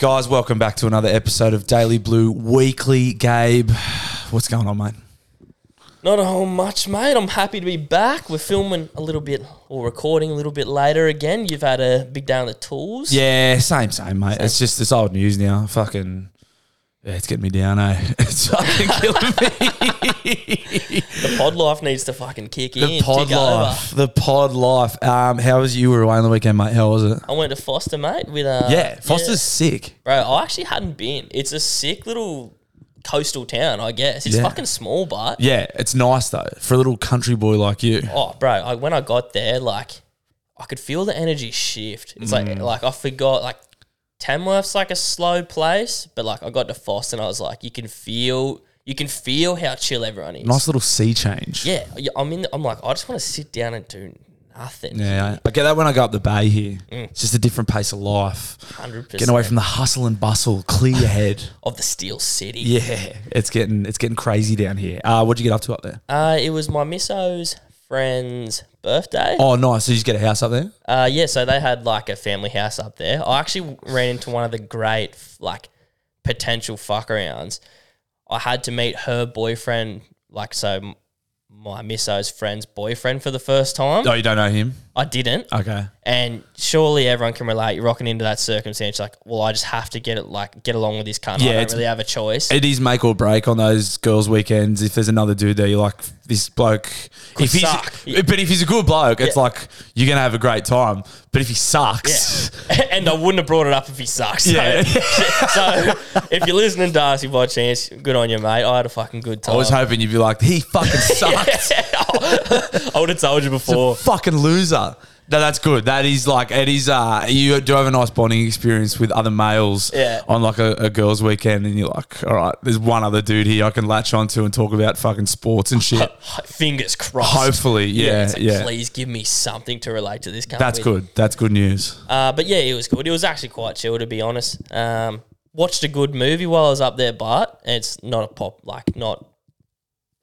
Guys, welcome back to another episode of Daily Blue Weekly. Gabe, what's going on, mate? Not a whole much, mate. I'm happy to be back. We're filming a little bit or recording a little bit later again. You've had a big day on the tools. Yeah, same, same, mate. It's just this old news now. Fucking, yeah, it's getting me down, eh? It's fucking killing me. The pod life needs to fucking kick in. the pod kick over. life. The pod life. Um, how was you were away on the weekend, mate? How was it? I went to Foster, mate, with uh yeah, Foster's sick. Bro, I actually hadn't been. It's a sick little coastal town, I guess. It's Yeah. fucking small, but Yeah, it's nice though for a little country boy like you. Uh, oh, bro, I, when I got there, like, I could feel the energy shift. It's Mm. like, like I forgot, like, Tamworth's like a slow place, but like I got to Foster and I was like, you can feel, you can feel how chill everyone is. Nice little sea change. Yeah, yeah, I'm in. I'm like, I just want to sit down and do nothing. Yeah, I get that when I go up the bay here. It's just a different pace of life. Mm. hundred Getting away percent from the hustle and bustle, clear your head. of the Steel City. Yeah, it's getting it's getting crazy down here. Uh, what'd you get up to up there? Uh, it was my misso's friend's birthday. Oh, nice. So you just get a house up there? Uh, yeah, so they had like a family house up there. I actually ran into one of the great f- like potential fuck arounds. I had to meet her boyfriend, like so, m- my misso's friend's boyfriend for the first time. Oh, you don't know him? I didn't. Okay. And surely everyone can relate. You're rocking into that circumstance, like, well, I just have to get it, like, get along with this cunt. Yeah, I don't it's- really have a choice. It is make or break on those girls' weekends. If there's another dude there, you're like this bloke. if he's, suck. but if he's a good bloke, it's like you're gonna have a great time. But if he sucks, and I wouldn't have brought it up if he sucks. Yeah. So, so if you're listening, Darcy, by chance, good on you, mate. I had a fucking good time. I was hoping you'd be like, he fucking sucks, I would have told you before. fucking loser. No, that's good. That is like it is. Uh, you do have a nice bonding experience with other males Yeah. on like a, a girls' weekend, and you're like, all right, there's one other dude here I can latch onto and talk about fucking sports and shit. Fingers crossed. Hopefully, yeah, it's yeah. like, Please give me something to relate to this. cunt That's with. good. That's good news. Uh, but yeah, it was good. It was actually quite chill, to be honest. Um, watched a good movie while I was up there, but it's not a pop, like not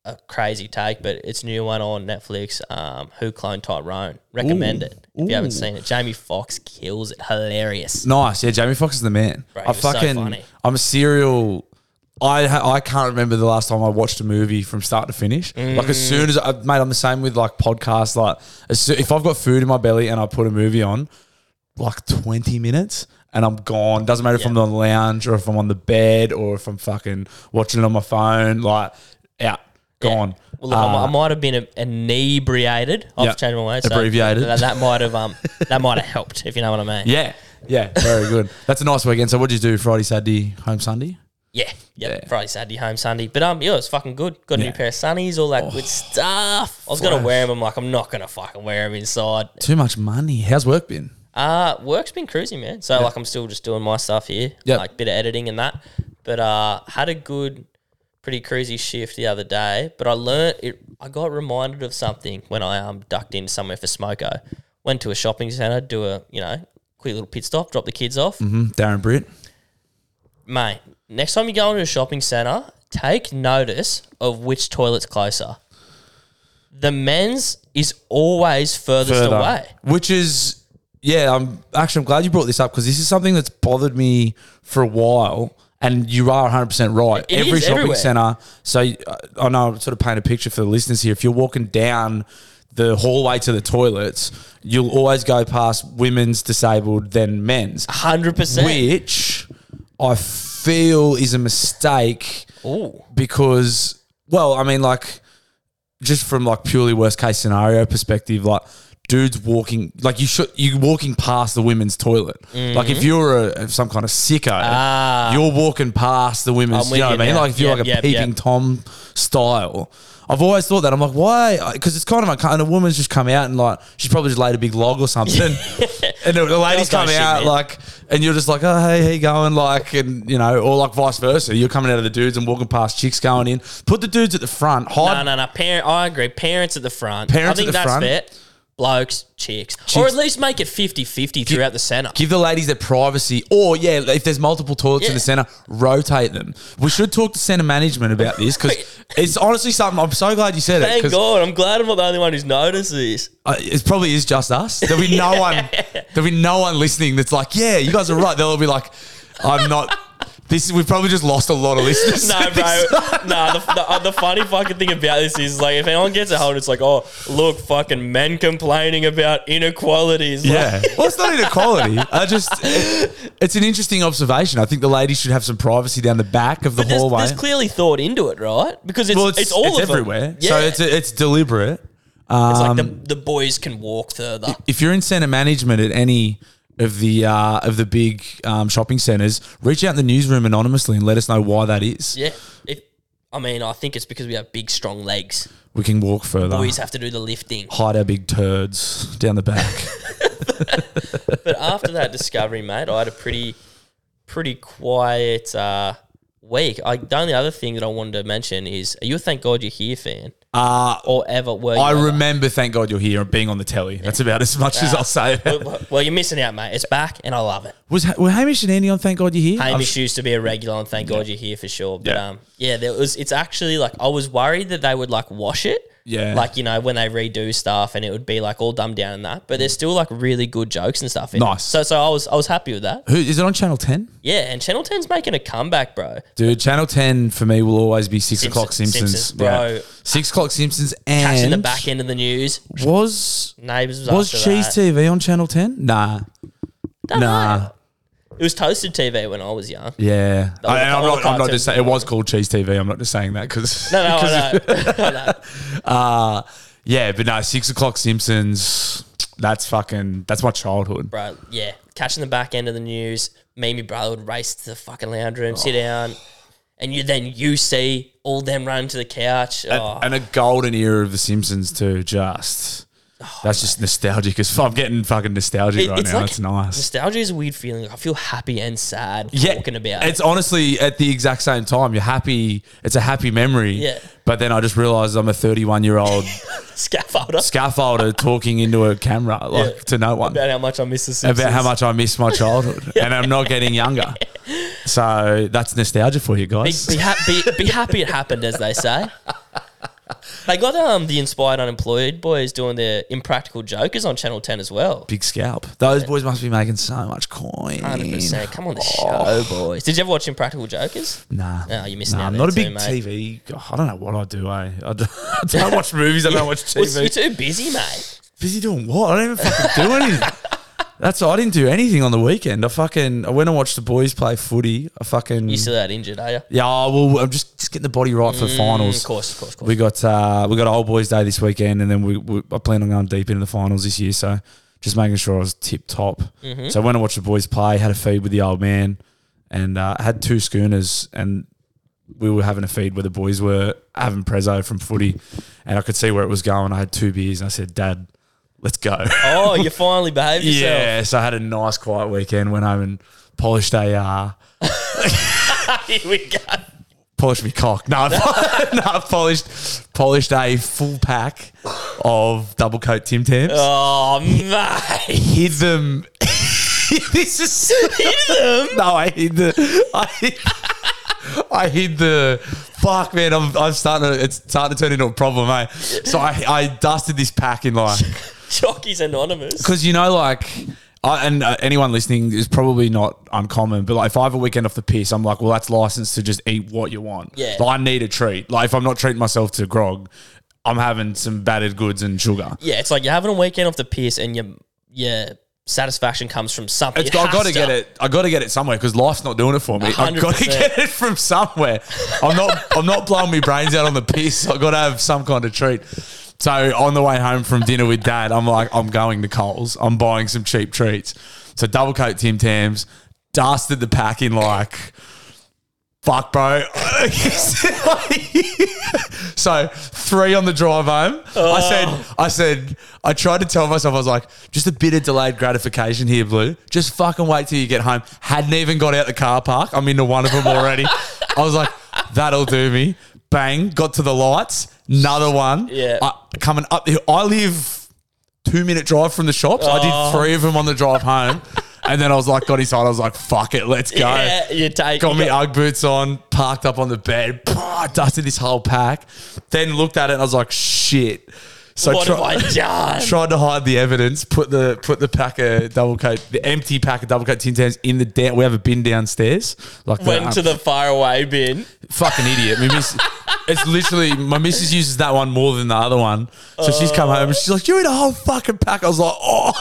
a crazy take, but it's a new one on Netflix. Um, Who Cloned Tyrone? Recommend it if you haven't seen it. Jamie Fox kills it. Hilarious. Nice. Yeah, Jamie Foxx is the man. Bro, he I was so fucking. funny. I'm a serial. I ha- I can't remember the last time I watched a movie from start to finish. Like as Mm. soon as I, mate, I'm the same with like podcasts. Like as soo- if I've got food in my belly and I put a movie on, like 20 minutes and I'm gone. Doesn't matter if I'm on the lounge or if I'm on the bed or if I'm fucking watching it on my phone. Like out, gone. Well, look, I mi- I might have been inebriated. I've Uh, Yeah. changed my way. Abbreviated. That, that might have um that might have helped if you know what I mean. yeah, yeah, very good. That's a nice weekend. So what did you do? Friday, Saturday, home Sunday. Yeah, yeah. Yeah. Friday, Saturday, home, Sunday. But um, yeah, it was fucking good. Got a Yeah. Oh, new pair of sunnies, all that good stuff. I was gonna Flash. wear them. I'm like, I'm not gonna fucking wear them inside. Too much money. How's work been? Uh, work's been cruising, man. So like, I'm still just doing my stuff here, Yep. like bit of editing and that. But uh, had a good, pretty cruisy shift the other day. But I learnt it. I got reminded of something when I um ducked in somewhere for smoko. Went to a shopping center, do a you know quick little pit stop, drop the kids off. Mm, Darren Britt. mate, next time you go into a shopping centre, take notice of which toilet's closer. The men's is always furthest further, away. Which is, yeah, I'm actually I'm glad you brought this up because this is something that's bothered me for a while. And you are 100% right. It Every is shopping everywhere. centre. So uh, I know I'm sort of paint a picture for the listeners here. If you're walking down the hallway to the toilets, you'll always go past women's, disabled, then men's, 100%. which I feel is a mistake Ooh. because well i mean like just from like purely worst case scenario perspective like dudes walking like you should you walking past the women's toilet like if you're a some kind of sicko you're walking past the women's I'm with you know you what i mean now. like if you're Yep, like a yep, peeping yep. tom style I've always thought that. I'm like, why? Because it's kind of like, and a woman's just come out and like, she's probably just laid a big log or something. and the Girls don't lady's come shit, out man. like, and you're just like, oh, hey, how you going? Like, and you know, or like vice versa. You're coming out of the dudes and walking past chicks going in. Put the dudes at the front. No, Hide. no, no. Parent, I agree. Parents at the front. Parents I think at the that's front. fair. Blokes, chicks. Or at Chicks. least make it 50 50 throughout the centre. Give the ladies their privacy, or yeah, if there's multiple toilets in Yeah. the center, rotate them. We should talk to center management about this because it's honestly something. I'm so glad you said it Thank because God. I'm glad I'm not the only one who's noticed this. Uh, it probably is just us. There'll be no one. There'll be no one listening that's like, yeah, you guys are right. They'll be like. I'm not. This we've probably just lost a lot of listeners. No, bro. no, the, the, uh, the funny fucking thing about this is like, if anyone gets a hold, it's like, oh, look, fucking men complaining about inequalities. Like, Yeah. Well, it's not inequality. I just, it's an interesting observation. I think the ladies should have some privacy down the back of the there's, hallway. there's clearly thought into it, right? Because it's well, it's, all of them. everywhere. Yeah. So it's it's deliberate. Um, It's like the, the boys can walk further. if you're in centre management at any of the uh, of the big um, shopping centres, reach out in the newsroom anonymously and let us know why that is. Yeah. If, I mean, I think it's because we have big, strong legs. We can walk further. Boys have to do the lifting. Hide our big turds down the back. But after that discovery, mate, I had a pretty, pretty quiet uh, week. I, the only other thing that I wanted to mention is, are you a thank God you're here fan? Uh, Or ever were you I ever? remember, thank God you're here and being on the telly. That's about as much as I'll say. about it. Ah. Well, well, you're missing out, mate. It's back, and I love it. Was Ha- were Hamish and Andy on Thank God You're Here? I'm Hamish used to be a regular, and thank God you're here for sure. But Yeah. um, yeah, there was. It's actually like I was worried that they would like wash it. Yeah. Like you know when they redo stuff and it would be like all dumbed down and that, but there's still like really good jokes and stuff. In it. Nice. So so I was I was happy with that. Who is it on Channel Ten? Yeah, and Channel 10's making a comeback, bro. Dude, Channel Ten for me will always be six Simpson- o'clock Simpsons, Simpsons, bro. Yeah. Six o'clock Simpsons and Catching the back end of the news. was Neighbours was, was after Cheese that. TV on Channel Ten? Nah, Don't nah, know. It was toasted TV when I was young. yeah. I, the and old I'm not. I'm not cartoon. just saying it was called Cheese TV. I'm not just saying that because No, no, I know. I know. uh, yeah, but no, six o'clock Simpsons. That's fucking. That's my childhood. bro. Yeah, catching the back end of the news. Me and my brother would race to the fucking lounge room, Oh. sit down, and you then you see all them running to the couch. Oh, And a golden era of The Simpsons too. Just that's just nostalgic as fuck. I'm getting fucking nostalgic Oh, It- right now. it's nice. Nostalgia is a weird feeling. I feel happy and sad talking about it. It's honestly at the exact same time. You're happy. It's a happy memory. Yeah. But then I just realized I'm a 31 year old Scaffolder scaffolder talking into a camera, like Yeah. to no one about how much I miss the Simpsons. about how much I miss my childhood, and I'm not getting younger. So that's nostalgia for you Be, guys. be, ha- be, be happy it happened, as they say. They got um, the Inspired Unemployed boys doing their Impractical Jokers on Channel 10 as well. Big scalp. Those boys must be making so much coin. Oh, 100%. Come on the show, boys. Did you ever watch Impractical Jokers? Nah, No, you're missing nah, out I'm there not a too, big mate. TV. guy. I don't know what I do. Eh? I don't, I don't watch movies. I don't watch TV. Well, you're too busy, mate. Busy doing what? I don't even fucking do anything. That's I didn't do anything on the weekend. I fucking I went and watched the boys play footy. I fucking You still that injured, are you? Mm, yeah. oh, Well, I'm just just getting the body right for finals. Of course, of course, of course. We got uh, we got old boys day this weekend, and then we, we I plan on going deep into the finals this year. So just making sure I was tip top. Mm-hmm. So I went and watched the boys play. Had a feed with the old man, and uh, had two schooners, and we were having a feed where the boys were having prezzo from footy, and I could see where it was going. I had two beers, and I said, "Dad, let's go." oh, you finally behaved yourself. Yeah, so I had a nice quiet weekend. Went home and polished a uh, Here we go. polished me cock. No, no, polished polished a full pack of double coat Tim Tams. Oh, mate. Hid them. this is Hit them. no, I hid the. I hid, I hid the. Fuck, man, I'm, I'm starting to. It's starting to turn into a problem, eh? So I, I dusted this pack in like. Jockey's Anonymous. because you know, like, I, and uh, anyone listening is probably not uncommon. But like, if I have a weekend off the piss, I'm like, well, that's licensed to just eat what you want. Yeah. Like, I need a treat. Like, if I'm not treating myself to grog, I'm having some battered goods and sugar. Yeah, it's like you're having a weekend off the piss and your, your satisfaction comes from something. It's, You I have got to get it. I got to get it somewhere because life's not doing it for me. i I got to 100%. get it from somewhere. I'm not. I'm not blowing my brains out on the piss. I got to have some kind of treat. So on the way home from dinner with dad, I'm like, I'm going to Coles. I'm buying some cheap treats. So double coat Tim Tams, dusted the pack in like, fuck, bro. so three on the drive home. I said, I said, I tried to tell myself, I was like, just a bit of delayed gratification here, Blue. Just fucking wait till you get home. Hadn't even got out the car park. I'm into one of them already. I was like, that'll do me. Bang, got to the lights. Another one. Yeah. I, coming up. the hill. I live two minute drive from the shops. I Oh. did three of them on the drive home. And then I was like, got his side. I was like, fuck it, let's go. Yeah, you take Got you me Ugg boots on, parked up on the bed, dusted this whole pack, then looked at it and I was like, shit. So what try- have I done? tried to hide the evidence. Put the put the pack of double coat, the empty pack of double coat tin cans in the down. We have a bin downstairs. Like the, Went um, to the faraway bin. fucking idiot. My miss, it's literally my missus uses that one more than the other one. So she's come home and she's like, "You ate a whole fucking pack." I was like, "Oh."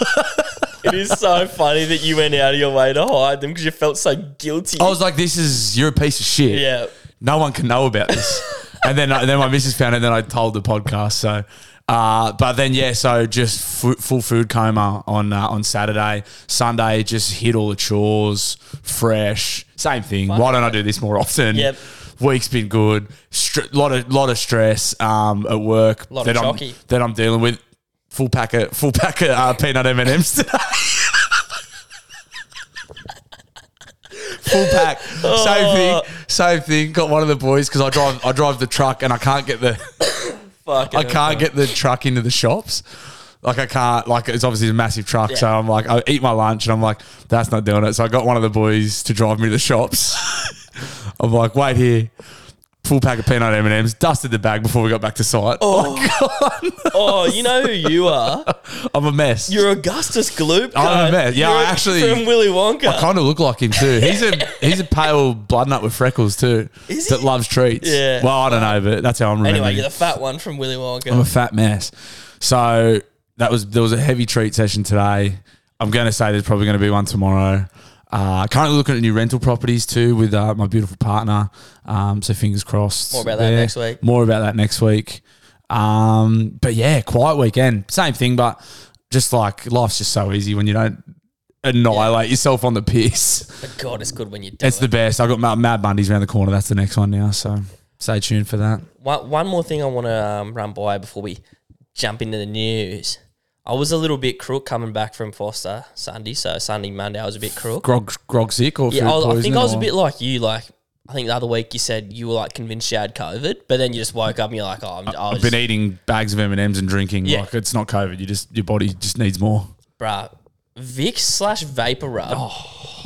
It is so funny that you went out of your way to hide them because you felt so guilty. I was like, "This is you're a piece of shit. yeah. No one can know about this." and then and then my missus found it. And then I told the podcast. So. Uh, but then yeah, so just fu- full food coma on uh, on Saturday, Sunday just hit all the chores, fresh, same thing. Why don't I do this more often? Yep. Week's been good. Str- lot of lot of stress um, at work Lot that of I'm chalky. that I'm dealing with. Full packet, full packet uh, peanut M and M's today. full pack, same Oh. thing, same thing. Got one of the boys because I drive I drive the truck and I can't get the Fuck. I can't get the truck into the shops. Like I can't, like it's obviously a massive truck, so I'm like, I eat my lunch and I'm like, that's not doing it. So I got one of the boys to drive me to the shops. I'm like, wait here, full pack of peanut M and M's, dusted the bag before we got back to site. Oh, you know who you are? I'm a mess. You're Augustus Gloop. I'm a mess. Yeah, I actually- From Willy Wonka. kind of look like him too. He's a he's a pale blood nut with freckles too, Is that he? loves treats. Yeah. Well, I don't know, but that's how I'm remembering. Anyway, him. you're the fat one from Willy Wonka. I'm a fat mess. So that was there was a heavy treat session today. I'm going to say there's probably going to be one tomorrow. Uh, currently looking at new rental properties too with uh, my beautiful partner. Um, so fingers crossed. More about that next week. More about that next week. Um, but yeah, quiet weekend. Same thing, but just like life's just so easy when you don't annihilate yourself on the piss. But God, it's good when you do It's it. the best. I've got Mad, Mad Mondays around the corner. That's the next one now. So stay tuned for that. one, one more thing I want to um, run by before we jump into the news. I was a little bit crook coming back from Foster Sunday, so Sunday, Monday, I was a bit crook. Grog, grog sick or Yeah, food I, was- I think poisoning I was a or- bit like you. Like I think the other week you said you were like convinced you had COVID, but then you just woke up and you're like, oh, I'm, I was I've been eating bags of M and M's and drinking. Yeah. Like it's not COVID. You just your body just needs more. bruh. Vic slash vapor rub.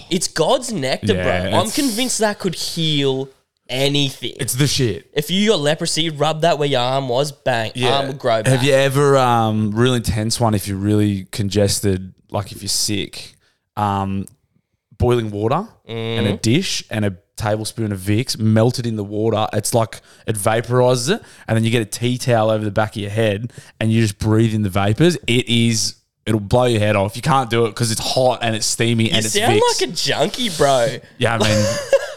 It's God's nectar, Oh. Yeah, bruh. I'm it's- convinced that could heal anything. It's the shit. If you got leprosy, rub that where your arm was, bang, arm will grow back. Have you ever um real intense one? If you're really congested, like if you're sick, um, boiling water and Mm. a dish and a tablespoon of Vicks melted in the water. It's like it vaporizes it, and then you get a tea towel over the back of your head, and you just breathe in the vapors. It is. It'll blow your head off. You can't do it because it's hot and it's steamy and You it's sound Vicks. like a junkie, bro. yeah, I mean.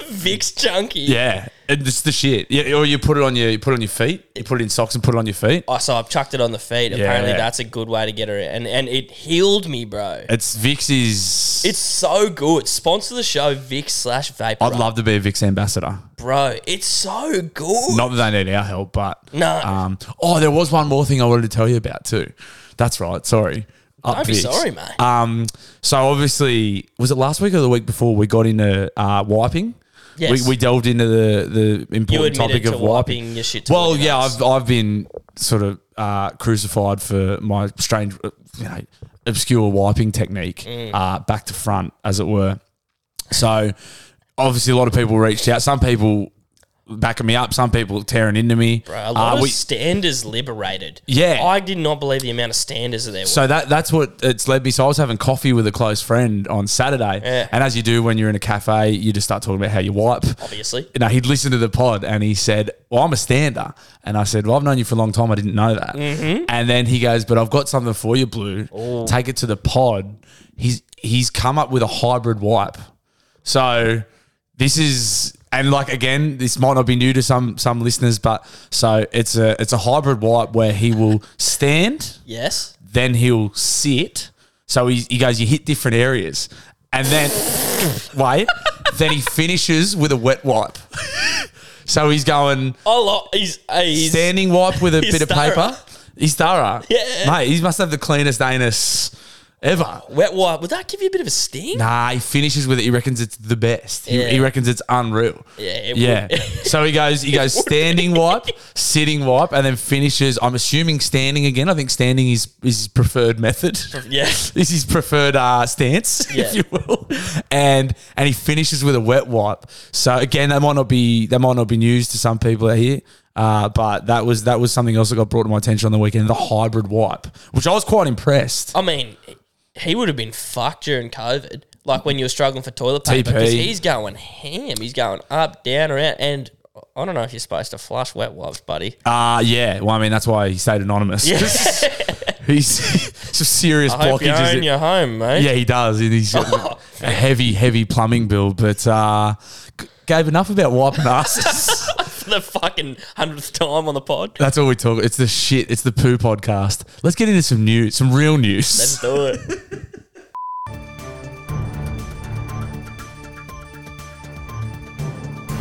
Vic's junkie. Yeah, it's the shit. Yeah, or you put it on your you put it on your feet. You put it in socks and put it on your feet. Oh, so I've chucked it on the feet. Apparently, Yeah. that's a good way to get her. And and it healed me, bro. It's Vicks is. It's so good. Sponsor the show, Vic slash Vapor. I'd love to be a Vicks ambassador. bro. It's so good. Not that they need our help, but No. Um, oh, there was one more thing I wanted to tell you about too. That's right. Sorry. Up Don't be Vicks. sorry, mate. Um, so obviously, was it last week or the week before we got into uh, wiping? Yes. We, we delved into the the you admitted important topic to of wiping. wiping your shit. To Well, anyone yeah, else. I've I've been sort of uh, crucified for my strange, uh, you know, obscure wiping technique, Mm. uh, back to front, as it were. So, obviously, a lot of people reached out. Some people backing me up. Some people tearing into me. Bro, a lot Uh, of we- standers liberated. Yeah. I did not believe the amount of standers that there were. so that that's what it's led me. So I was having coffee with a close friend on Saturday, Yeah. and as you do when you're in a cafe, you just start talking about how you wipe. obviously, you know, he'd listened to the pod and he said, Well, I'm a stander. And I said, Well, I've known you for a long time. I didn't know that. And then he goes, But I've got something for you, Blue. Take it to the pod. He's he's come up with a hybrid wipe. So this is and like again, this might not be new to some some listeners, but so it's a it's a hybrid wipe where he will stand, yes. then he'll sit. So he, he goes, You hit different areas. And then wait. then he finishes with a wet wipe. so he's going Oh, lo- he's he's standing wipe with a he's bit of thorough. paper. He's thorough. Yeah. Mate, he must have the cleanest anus ever. wet wipe. Would that give you a bit of a sting? Nah, he finishes with it. He reckons it's the best. He, Yeah. he reckons it's unreal. Yeah, it yeah. would. so he goes, he goes standing wipe, sitting wipe, and then finishes. I'm assuming standing again. I think standing is is his preferred method. yeah. This is preferred uh, stance, Yeah. if you will, and and he finishes with a wet wipe. So again, that might not be that might not be news to some people out here. Uh, but that was that was something else that got brought to my attention on the weekend. The hybrid wipe, which I was quite impressed. I mean, he would have been fucked during COVID. Like when you were struggling for toilet paper, TP. because he's going ham. He's going up, down, around, and I don't know if you're supposed to flush wet wipes, buddy. Uh yeah. Well, I mean that's why he stayed anonymous. He's some serious I hope you blockages. own your home, mate. Yeah, he does. and He's got a heavy, heavy plumbing bill, but uh, g- gave enough about wiping asses. For the fucking hundredth time on the pod. That's all we talk. It's the shit. It's the poo podcast. Let's get into some news, some real Let's news. do it.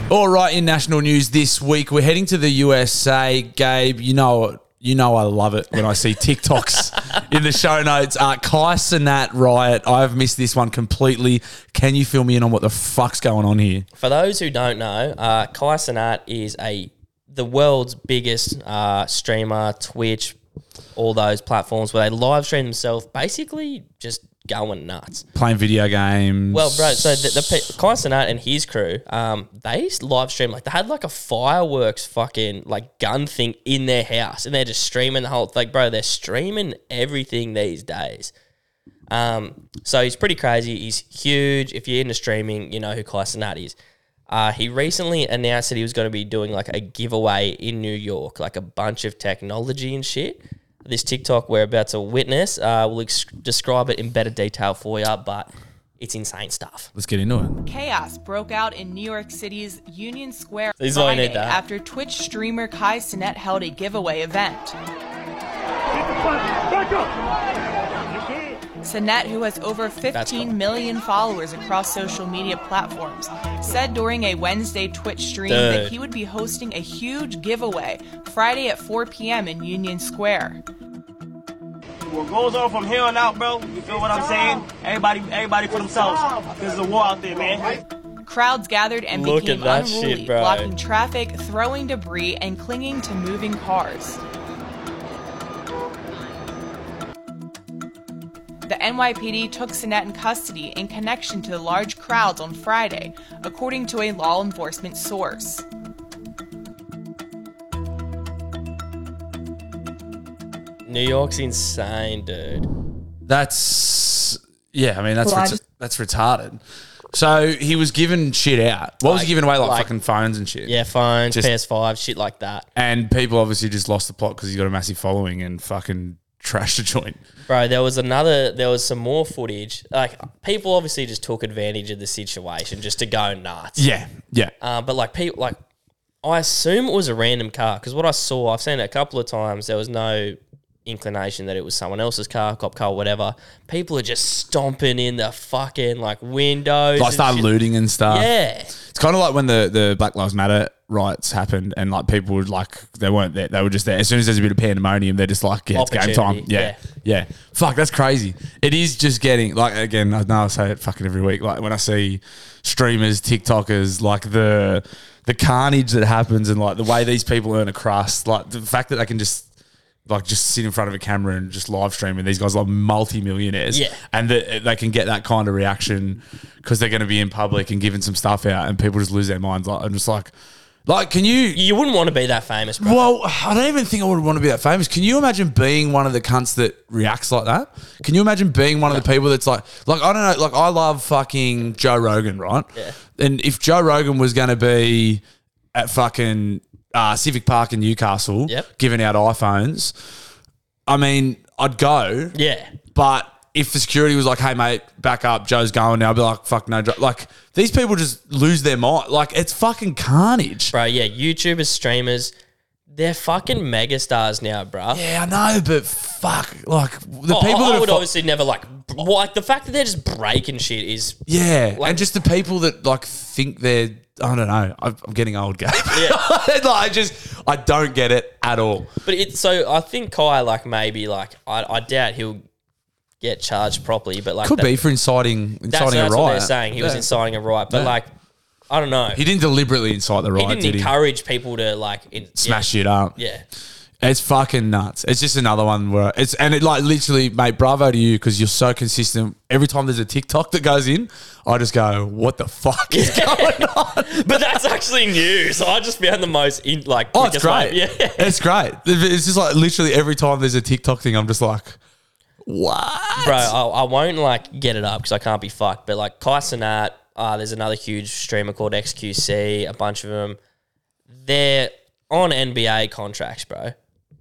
All right, in national news this week, we're heading to the USA. Gabe, you know it. You know I love it when I see TikToks in the show notes. Uh, Kai Sinat riot. I've missed this one completely. Can you fill me in on what the fuck's going on here? For those who don't know, uh, Kai Sinat is a the world's biggest uh, streamer, Twitch, all those platforms where they live stream themselves, basically just going nuts. Playing video games. Well, bro, so the, the pe- Kai Cenat and his crew, um, they used to live stream like they had like a fireworks fucking like gun thing in their house, and they're just streaming the whole like, bro, they're streaming everything these days. Um, so he's pretty crazy. He's huge. If you're into streaming, you know who Kai Cenat is. Uh, he recently announced that he was going to be doing like a giveaway in New York, like a bunch of technology and shit. This TikTok we're about to witness, uh, we'll ex- describe it in better detail for you, but it's insane stuff. Let's get into it. Chaos broke out in New York City's Union Square This is why I Friday need that. after Twitch streamer Kai Sinet held a giveaway event. Back up! Sinet, who has over 15 million followers across social media platforms, said during a Wednesday Twitch stream Dude. that he would be hosting a huge giveaway Friday at 4 p.m. in Union Square. What goes on from here on out, bro? You feel what I'm saying? Everybody, everybody for themselves. This is a war out there, man. Crowds gathered and Look became at that unruly, shit, bro. blocking traffic, throwing debris, and clinging to moving cars. The NYPD took Sinet in custody in connection to the large crowds on Friday, according to a law enforcement source. New York's insane, dude. That's yeah. I mean, that's Well, I ret- just- that's retarded. So he was giving shit out. What was he Like- giving away? Like, like- fucking phones and shit. Yeah, phones, Just- PS5, shit like that. And people obviously just lost the plot because he's got a massive following and fucking trashed a joint. Bro, there was another, there was some more footage. Like, people obviously just took advantage of the situation just to go nuts. Yeah, yeah. Uh, but like people, like I assume it was a random car because what I saw, I've seen it a couple of times. There was no inclination that it was someone else's car, cop car, whatever. People are just stomping in the fucking like windows. like and start shit. looting and stuff. Yeah, It's kind of like when the, the Black Lives Matter riots happened and like people would like they weren't there. They were just there. As soon as there's a bit of pandemonium, they're just like, yeah, it's game time. Opportunity, Yeah, yeah. Fuck, that's crazy. It is just getting like again. I know I say it fucking every week. Like when I see streamers, TikTokers, like the the carnage that happens and like the way these people earn a crust, like the fact that they can just. Like just sit in front of a camera and just live stream, and these guys are like multi-millionaires, Yeah. and that they can get that kind of reaction because they're going to be in public and giving some stuff out, and people just lose their minds. Like I'm just like, like, can you you wouldn't want to be that famous, bro. well, I don't even think I would want to be that famous. Can you imagine being one of the cunts that reacts like that? Can you imagine being one of the people that's like, like I don't know, like I love fucking Joe Rogan, right? Yeah. And if Joe Rogan was going to be at fucking uh, Civic Park in Newcastle, Yep. giving out iPhones, I mean, I'd go. Yeah, But if the security was like, "Hey, mate, back up, Joe's going," now I'd be like, "Fuck no!" Joe." Like these people just lose their mind. Like it's fucking carnage. bro. Yeah, YouTubers, streamers, they're fucking megastars now, bro. Yeah, I know, but fuck, like the Oh, people I, I that are would fo- obviously never like, br- like the fact that they're just breaking shit is yeah, like- and just the people that like think they're I don't know. I'm, I'm getting old, Gabe. Yeah. I just I don't get it at all. But it's so I think Kai like maybe like I, I doubt he'll get charged properly, but like Could that- be for inciting that's, inciting that's a what riot. they're saying. He was Yeah. inciting a riot, but Yeah. like I don't know. He He, didn't deliberately incite the riot, didn't did he? encourage people to like in, Smash yeah, it up. Yeah, It's fucking nuts. It's just another one where it's and it like literally, mate. Bravo to you because you're so consistent. Every time there's a TikTok that goes in, I just go, "What the fuck is going on?" But that's actually new. So I just found the most in, like. Oh, it's quickest way- great. Yeah. it's great. It's just like literally every time there's a TikTok thing, I'm just like, "What?" bro. I, I won't like get it up because I can't be fucked. But like Kai Cenat, uh, there's another huge streamer called XQC. A bunch of them, they're on NBA contracts, bro.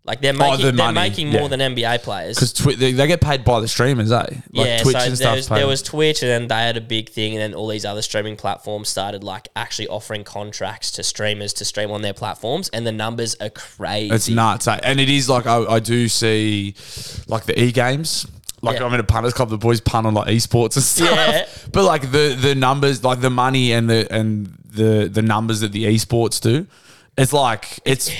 Like they're making "Oh, the they're money, making more yeah. than NBA players. Because twi- they, they get paid by the streamers, eh? Like Twitch and there stuff. was, pay there them. was Twitch, and then they had a big thing, and then all these other streaming platforms started like actually offering contracts to streamers to stream on their platforms, and the numbers are crazy. It's nuts, eh? and it is like I, I do see, like the e games. Like Yeah. I'm in a punters club, the boys pun on like esports and stuff. Yeah. But like the the numbers, like the money and the and the the numbers that the esports do, it's like it's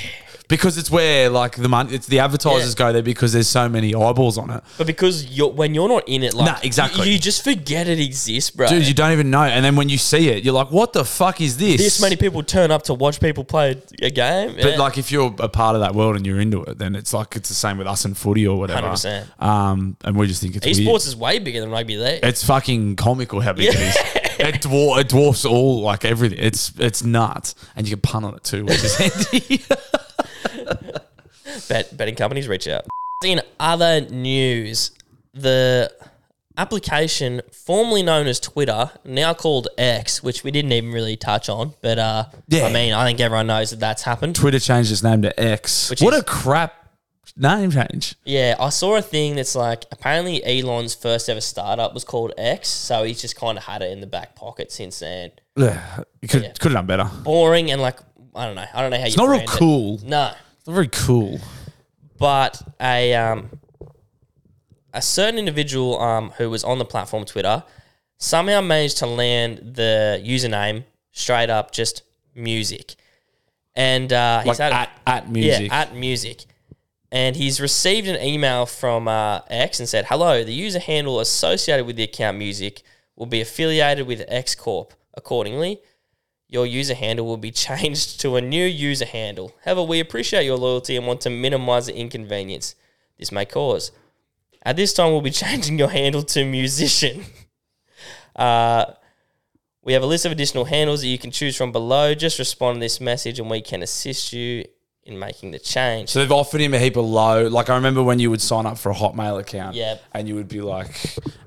because it's where like the money, it's the advertisers Yeah. go there because there's so many eyeballs on it. but because you're when you're not in it, like Nah, exactly. you, you just forget it exists, bro. Dude, you don't even know, and then when you see it, you're like, "What the fuck is this?" this many people turn up to watch people play a game. But Yeah. like, if you're a part of that world and you're into it, then it's like it's the same with us and footy or whatever. 100%. Um, and we just think it's weird. esports is way bigger than rugby league. It's fucking comical how big it is. It, dwar- it dwarfs all like everything. It's it's nuts, and you can pun on it too, which is handy. Bet, betting companies reach out. In other news, the application formerly known as Twitter, now called X, which we didn't even really touch on, but uh, Yeah. I mean, I think everyone knows that that's happened. Twitter changed its name to X. Which what is- a crap name change. Yeah, I saw a thing that's like apparently Elon's first ever startup was called X, so he's just kind of had it in the back pocket since then. Ugh, it could could have done better. Boring and like I don't know, I don't know how you. It's not real cool. No, Not very cool. but a um, a certain individual um, who was on the platform Twitter somehow managed to land the username straight up just music, and uh, he's had Like at, at music. yeah at music, and he's received an email from uh, X and said, "Hello, the user handle associated with the account music will be affiliated with X Corp. Accordingly." your user handle will be changed to a new user handle. However, we appreciate your loyalty and want to minimize the inconvenience this may cause. At this time, we'll be changing your handle to musician. Uh, we have a list of additional handles that you can choose from below. Just respond to this message and we can assist you in making the change. So they've offered him a heap of low. Like I remember when you would sign up for a Hotmail account, Yep. and you would be like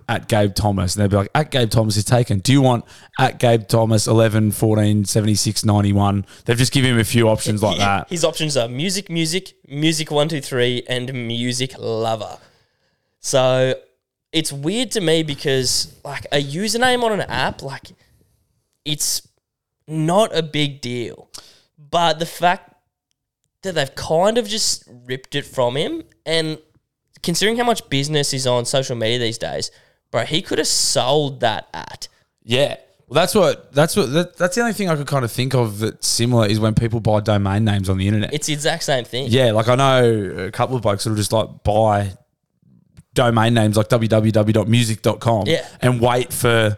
at Gabe Thomas, and they'd be like at Gabe Thomas is taken. Do you want at Gabe Thomas 11, 14, 76, 91? They've just given him a few options like that. His options are music, music, music one two three, and music lover. So it's weird to me because like a username on an app, like it's not a big deal, but the fact that they've kind of just ripped it from him, and considering how much business is on social media these days, bro, he could have sold that at. Yeah. Well, that's what that's what that, that's the only thing I could kind of think of that's similar is when people buy domain names on the internet. It's the exact same thing. yeah, like I know a couple of blokes that'll just like buy domain names like www.music.com Yeah. and wait for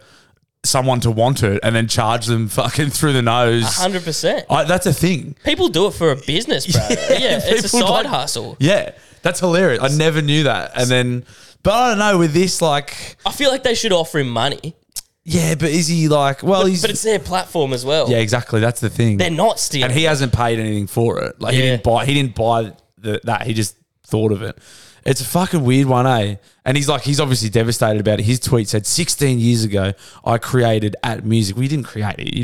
someone to want it and then charge them fucking through the nose. hundred percent. I, that's a thing. People do it for a business, bro. Yeah, it's a people side like- hustle. Yeah, that's hilarious. I never knew that. And then, but I don't know with this like, I feel like they should offer him money, yeah, but is he like? Well, he's but it's their platform as well. yeah, exactly. That's the thing. They're not stealing. and he hasn't paid anything for it. Like he Yeah. didn't buy. He didn't buy the, that. He just thought of it. It's a fucking weird one, eh? And he's like, he's obviously devastated about it. His tweet said, "16 years ago, I created at music. We didn't create it. You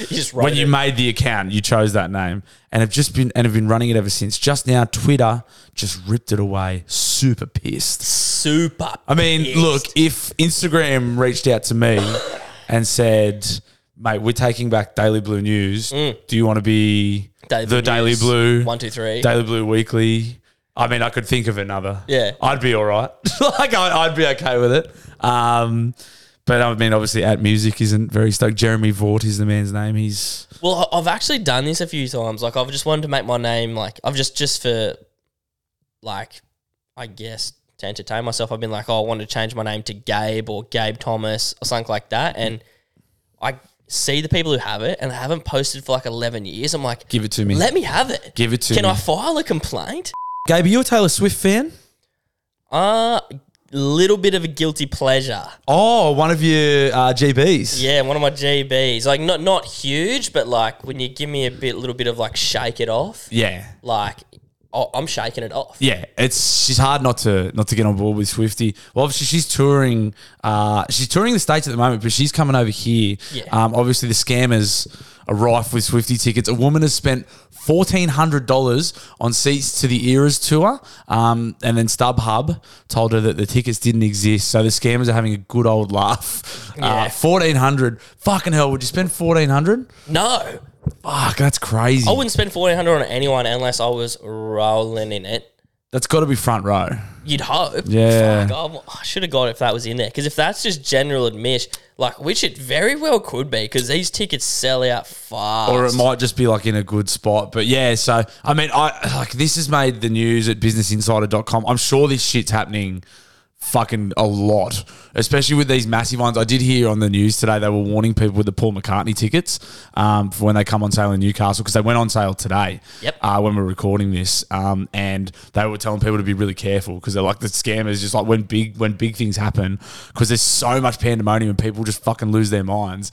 You just wrote when you it. made the account, you chose that name, and have just been and have been running it ever since. Just now, Twitter just ripped it away. Super pissed. super. I mean, look, if Instagram reached out to me and said, "Mate, we're taking back Daily Blue News. Do you want to be the Daily News, Blue, one two three. Daily Blue Weekly?" I mean, I could think of another. Yeah. I'd be all right. like I, I'd be okay with it. Um, but I mean, obviously, at music isn't very stoked. Jeremy Vaught is the man's name. He's well, I- I've actually done this a few times. Like I've just wanted to make my name like I've just just for like I guess to entertain myself. I've been like, oh, I want to change my name to Gabe or Gabe Thomas or something like that, and I see the people who have it and they haven't posted for like 11 years. I'm like, Give it to me. Let me have it. Give it to Can me. I file a complaint? Gabe, are you a Taylor Swift fan? Uh, little bit of a guilty pleasure. Oh, one of your uh, GBs. Yeah, one of my GBs. Like not not huge, but like when you give me a bit, little bit of like shake it off. Yeah. Like oh, I'm shaking it off. Yeah, it's she's hard not to not to get on board with Swifty. Well, obviously she's touring, uh, she's touring the states at the moment, but she's coming over here. Yeah. Um, obviously the scammers are rife with Swifty tickets. A woman has spent fourteen hundred dollars on seats to the Eras tour, um, and then StubHub told her that the tickets didn't exist. So the scammers are having a good old laugh. Yeah. Uh, fourteen hundred, fucking hell! Would you spend fourteen hundred? No, Fuck, that's crazy. I wouldn't spend 1400 on anyone unless I was rolling in it. that's got to be front row. You'd hope. Yeah. Fuck, I'm- I should have got it if that was in there. Because if that's just general admission, like which it very well could be, because these tickets sell out fast. or it might just be like in a good spot. But yeah, so I mean, I like this has made the news at businessinsider.com. I'm sure this shit's happening fucking a lot, especially with these massive ones. I did hear on the news today they were warning people with the Paul McCartney tickets um, for when they come on sale in Newcastle because they went on sale today. Yep. Uh, when we're recording this, um, and they were telling people to be really careful because they're like the scammers. Just like when big when big things happen, because there's so much pandemonium and people just fucking lose their minds.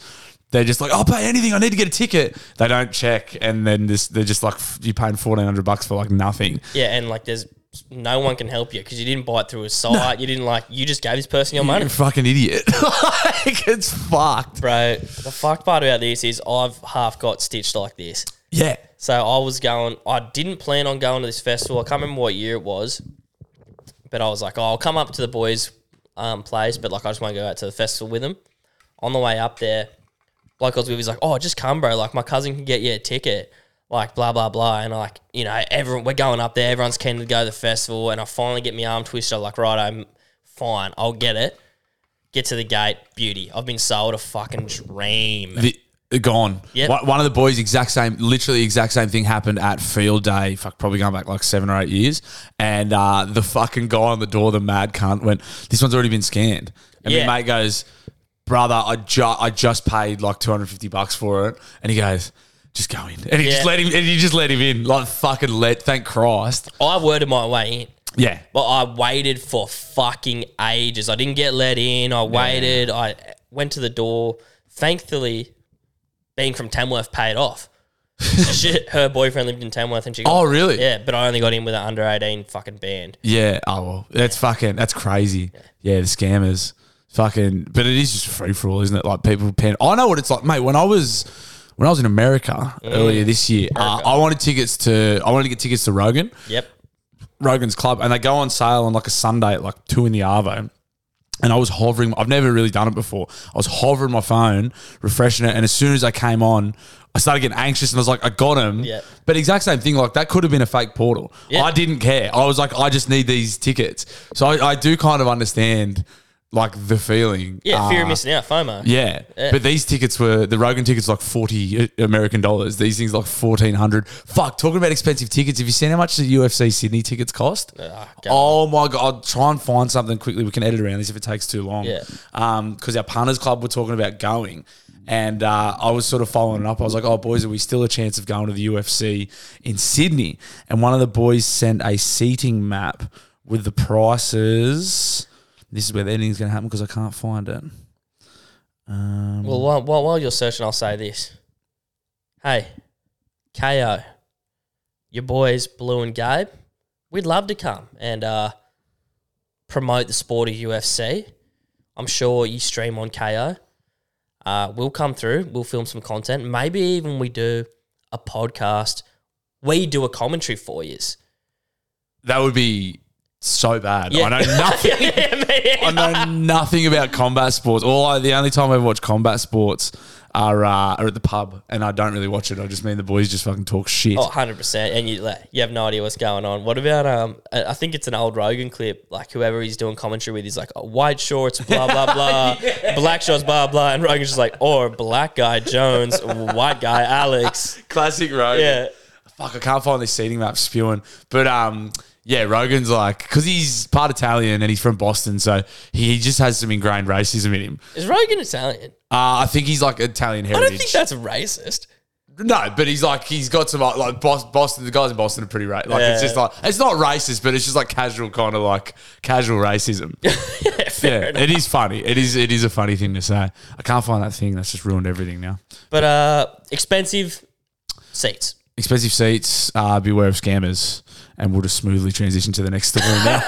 They're just like, I'll pay anything. I need to get a ticket. They don't check, and then this, they're just like, "F- you're paying fourteen hundred bucks for like nothing. Yeah, and like there's no one can help you because you didn't buy it through a site. You didn't like you just gave this person your money. You're a fucking idiot. like it's fucked. Bro, the fuck part about this is I've half got stitched like this. Yeah. So I was going, I didn't plan on going to this festival. I can't remember what year it was, but I was like, oh, I'll come up to the boys' um, place, but like I just want to go out to the festival with them. On the way up there, bloke I was with was like, oh, just come, bro. Like my cousin can get you a ticket. Like blah blah blah, and like you know, everyone we're going up there. Everyone's keen to go to the festival, and I finally get my arm twisted. I'm like, right, I'm fine. I'll get it. Get to the gate, beauty. I've been sold a fucking dream. the, uh, gone. Yep. One, one of the boys, exact same, literally exact same thing happened at field day. Fuck, probably going back like seven or eight years. And uh, the fucking guy on the door, the mad cunt, went, "This one's already been scanned." And Yeah. my mate goes, "Brother, I ju- I just paid like two hundred fifty bucks for it." And he goes. Just go in, and he Yeah. just let him, and he just let him in, like fucking let. Thank Christ. I worded my way in. Yeah, But I waited for fucking ages. I didn't get let in. I waited. I went to the door. Thankfully, being from Tamworth paid off. she, her boyfriend lived in Tamworth and she got, Oh, really? Yeah, but I only got in with an under 18 fucking band. yeah. Oh well, that's fucking, that's crazy. Yeah, the scammers, fucking. But it is just free for all, isn't it? Like people pen. I know what it's like, mate. When I was, when I was in America earlier this year, uh, I wanted tickets to, I wanted to get tickets to Rogan, Yep. Rogan's Club, and they go on sale on like a Sunday at like two in the arvo. And I was hovering. I've never really done it before. I was hovering my phone, refreshing it, and as soon as I came on, I started getting anxious, and I was like, "I got him." Yeah. But exact same thing. Like that could have been a fake portal. Yeah. I didn't care. I was like, "I just need these tickets." So I, I do kind of understand, like the feeling. Yeah, fear Uh, of missing out, FOMO. Yeah. Yeah. but these tickets were the Rogan tickets were like forty uh, American dollars. These things like fourteen hundred. Fuck, talking about expensive tickets. Have you seen how much the UFC Sydney tickets cost? go oh my god! I'll try and find something quickly. We can edit around this if it takes too long. Yeah. Um, because our punters club were talking about going, and uh, I was sort of following it up. I was like, "Oh, boys, are we still a chance of going to the UFC in Sydney?" And one of the boys sent a seating map with the prices. This is where the ending's going to happen because I can't find it. Um, Well, Mm. while, while, while you're searching, I'll say this. Hey, KO, your boys, Blue and Gabe, we'd love to come and uh, promote the sport of UFC. I'm sure you stream on KO. Uh, we'll come through, we'll film some content. Maybe even we do a podcast. We do a commentary for you. That would be so bad. I know nothing. nothing. I know nothing about combat sports. All I, the only time I ever watch combat sports are uh, are at the pub, and I don't really watch it. I just mean the boys just fucking talk shit. Oh, 100%. And you like, you have no idea what's going on. What about, um? I I think it's an old Rogan clip. Like, whoever he's doing commentary with, he's like, oh, white shorts, blah, blah, blah, black shorts, blah, blah. And Rogan's just like, or black guy Jones, white guy Alex. Classic Rogan. Yeah. Fuck, I can't find this seating map spewing. But um, yeah, Rogan's like because he's part Italian and he's from Boston, so he just has some ingrained racism in him. Is Rogan Italian? Uh, I think he's like Italian I heritage. don't think that's racist. No, but he's like he's got some like, like Bos- Boston. The guys in Boston are pretty right. Like it's Yeah. just like it's not racist, but it's just like casual kind of like casual racism. yeah, it is funny. It is it is a funny thing to say. I can't find that thing. That's just ruined everything now. But uh, expensive seats. Expensive seats. Uh, beware of scammers. And we'll just smoothly transition to the next story now.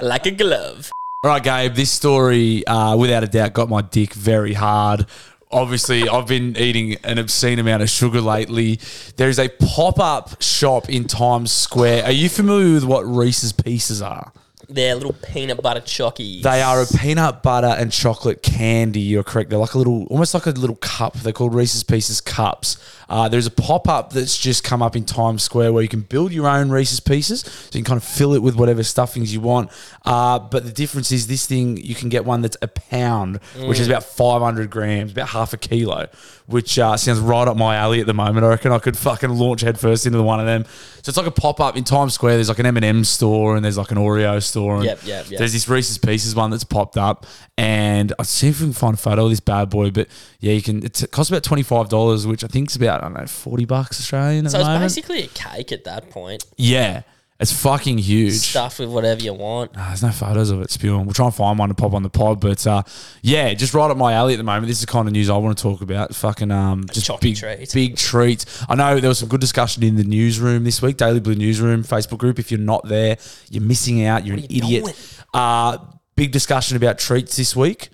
Like a glove. All right, Gabe. This story, uh, without a doubt, got my dick very hard. Obviously, I've been eating an obscene amount of sugar lately. There is a pop up shop in Times Square. Are you familiar with what Reese's Pieces are? They're little peanut butter chockies. They are a peanut butter and chocolate candy. You're correct. They're like a little, almost like a little cup. They're called Reese's Pieces cups. Uh, there's a pop up that's just come up in Times Square where you can build your own Reese's Pieces. So you can kind of fill it with whatever stuffings you want. Uh, but the difference is this thing, you can get one that's a pound, which Mm. is about 500 grams, about half a kilo, which uh, sounds right up my alley at the moment. I reckon I could fucking launch headfirst into one of them. So it's like a pop up in Times Square. There's like an M&M store and there's like an Oreo store. And Yep, yep, yep. There's there's this Reese's Pieces one that's popped up, and I'll see if we can find a photo of this bad boy. But yeah, you can. It's, it costs about twenty five dollars, which I think is about I don't know forty bucks Australian at so the it's moment. basically a cake at that point. yeah, it's fucking huge. Stuffed with whatever you want. Ah, there's no photos of it spewing. We'll try and find one to pop on the pod, but uh, yeah, just right up my alley at the moment. This is the kind of news I want to talk about. Fucking um, just Chocolate big treats. big treats. I know there was some good discussion in the newsroom this week, Daily Blue newsroom Facebook group. If you're not there, you're missing out. You're an you doing? idiot. Uh, big discussion about treats this week.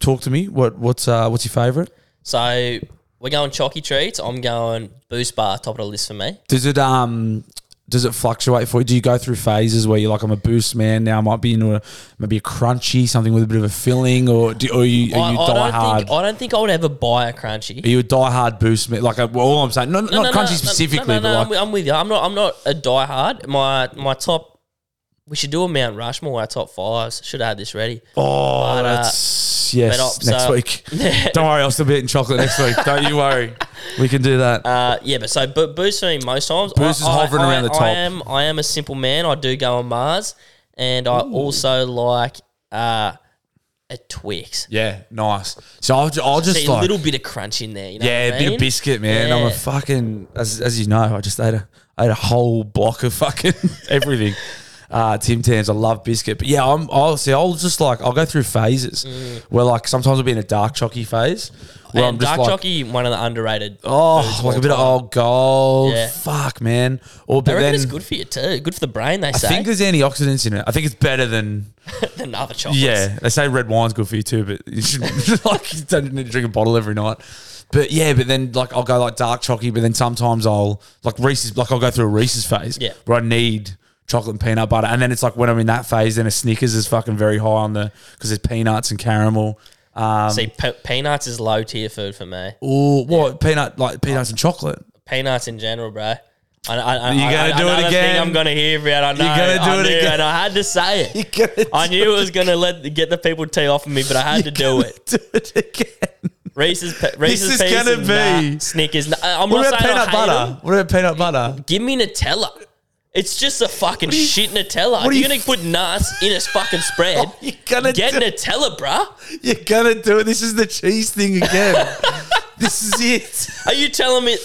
Talk to me. What what's uh, what's your favorite? So we're going chocky treats. I'm going boost bar, top of the list for me. Does it um does it fluctuate for you? Do you go through phases where you're like, I'm a boost man now? I might be into a maybe a crunchy, something with a bit of a filling, or do or you I, are you I die don't hard? think I don't think I would ever buy a crunchy. are you a die hard boost man? Like, uh, well, all I'm saying, no, No, not no, no, crunchy no, specifically, no, no, no, but like, I'm, I'm with you. I'm not. I'm not a diehard. My my top. We should do a Mount Rushmore. Our top fives. Should have had this ready. oh, but, uh, that's but yes. up, so- next week, don't worry, I'll still be eating chocolate next week. Don't you worry, we can do that. Uh, yeah, but so bo- boost for me most times. Boost is hovering I, around the top. I am. I am a simple man. I do go on Mars, and I also like uh, a Twix. yeah, nice. So I'll, ju- I'll just See, a like little bit of crunch in there. You know Yeah, what I a bit mean? of biscuit, man. I'm a Yeah. fucking as, as you know, I just ate a I ate a whole block of fucking everything. Uh, Tim Tams, I love biscuit, but yeah, I'm. I'll see. I'll just like I'll go through phases where like sometimes I'll be in a dark chocky phase where Mm. and I'm just dark like, chockey, one of the underrated. oh, like a bit of old gold, Yeah. fuck, man. Or I but reckon then it's good for you too. Good for the brain. They I say think there's antioxidants in it. I think it's better than than other chocolates. Yeah, they say red wine's good for you too, but you should like you don't need to drink a bottle every night. But yeah, but then like I'll go like dark chocky, but then sometimes I'll like Reese's, like I'll go through a Reese's phase Yeah. where I need chocolate and peanut butter, and then it's like when I'm in that phase, then a Snickers is fucking very high on the because there's peanuts and caramel. um, See, pe- peanuts is low tier food for me. Or what peanut like peanuts and chocolate? Peanuts in general, bro. I, I, I, You're I, gonna do it another thing again. I'm gonna hear about. I know. gonna do I it knew, again. And I had to say it. I knew it was gonna let get the people tee off of me, but I had to do it. Do it again. Reese's pe- Reese's is Pieces, gonna be- nah. Snickers. nah. Uh, I'm What not about saying I peanut hate butter? them. What about peanut butter? Give me Nutella. It's just a fucking are you- shit Nutella. what are If you You're gonna f- put nuts in a fucking spread. You're gonna get do- Nutella, bruh. You're gonna do it. This is the cheese thing again. this is it. Are you telling me?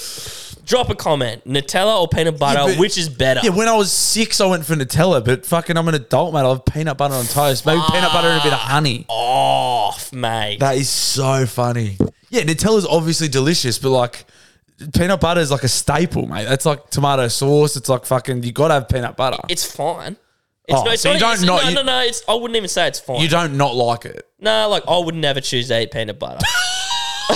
Drop a comment. Nutella or peanut butter, but- which is better? Yeah, when I was six, I went for Nutella, but fucking, I'm an adult, mate. I love peanut butter on toast. Maybe peanut butter and a bit of honey. off, mate. That is so funny. Yeah, Nutella's obviously delicious, but like, peanut butter is like a staple, mate. That's like tomato sauce. It's like fucking, you gotta have peanut butter. it's fine. It's Oh, no, it's so not, you don't it's, not- no, you- no, no. It's I wouldn't even say it's fine. you don't not like it. No, like I would never choose to eat peanut butter.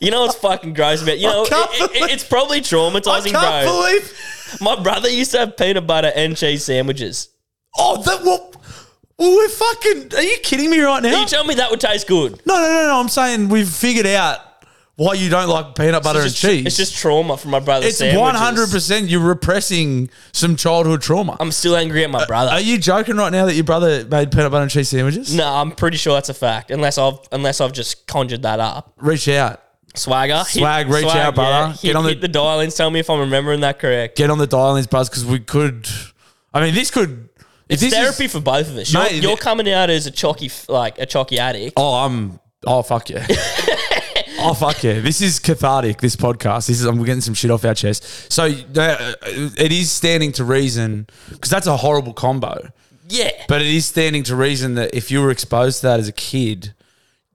you know what's fucking gross about you know it, can't it- it's probably traumatizing, bro. believe. My brother used to have peanut butter and cheese sandwiches. Oh, that, well, well, we're fucking, are you kidding me right Are now? you tell me that would taste good? no, no, no, no. I'm saying we've figured out why you don't like peanut butter it's just, and cheese. It's just trauma from my brother's It's sandwiches. one hundred percent. You're repressing some childhood trauma. Uh, I'm still angry at my brother. Are you joking right now that your brother made peanut butter and cheese sandwiches? no, I'm pretty sure that's a fact. Unless I've unless I've just conjured that up. Reach out. Swagger, hit- Swag, reach out, brother. hit, Get on the- hit the dial-ins. Tell me if I'm remembering that correct. Get on the dial ins, Buzz, because we could. I mean, this could. If It's this is- therapy for both of us. You're, Mate, you're the- coming out as a chalky, f- like a chalky addict. Oh, I'm. Oh, fuck yeah. oh, fuck yeah. This is cathartic, this podcast. This is, I'm getting some shit off our chest. So uh, it is standing to reason, because that's a horrible combo. Yeah. But it is standing to reason that if you were exposed to that as a kid,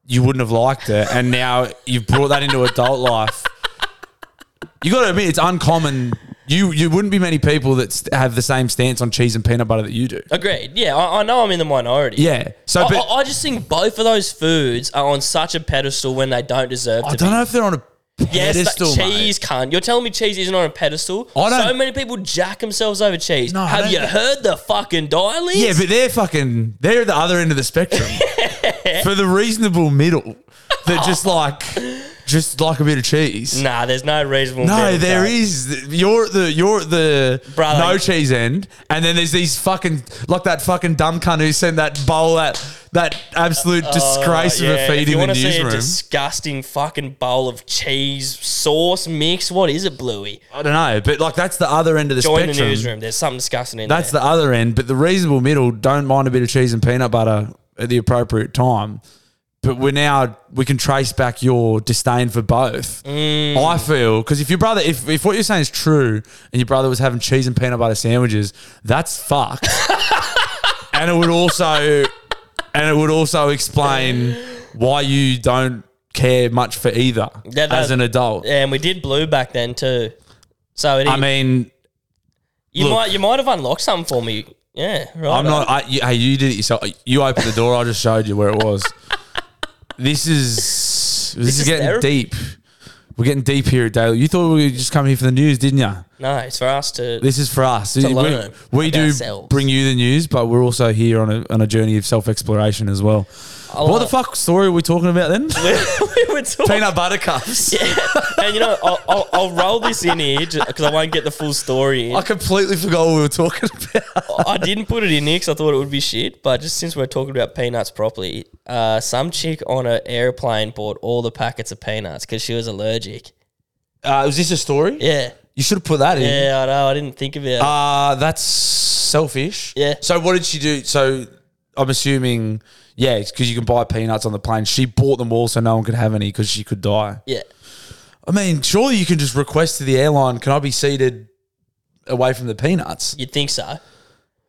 you wouldn't have liked it. And now you've brought that into adult life. You got to admit, it's uncommon. You, you wouldn't be many people that st- have the same stance on cheese and peanut butter that you do. Agreed. Yeah, I, I know I'm in the minority. Yeah. So, I, but, I, I just think both of those foods are on such a pedestal when they don't deserve I to don't be. know if they're on a oh, Yes, that- pedestal. mate. cheese, cunt. You're telling me cheese isn't on a pedestal? I don't- so many people jack themselves over cheese. No, I Have don't you think- heard the fucking dialect? Yeah, but they're fucking they're at the other end of the spectrum. For the reasonable middle. They're just like just like a bit of cheese. nah, there's no reasonable. No, middle, there bro. is. You're at the you're at the Brother. no cheese end, and then there's these fucking like that fucking dumb cunt who sent that bowl that that absolute disgrace of a Uh, Yeah, feed if you in the wanna see a newsroom. disgusting fucking bowl of cheese sauce mix, what is it, Bluey? I don't know, but like that's the other end of the Join the spectrum. newsroom. There's something disgusting in That's there. the other end, but the reasonable middle don't mind a bit of cheese and peanut butter at the appropriate time. But we're now we can trace back your disdain for both. Mm. I feel because if your brother, if, if what you're saying is true, and your brother was having cheese and peanut butter sandwiches, that's fucked. and it would also, and it would also explain why you don't care much for either Yeah, that- as an adult. Yeah, and we did blue back then too. So it is, I mean, you look. might you might have unlocked something for me. Yeah, right. I'm not. I, you, hey, you did it yourself. You opened the door. I just showed you where it was. This is this, is, is getting therapy. deep. We're getting deep here at Daily. You thought we were just coming here for the news, didn't you? No, it's for us to. This is for us. we learn we about do ourselves. bring you the news, but we're also here on a, on a journey of self exploration as well. what the fuck story are we talking about then? we were talking, Peanut butter cups. and you know, I'll, I'll, I'll roll this in here because I won't get the full story. In. I completely forgot what we were talking about. I didn't put it in here because I thought it would be shit. But just since we're talking about peanuts properly, uh, some chick on an airplane bought all the packets of peanuts because she was allergic. Uh, was this a story? Yeah, You should have put that in. yeah, I know. I didn't think of it. Uh, that's selfish. Yeah. So what did she do? So I'm assuming, yeah, because you can buy peanuts on the plane. She bought them all so no one could have any because she could die. yeah, I mean, surely you can just request to the airline, can I be seated away from the peanuts? you'd think so.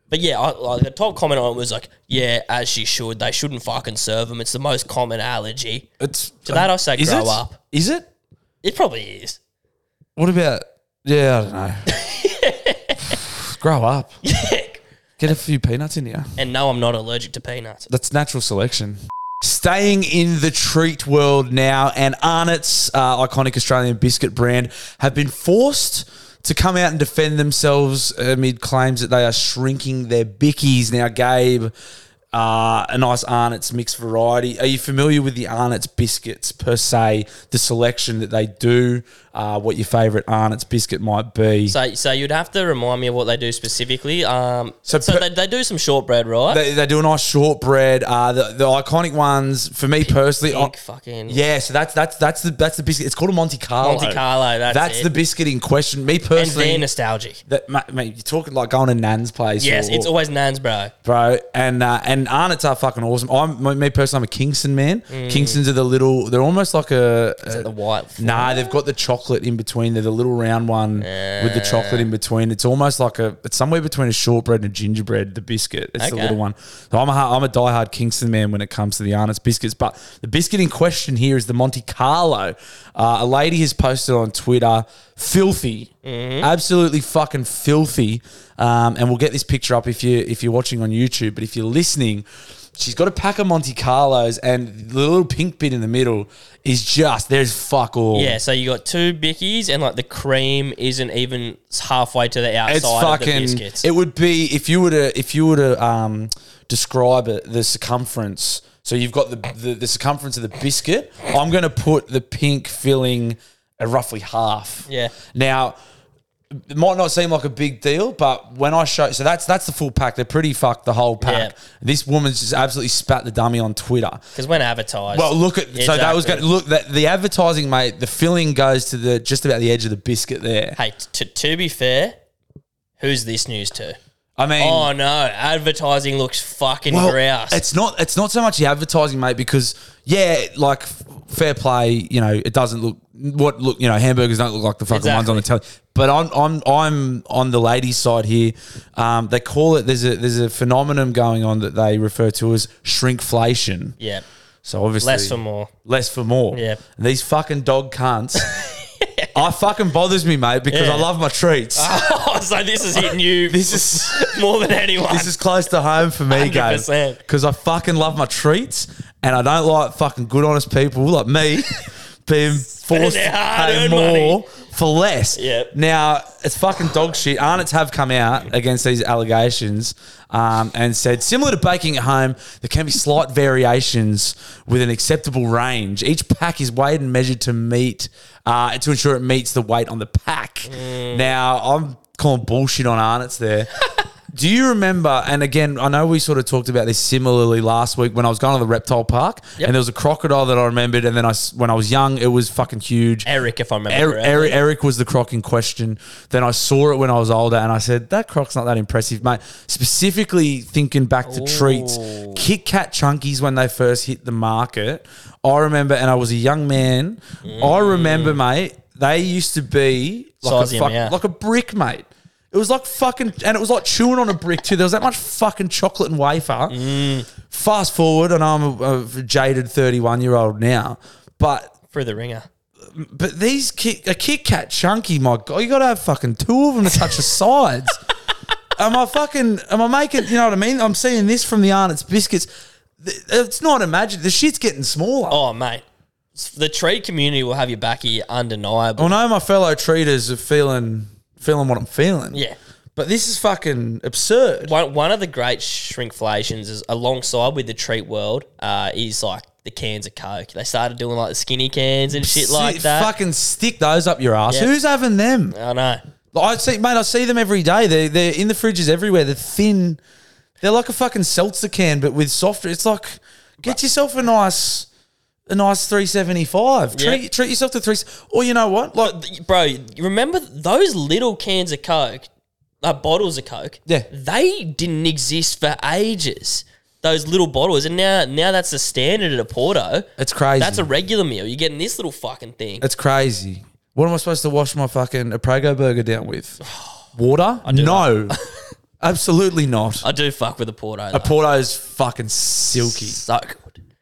But yeah, I, like the top comment on it was like, "Yeah, as she should. They shouldn't fucking serve them. It's the most common allergy." It's To that I say, is grow it? up. Is it? It probably is. What about? Yeah, I don't know. grow up. Get a few peanuts in here. And no, I'm not allergic to peanuts. That's natural selection. Staying in the treat world now, and Arnott's uh, iconic Australian biscuit brand have been forced to come out and defend themselves amid claims that they are shrinking their bickies. Now, Gabe, uh, a nice Arnott's mixed variety. Are you familiar with the Arnott's biscuits per se, the selection that they do, uh, what your favourite Arnott's biscuit might be? So, so you'd have to remind me of what they do specifically. Um, So so per- they, they do some shortbread, right? they, they do a nice shortbread. Uh, the, the iconic ones, for me personally, I- Pink fucking Yeah, so that's that's that's the that's the biscuit. It's called a Monte Carlo. Monte Carlo. That's, That's it. the biscuit in question. Me and they're personally, nostalgic. that ma- mate, you're talking like going to Nan's place. Yes, or- it's always Nans, bro. bro. And uh, and Arnott's are fucking awesome. I'm me- me personally, I'm a Kingston man. Kingston's are the little. They're almost like a. Mm. The white. Nah, they've got the chocolate in between. They're the little round one with the chocolate in between. It's almost like a, it's somewhere between a shortbread and a gingerbread. The biscuit, it's the Okay. little one. So I'm a, ha- I'm a diehard Kingston man when it comes to the Arnott's biscuits. But the biscuit in question here is the Monte Carlo. Uh, a lady has posted on Twitter, filthy, Mm-hmm. absolutely fucking filthy. Um, and we'll get this picture up if you if you're watching on YouTube. But if you're listening. She's got a pack of Monte Carlos, and the little pink bit in the middle is just there's fuck all. Yeah, so you got two bickies and like the cream isn't even halfway to the outside it's of the fucking. biscuits. It would be if you were to if you were to um, describe it the circumference. So you've got the, the the circumference of the biscuit. I'm going to put the pink filling at roughly half. Yeah. Now. It might not seem like a big deal, but when I show, so that's that's the full pack. They're pretty fucked the whole pack. Yeah. This woman's just absolutely spat the dummy on Twitter. Because when advertised, Well, look at so that Exactly. was going to look that the advertising, mate. The filling goes to the just about the edge of the biscuit there. Hey, t- to be fair, who's this news to? I mean, Oh no, advertising looks fucking well, grouse. It's not. It's not so much the advertising, mate, because yeah, like f- fair play. You know, it doesn't look what look. You know, hamburgers don't look like the fucking ones on the telly. But I'm I'm I'm on the ladies' side here. Um, they call it. There's a there's a phenomenon going on that they refer to as shrinkflation. yeah, So obviously less for more. Less for more. Yeah. And these fucking dog cunts. I fucking bothers me, mate, because Yeah. I love my treats. Oh, so this is hitting you This is more than anyone. this is close to home for me, guys. 100%. Because I fucking love my treats, and I don't like fucking good, honest people like me being forced their to pay hard-earned more money. for less. Yep. Now it's fucking dog shit. Arnott's have come out against these allegations um, and said, similar to baking at home, there can be slight variations with an acceptable range. Each pack is weighed and measured to meet uh, to ensure it meets the weight on the pack. Now I'm calling bullshit on Arnott's there. Do you remember? And again, I know we sort of talked about this similarly last week when I was going to the reptile park, Yep. and there was a crocodile that I remembered. And then I, s- when I was young, it was fucking huge. Eric, if I remember Er- correctly. Eric, Eric was the croc in question. Then I saw it when I was older, and I said that croc's not that impressive, mate. Specifically thinking back to treats, Kit Kat Chunkies when they first hit the market. I remember, and I was a young man. I Mm. remember, mate. They used to be like Size a him, fuck, yeah. like a brick, mate. It was like fucking, and it was like chewing on a brick too. There was that much fucking chocolate and wafer. Mm. Fast forward, and I'm a, a jaded 31 year old now, but through the ringer. but these Kit, a Kit Kat chunky, my god, you got to have fucking two of them to touch the sides. am I fucking? Am I making? You know what I mean? I'm seeing this from the Arnott's biscuits. Th- It's not imagine. The shit's getting smaller. Oh. Oh mate, the trade community will have your back here, undeniable. I know my fellow treaters are feeling feeling what I'm feeling. Yeah. but this is fucking absurd. One, one of the great shrinkflations is alongside with the treat world uh, is like the cans of Coke. They started doing like the skinny cans and shit like Si- that. Fucking stick those up your ass. Yeah. Who's having them? I know. I see, mate. I see them every day. They're they're in the fridges everywhere. They're thin. They're like a fucking seltzer can, but with soft. It's like get yourself a nice, a nice three seventy five. Yeah. Treat treat yourself to three. Or you know what? Like Bro, you remember those little cans of Coke, uh, bottles of Coke? Yeah. They didn't exist for ages. Those little bottles. And now now that's the standard at a Porto. it's crazy. That's a regular meal. You're getting this little fucking thing. it's crazy. What am I supposed to wash my fucking a Prego burger down with? Water? do No, absolutely not. I do fuck with a Porto. A though. Porto's Uh, fucking silky. So good.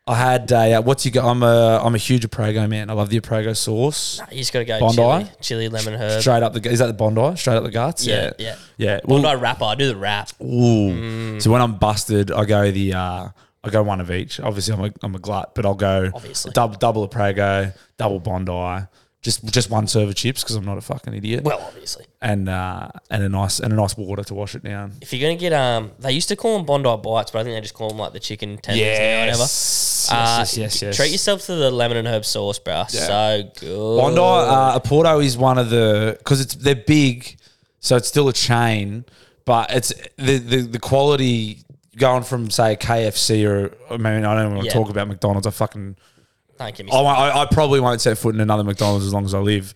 I had a uh, what's you got? I'm a I'm a huge Prego man. I love the Prego sauce. You just got to go Bondi? chili, chili, lemon, herb. Straight up the is that the Bondi? Straight up the guts? Yeah, yeah. yeah. Bondi Well, rapper. I do the rap. Mm. ooh. So when I'm busted, I go the uh, I go one of each. Obviously, I'm a, I'm a glut, but I'll go Obviously. double double a prego, double Bondi, just just one serve of chips because I'm not a fucking idiot, Well, obviously. and uh, and a nice and a nice water to wash it down. If you're gonna get um, they used to call them Bondi bites, but I think they just call them like the chicken tenders now or whatever. yes, Uh, yes, yes, yes. Treat yourself to the lemon and herb sauce, bro. So good. Bondi, uh, a Porto is one of the because it's they're big, so it's still a chain, but it's the the, the quality going from say a KFC or I mean I don't want to Yeah. talk about McDonald's. I fucking Thank you, I, Mr. won't- I, I probably won't set foot in another McDonald's as long as I live.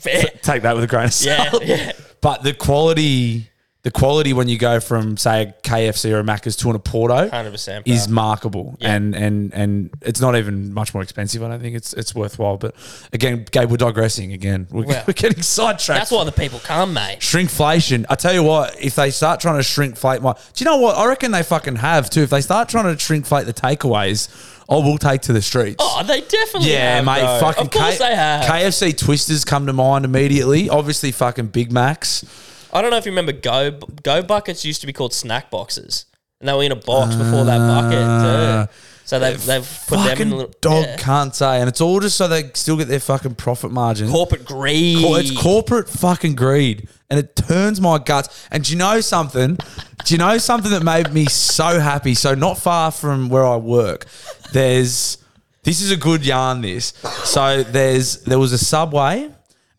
Fair. Take that with a grain of Yeah, salt. yeah. But the quality, the quality when you go from say a KFC or a Macca's to an a Porto. 100%. is Is markable Yeah. and and and it's not even much more expensive. I don't think it's it's worthwhile. But again, Gabe, we're digressing again. We're, Well, we're getting sidetracked. That's why the people come, mate. shrinkflation. I tell you what, if they start trying to shrinkflate my, do you know what? I reckon they fucking have too. If they start trying to shrinkflate the takeaways, I will take to the streets. Oh, they definitely Yeah, have, mate. bro. Fucking Of course K- they have. KFC twisters come to mind immediately. Obviously, fucking Big Macs. I don't know if you remember Go Go buckets used to be called snack boxes, and they were in a box before that bucket. Too. So they've they've put them in Uh, fucking a little dog yeah. can't say, and it's all just so they still get their fucking profit margin. corporate greed. Cor- it's corporate fucking greed, and it turns my guts. And do you know something? do you know something that made me so happy? So not far from where I work, there's this is a good yarn. This so there's there was a subway,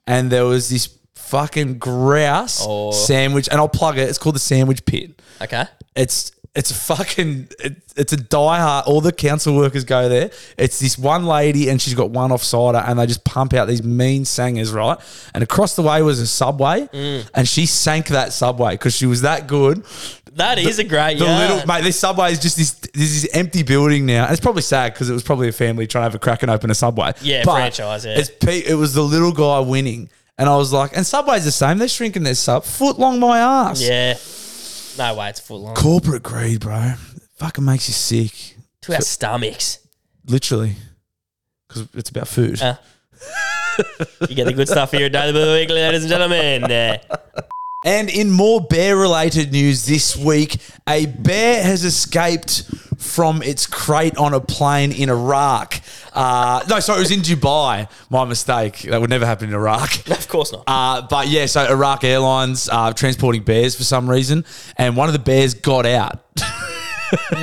and there was this fucking grouse Oh. sandwich, and I'll plug it. It's called the Sandwich Pit. Okay. It's It's a fucking. It, it's a diehard. All the council workers go there. It's this one lady, and she's got one offsider, and they just pump out these mean sangers, right? And across the way was a subway, Mm. and she sank that subway because she was that good. That is a great The yarn. little mate, this subway is just this. This is empty building now. And it's probably sad because it was probably a family trying to have a crack and open a subway. Yeah, franchise, yeah. It's pe- it was the little guy winning, and I was like, and Subway's the same. They're shrinking their sub foot long. My ass. Yeah. No way, it's foot long. Corporate greed, bro. Fucking makes you sick. To our stomachs. Literally. Because it's about food. Uh. You get the good stuff here at Daily Blue Weekly, ladies and gentlemen. Uh, And in more bear related news this week, a bear has escaped from its crate on a plane in Iraq. Uh, no, sorry, it was in Dubai. My mistake. That would never happen in Iraq. of course not. Uh, but yeah, so Iraq Airlines uh, transporting bears for some reason, and one of the bears got out.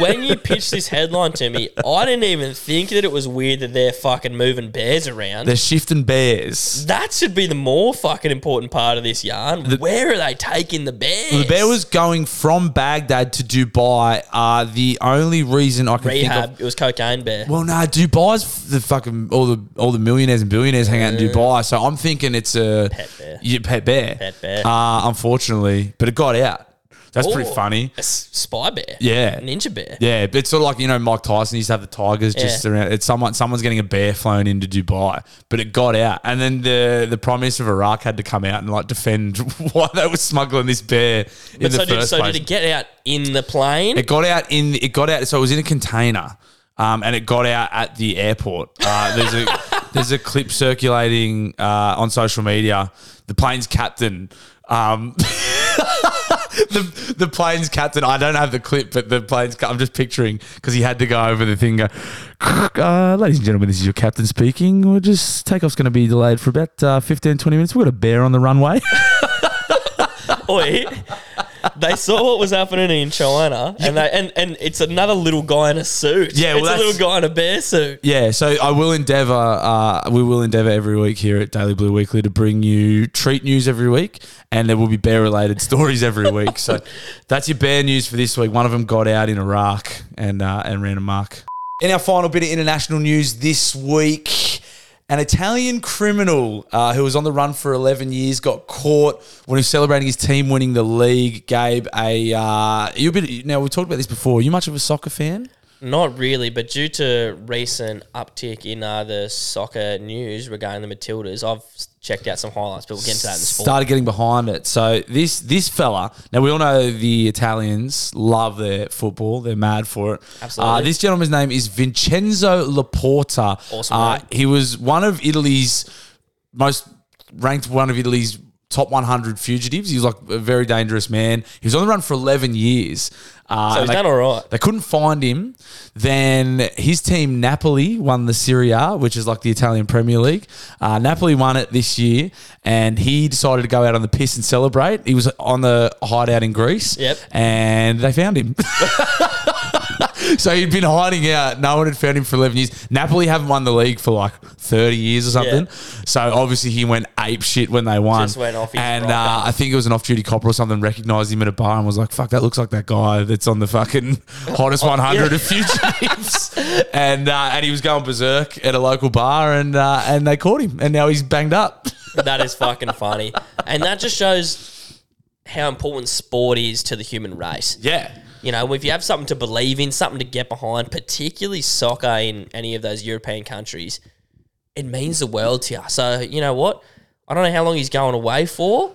when you pitched this headline to me, I didn't even think that it was weird that they're fucking moving bears around. They're shifting bears. that should be the more fucking important part of this yarn. Where are they taking the bears? The bear was going from Baghdad to Dubai. Uh, the only reason I can think rehab. of. It was cocaine bear. Well, no, Dubai's f- the fucking all the all the millionaires and billionaires hang out in Dubai. So I'm thinking it's a Pet bear. Yeah, pet bear. Pet bear. Uh, unfortunately, but it got out. That's pretty Or funny. A s- spy bear. Yeah. Ninja bear. Yeah, but it's sort of like you know Mike Tyson used to have the tigers just Yeah. around. It's someone someone's getting a bear flown into Dubai, but it got out, and then the the prime minister of Iraq had to come out and like defend why they were smuggling this bear But in the so, first did, so place. did it get out in the plane? It got out in. It got out. So it was in a container, um, and it got out at the airport. Uh, there's a there's a clip circulating uh, on social media. The plane's captain. Um, the, the plane's captain. I don't have the clip, but the plane's. ca- I'm just picturing because he had to go over the thing. Go, uh, ladies and gentlemen, this is your captain speaking. We're just takeoff's going to be delayed for about uh, 15, 20 minutes. We've got a bear on the runway. Oi. They saw what was happening in China, and they and, and it's another little guy in a suit. Yeah, well, it's a that's- little guy in a bear suit. Yeah, so I will endeavour. Uh, we will endeavour every week here at Daily Blue Weekly to bring you treat news every week, and there will be bear-related stories every week. So that's your bear news for this week. One of them got out in Iraq and uh, and ran amok. In our final bit of international news this week, an Italian criminal uh, who was on the run for 11 years got caught when he was celebrating his team winning the league. Gabe, a uh, you a bit now we talked about this before. Are you much of a soccer fan? Not really, but due to recent uptick in uh, the soccer news regarding the Matildas, I've checked out some highlights. But we'll get into that in the sport. started getting behind it. So this this fella. Now we all know the Italians love their football; they're mad for it. Absolutely. Uh, this gentleman's name is Vincenzo Laporta. Awesome Uh, name. he was one of Italy's most ranked one of Italy's top 100 fugitives. He was like a very dangerous man. He was on the run for 11 years. Uh, So he's and they- done all right. They couldn't find him. Then his team Napoli won the Serie A, which is like the Italian Premier League. Uh, Napoli won it this year, and he decided to go out on the piss and celebrate. He was on the hideout in Greece. Yep. and they found him. So he'd been hiding out. No one had found him for 11 years. Napoli haven't won the league for like 30 years or something. So obviously he went ape shit when they won. Just went off his And rocker. uh, I think it was an off duty copper or something recognized him at a bar and was like, fuck, that looks like that guy that's on the fucking Oh, hottest 100 of fugitives. and uh, and he was going berserk at a local bar and, uh, and they caught him. And now he's banged up. that is fucking funny, and that just shows how important sport is to the human race. Yeah. You know, if you have something to believe in, something to get behind, particularly soccer in any of those European countries, it means the world to you. So, you know what? I don't know how long he's going away for,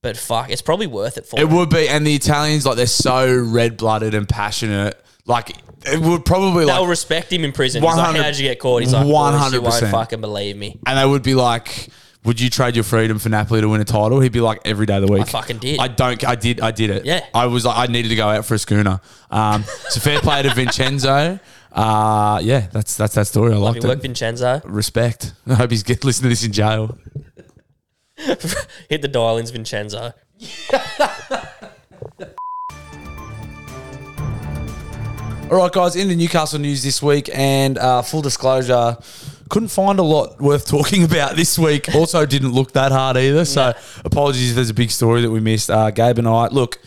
but fuck, it's probably worth it for It him. would be. And the Italians, like, they're so red blooded and passionate. Like, it would probably They'll like respect him in prison. He's like, 100 how'd you get caught? He's like, "Boys, you won't 100%. fucking believe me. and they would be like, "Would you trade your freedom for Napoli to win a title?" He'd be like, "Every day of the week, I fucking did. I don't. I did. I did it. Yeah. I was like, I needed to go out for a schooner. Um, so fair play to Vincenzo. Uh, yeah, that's that's that story. I We liked work it. Vincenzo. Respect. I hope he's get listening to this in jail. Hit the dial-ins, Vincenzo. All right, guys, into Newcastle news this week, and uh, full disclosure, couldn't find a lot worth talking about this week. Also, didn't look that hard either. So, apologies if there's a big story that we missed. Uh, Gabe and I, look,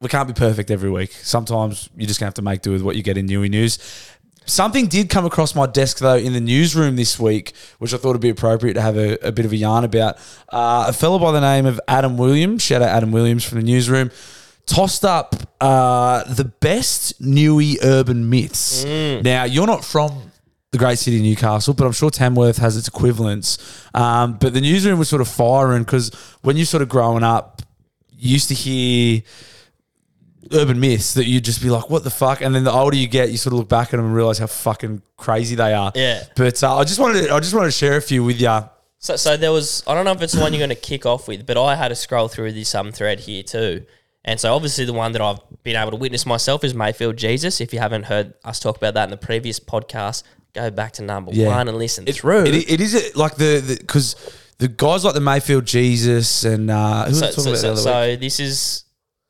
we can't be perfect every week. Sometimes you're just gonna have to make do with what you get in Newey News. Something did come across my desk though in the newsroom this week, which I thought would be appropriate to have a, a bit of a yarn about. Uh, a fellow by the name of Adam Williams, shout out Adam Williams from the newsroom, tossed up uh, the best Newey urban myths. Now you're not from the great city of Newcastle, but I'm sure Tamworth has its equivalents. Um, but the newsroom was sort of firing because when you sort of growing up, you used to hear urban myths that you'd just be like, what the fuck? And then the older you get, you sort of look back at them and realize how fucking crazy they are. Yeah. But uh, I just wanted to, I just wanted to share a few with you. So, so there was, I don't know if it's the one you're going to kick off with, but I had to scroll through this um, thread here too. And so obviously the one that I've been able to witness myself is Mayfield Jesus. If you haven't heard us talk about that in the previous podcast, go back to number Yeah. one and listen It's through. It, it is it, like the because the, guys like the Mayfield Jesus and uh, who was I so, talking so, about the so, other week? so this is,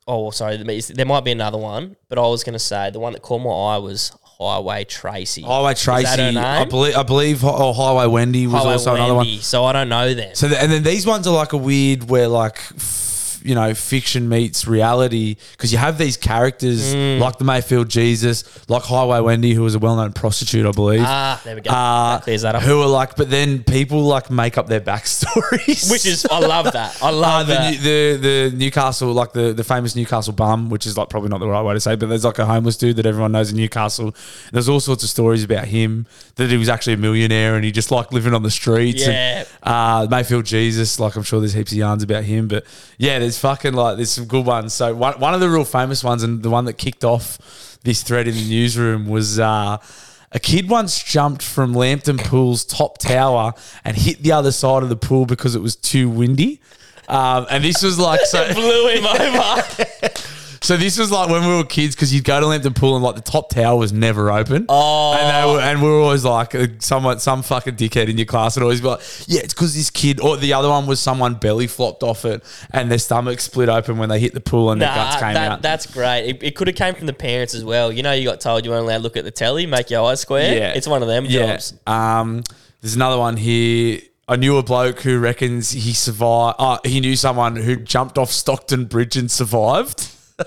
oh, well, sorry, there is- there might be another one, but I was going to say the one that caught my eye was Highway Tracy. Highway Is that Tracy, her I name? believe, I believe, oh, Highway Wendy was Highway also another Wendy, one. So I don't know them. So, the, and then these ones are like a weird where like, f- you know, fiction meets reality because you have these characters Mm. like the Mayfield Jesus, like Highway Wendy, who was a well-known prostitute, I believe. ah, there we go. uh, that clears that up. Who are like, but then people like make up their backstories, Which is, I love that. I love Uh, the, that. New- the the Newcastle like the, the famous Newcastle bum, which is like probably not the right way to say, it, but there's like a homeless dude that everyone knows in Newcastle. There's all sorts of stories about him that he was actually a millionaire and he just liked living on the streets. Yeah. And, uh, Mayfield Jesus, like I'm sure there's heaps of yarns about him, but yeah, there's fucking like there's some good ones. So one one of the real famous ones and the one that kicked off this thread in the newsroom was. Uh, a kid once jumped from Lambton Pool's top tower and hit the other side of the pool because it was too windy. Um, and this was like so. Blew him over. So this was like when we were kids because you'd go to Lambton Pool and like the top tower was never open. Oh, and, they were, and we were always like uh, someone, some fucking dickhead in your class would always be like, yeah, it's because this kid or the other one was someone belly flopped off it and their stomach split open when they hit the pool and their guts came that, out. That's great. It, it could have came from the parents as well. You know, you got told you weren't allowed to look at the telly, make your eyes square. Yeah. It's one of them Yeah. jobs. Um, there's another one here. I knew a bloke who reckons he survived. Uh, he knew someone who jumped off Stockton Bridge and survived.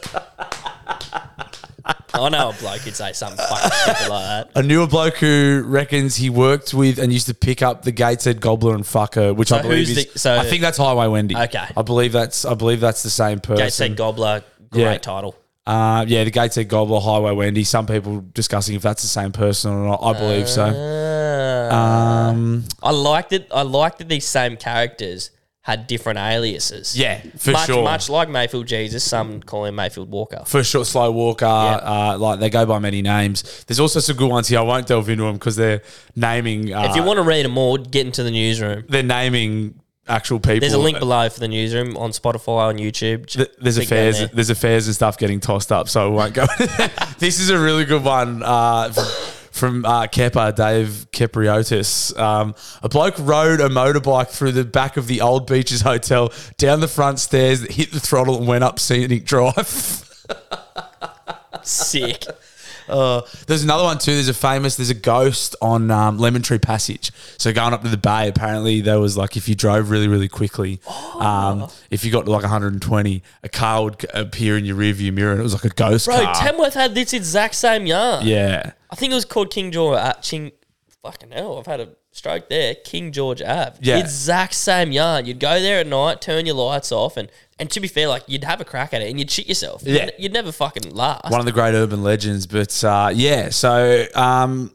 I know a bloke could say something fucking stupid like that. I knew a bloke who reckons he worked with and used to pick up the Gateshead Gobbler and Fucker, which I believe who's is. the- so- I think that's Highway Wendy. Okay. I believe that's. I believe that's the same person. Gateshead Gobbler, great Yeah. title. Uh, yeah, the Gateshead Gobbler, Highway Wendy. Some people discussing if that's the same person or not. I believe so. Uh, Um, I liked it. I liked that these same characters had different aliases. yeah, for much, sure. Much like Mayfield Jesus, some call him Mayfield Walker. for sure, Slow Walker, uh, like they go by many names. There's also some good ones here. I won't delve into them because they're naming. Uh, If you want to read them all, get into the newsroom. they're naming actual people. There's a link below for the newsroom on Spotify, on YouTube. Th- there's Click down affairs, there. there's affairs and stuff getting tossed up, so I won't go. this is a really good one uh, from, from uh, Kepa, Dave Kepriotis. Um, a bloke rode a motorbike through the back of the Old Beaches Hotel, down the front stairs, hit the throttle, and went up Scenic Drive. Sick. Uh, There's another one too. There's a famous. There's a ghost on um, Lemon Tree Passage. So going up to the bay, apparently there was like if you drove really, really quickly, um, if you got to like 120, a car would c- appear in your rearview mirror, and it was like a ghost Bro, car. Tamworth had this exact same yarn. yeah, I think it was called King George. Uh, Ching, fucking hell, I've had a stroke there. King George Ave. Yeah. Exact same yarn. You'd go there at night, turn your lights off, and and to be fair, like you'd have a crack at it and you'd shit yourself. Yeah. You'd, you'd never fucking last. one of the great urban legends. But uh, yeah, so um,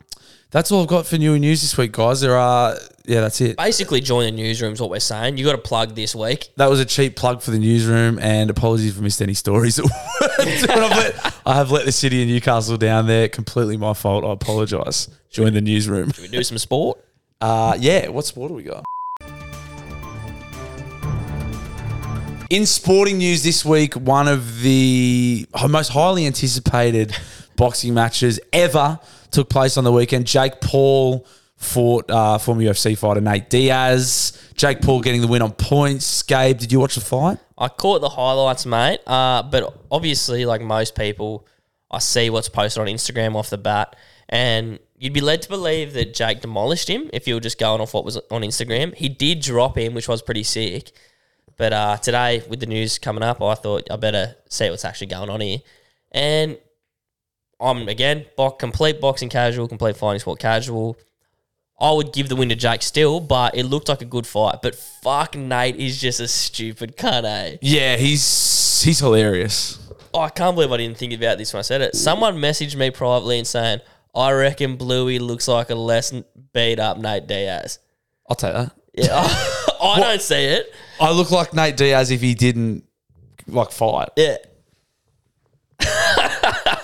that's all I've got for new news this week, guys. There are yeah, that's it. Basically, join the newsroom's what we're saying. You got to plug this week. That was a cheap plug for the newsroom, and apologies if I missed any stories. I've let, I have let the city of Newcastle down there. Completely my fault. I apologise. Join the newsroom. We do some sport. Uh, yeah, what sport do we got? In sporting news this week, one of the most highly anticipated boxing matches ever took place on the weekend. Jake Paul fought uh, former UFC fighter Nate Diaz. Jake Paul getting the win on points. Gabe, did you watch the fight? I caught the highlights, mate. Uh, but obviously, like most people, I see what's posted on Instagram off the bat, and you'd be led to believe that Jake demolished him if you were just going off what was on Instagram. He did drop him, which was pretty sick. But uh, today, with the news coming up, I thought I better see what's actually going on here. And I'm again bo- complete boxing casual, complete fighting sport casual. I would give the win to Jake still, but it looked like a good fight. But fuck, Nate is just a stupid cunt, eh? Yeah, he's he's hilarious. Oh, I can't believe I didn't think about this when I said it. Someone messaged me privately and saying, I reckon Bluey looks like a less beat up Nate Diaz. I'll take that. Yeah, I, don't see it. I look like Nate Diaz if he didn't like fight. Yeah.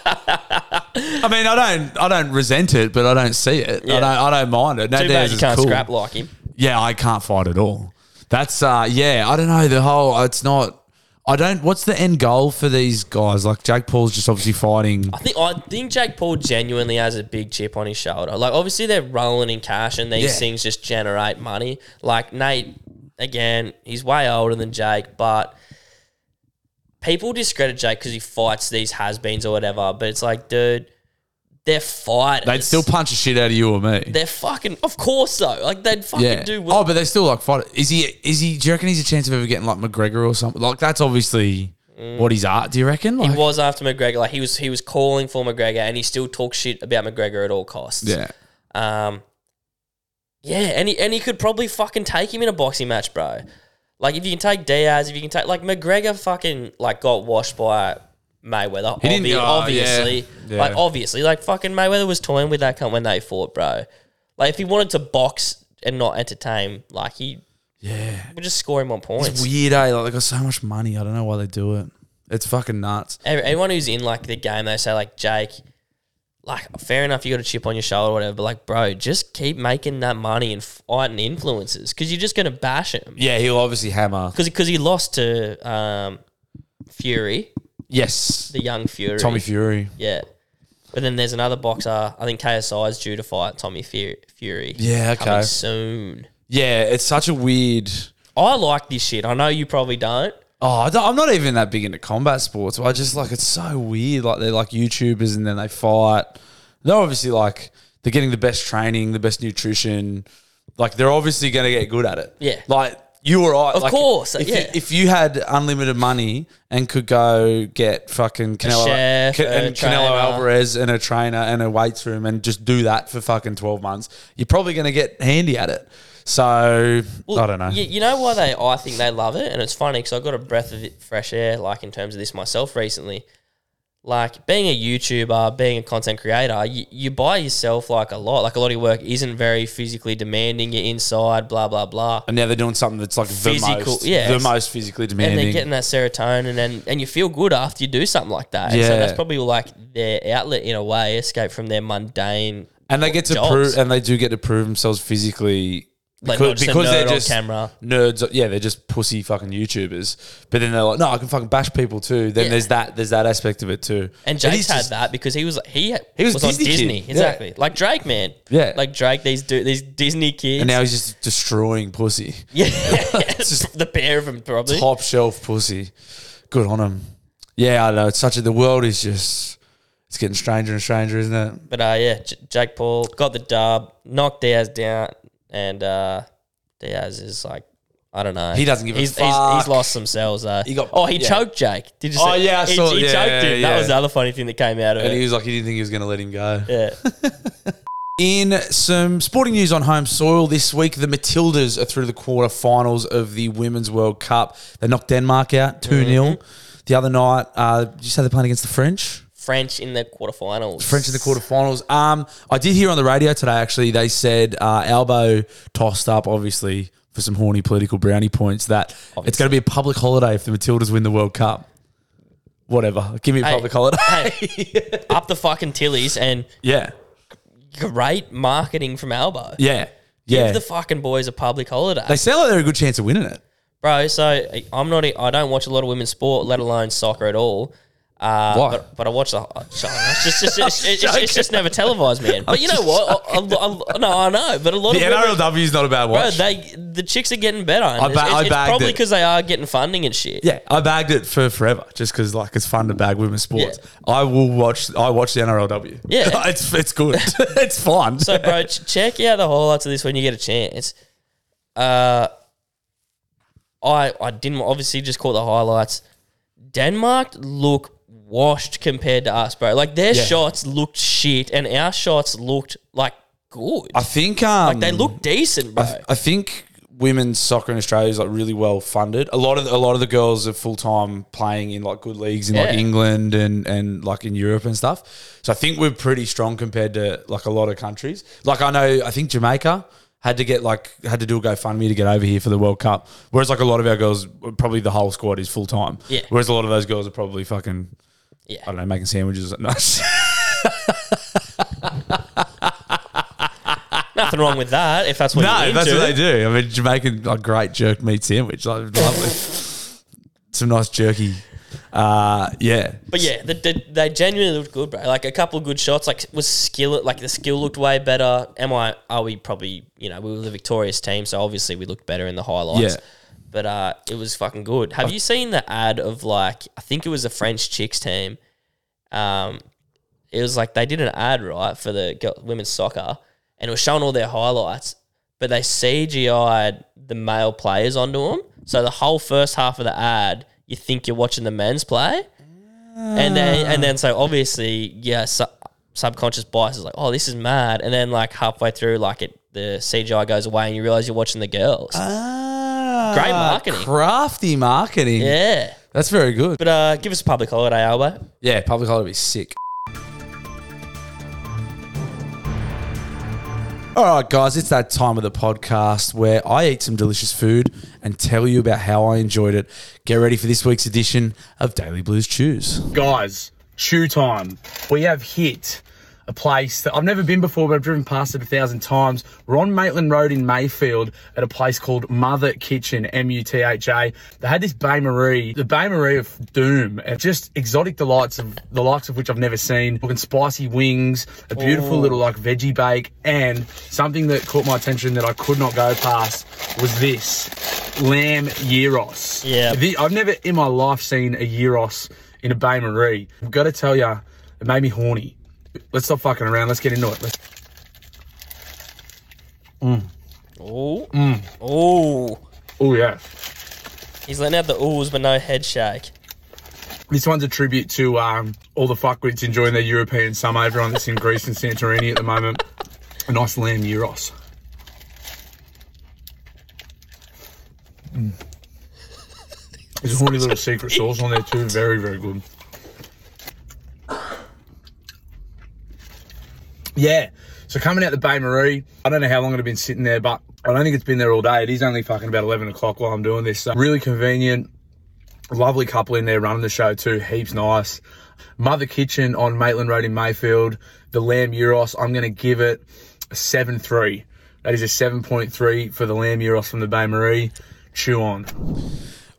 I mean, I don't, I don't resent it, but I don't see it. Yeah. I don't, I don't mind it. Nate Too bad Diaz you is can't cool. scrap like him. Yeah, I can't fight at all. That's uh, yeah. I don't know the whole. uh, It's not. I don't. What's the end goal for these guys? Like Jake Paul's just obviously fighting. I think I think Jake Paul genuinely has a big chip on his shoulder. Like obviously they're rolling in cash and these Yeah. things just generate money. Like Nate, again, he's way older than Jake, but people discredit Jake because he fights these has-beens or whatever. But it's like, dude, they're fighters. They'd still punch the shit out of you or me. they're fucking. Of course, though. Like they'd fucking Yeah. do. Well. Oh, but they still like fight. Is he? Is he? Do you reckon he's a chance of ever getting like McGregor or something? Like that's obviously what he's at. Do you reckon? Like, Mm. he was after McGregor. Like he was, he was calling for McGregor, and he still talks shit about McGregor at all costs. Yeah. Um, yeah, and he, and he could probably fucking take him in a boxing match, bro. Like if you can take Diaz, if you can take like McGregor, fucking like got washed by Mayweather. He didn't- obvi- oh, obviously, yeah. like Yeah. obviously, like fucking Mayweather was toying with that cunt when they fought, bro. Like if he wanted to box and not entertain, like he yeah would just score him on points. It's weird, eh? Like they got so much money. I don't know why they do it. It's fucking nuts. Every- Everyone who's in like the game, they say like Jake, like fair enough, you got a chip on your shoulder or whatever, but like bro, just keep making that money and fighting influences because you're just gonna bash him Yeah, he'll obviously hammer. because he lost to um, Fury, Yes, the young Fury, Tommy Fury. yeah. But then there's another boxer. I think KSI is due to fight Tommy Fury. Fury Yeah, okay. coming soon. Yeah, it's such a weird. I like this shit. I know you probably don't. Oh, I don't- I'm not even that big into combat sports. I just like it's so weird. Like they're like YouTubers and then they fight. They're obviously like they're getting the best training, the best nutrition. Like they're obviously going to get good at it. Yeah. Like you or I. Of like, course, If, yeah. you, if you had unlimited money and could go get fucking Canelo chef, Ca- a and trainer. Canelo Alvarez and a trainer and a weights room and just do that for fucking twelve months, you're probably going to get handy at it. So Well, I don't know. You, you know why they? I think they love it, and it's funny because I got a breath of it- fresh air, like in terms of this myself recently. Like being a YouTuber, being a content creator, you, you buy yourself like a lot. Like a lot of your work isn't very physically demanding. You're inside, blah blah blah, and now they're doing something that's like the Physical- most, yeah, the it's- most physically and then demanding. getting that serotonin, and and you feel good after you do something like that. And so Yeah. that's probably like their outlet in a way, escape from their mundane. and they get to jobs. prove, and they do get to prove themselves physically Like, not just a nerd on camera. nerds. Yeah, they're just pussy fucking YouTubers. But then they're like, no, I can fucking bash people too. Then Yeah. there's that, there's that aspect of it too. And Jake's he's had just- that because he was he, He was was, on Disney kid. Disney Yeah. exactly, like Drake, man. Yeah. like Drake. These do these Disney kids. and now he's just destroying pussy, Yeah, just- the pair of them probably. top shelf pussy. Good on him. Yeah, I know. It's such a the world is just it's getting stranger and stranger, isn't it? But uh, yeah, J- Jake Paul got the dub, knocked Diaz down, and uh, Diaz is like, I don't know. He doesn't give a he's, He's, he's fuck. lost some cells though. He got- oh, he yeah. choked Jake. Did you? Oh, see- yeah, I he, saw it. he Yeah, choked yeah, him. That yeah. was the other funny thing that came out of And he it. was like, he didn't think he was going to let him go. Yeah. In some sporting news on home soil this week, the Matildas are through the quarterfinals of the Women's World Cup. They knocked Denmark out 2 0. Mm-hmm. The other night, uh, did you say they're playing against the French? French in the quarterfinals. French in the quarterfinals. Um, I did hear on the radio today, actually, they said uh, Albo tossed up, obviously, for some horny political brownie points, that it's going to be a public holiday if the Matildas win the World Cup. Whatever. Give me a Hey, public holiday. hey, up the fucking Tillies and Yeah. great marketing from Albo. Yeah. Yeah. Give the fucking boys a public holiday. they sound like they're a good chance of winning it. bro. So I- I'm not. e, I don't watch a lot of women's sport, let alone soccer at all. Uh, Why? But, but I watch the. oh, sorry, It's just, it's, just, it's, it's, it's just never televised, man. But you know what? I, I, I, no, I know. But a lot The of women, NRLW is not a bad watch. bro, they the chicks are getting better. and I ba- it's, I it's, it's bagged probably it. because they are getting funding and shit. Yeah, I bagged it for forever just because like it's fun to bag women's sports. I will watch. I watch the NRLW. Yeah. it's it's good. it's fun. So, bro, ch- check out the highlights of this when you get a chance. Uh, I I didn't obviously just caught the highlights. Denmark look washed compared to us, bro. Like their Yeah. shots looked shit, and our shots looked like good. I think um, like they look decent, bro. I, th- I think women's soccer in Australia is like really well funded. A lot of the, a lot of the girls are full time playing in like good leagues in like Yeah. England and and like in Europe and stuff. So I think we're pretty strong compared to like a lot of countries. Like I know I think Jamaica had to get like had to do a GoFundMe to get over here for the World Cup. Whereas like a lot of our girls, probably the whole squad is full time. Yeah. Whereas a lot of those girls are probably fucking yeah, I don't know making sandwiches at night. nothing wrong with that if that's what No, you're that's into. what they do. I mean, Jamaican a great jerk meat sandwich, like lovely. Some nice jerky. Uh, yeah, But yeah, the, the, they genuinely looked good, bro. Like a couple of good shots. Like was skill. Like the skill looked way better. Am I? Are we probably? You know, we were the victorious team, so obviously we looked better in the highlights. Yeah. But uh, it was fucking good. Have you seen the ad of like? I think it was the French chicks team. Um, it was like they did an ad right for the girl, women's soccer, and it was showing all their highlights. But they CGI'd the male players onto them, so the whole first half of the ad, you think you're watching the men's play and then Ah. and then so obviously yeah su- subconscious bias is like oh this is mad and then like halfway through like it the CGI goes away and you realize you're watching the girls ah, Great marketing. crafty marketing. yeah that's very good. but uh give us a public holiday Albo yeah, public holiday would be sick. All right, guys, it's that time of the podcast where I eat some delicious food and tell you about how I enjoyed it. Get ready for this week's edition of Daily Blues Choose. Guys, chew time. We have hit a place that I've never been before, but I've driven past it a thousand times. We're on Maitland Road in Mayfield at a place called Mother Kitchen, M U T H A. They had this Bay Marie, the Bay Marie of doom, and just exotic delights of the likes of which I've never seen. Looking spicy wings, a beautiful little like veggie bake, and something that caught my attention that I could not go past was this lamb gyros. Yeah. Thi- I've never in my life seen a gyros in a Bay Marie. I've got to tell ya, it made me horny. Let's stop fucking around. Let's get into it. Let's- oh Mm. mm. oh oh yeah, he's letting out the oohs but no head shake this one's a tribute to um, all the fuckwits enjoying their European summer. Everyone that's in Greece and Santorini at the moment. A nice lamb gyros. Mm. There's a horny little secret sauce on there too. Very very good. Yeah. So coming out the Bay Marie, I don't know how long it had been sitting there, but I don't think it's been there all day. It is only fucking about 11 o'clock while I'm doing this. So really convenient. Lovely couple in there running the show too. Heaps nice. Mother Kitchen on Maitland Road in Mayfield. The Lamb Euros, I'm going to give it a 7 3. That is a 7.3 for the Lamb Euros from the Bay Marie. Chew on.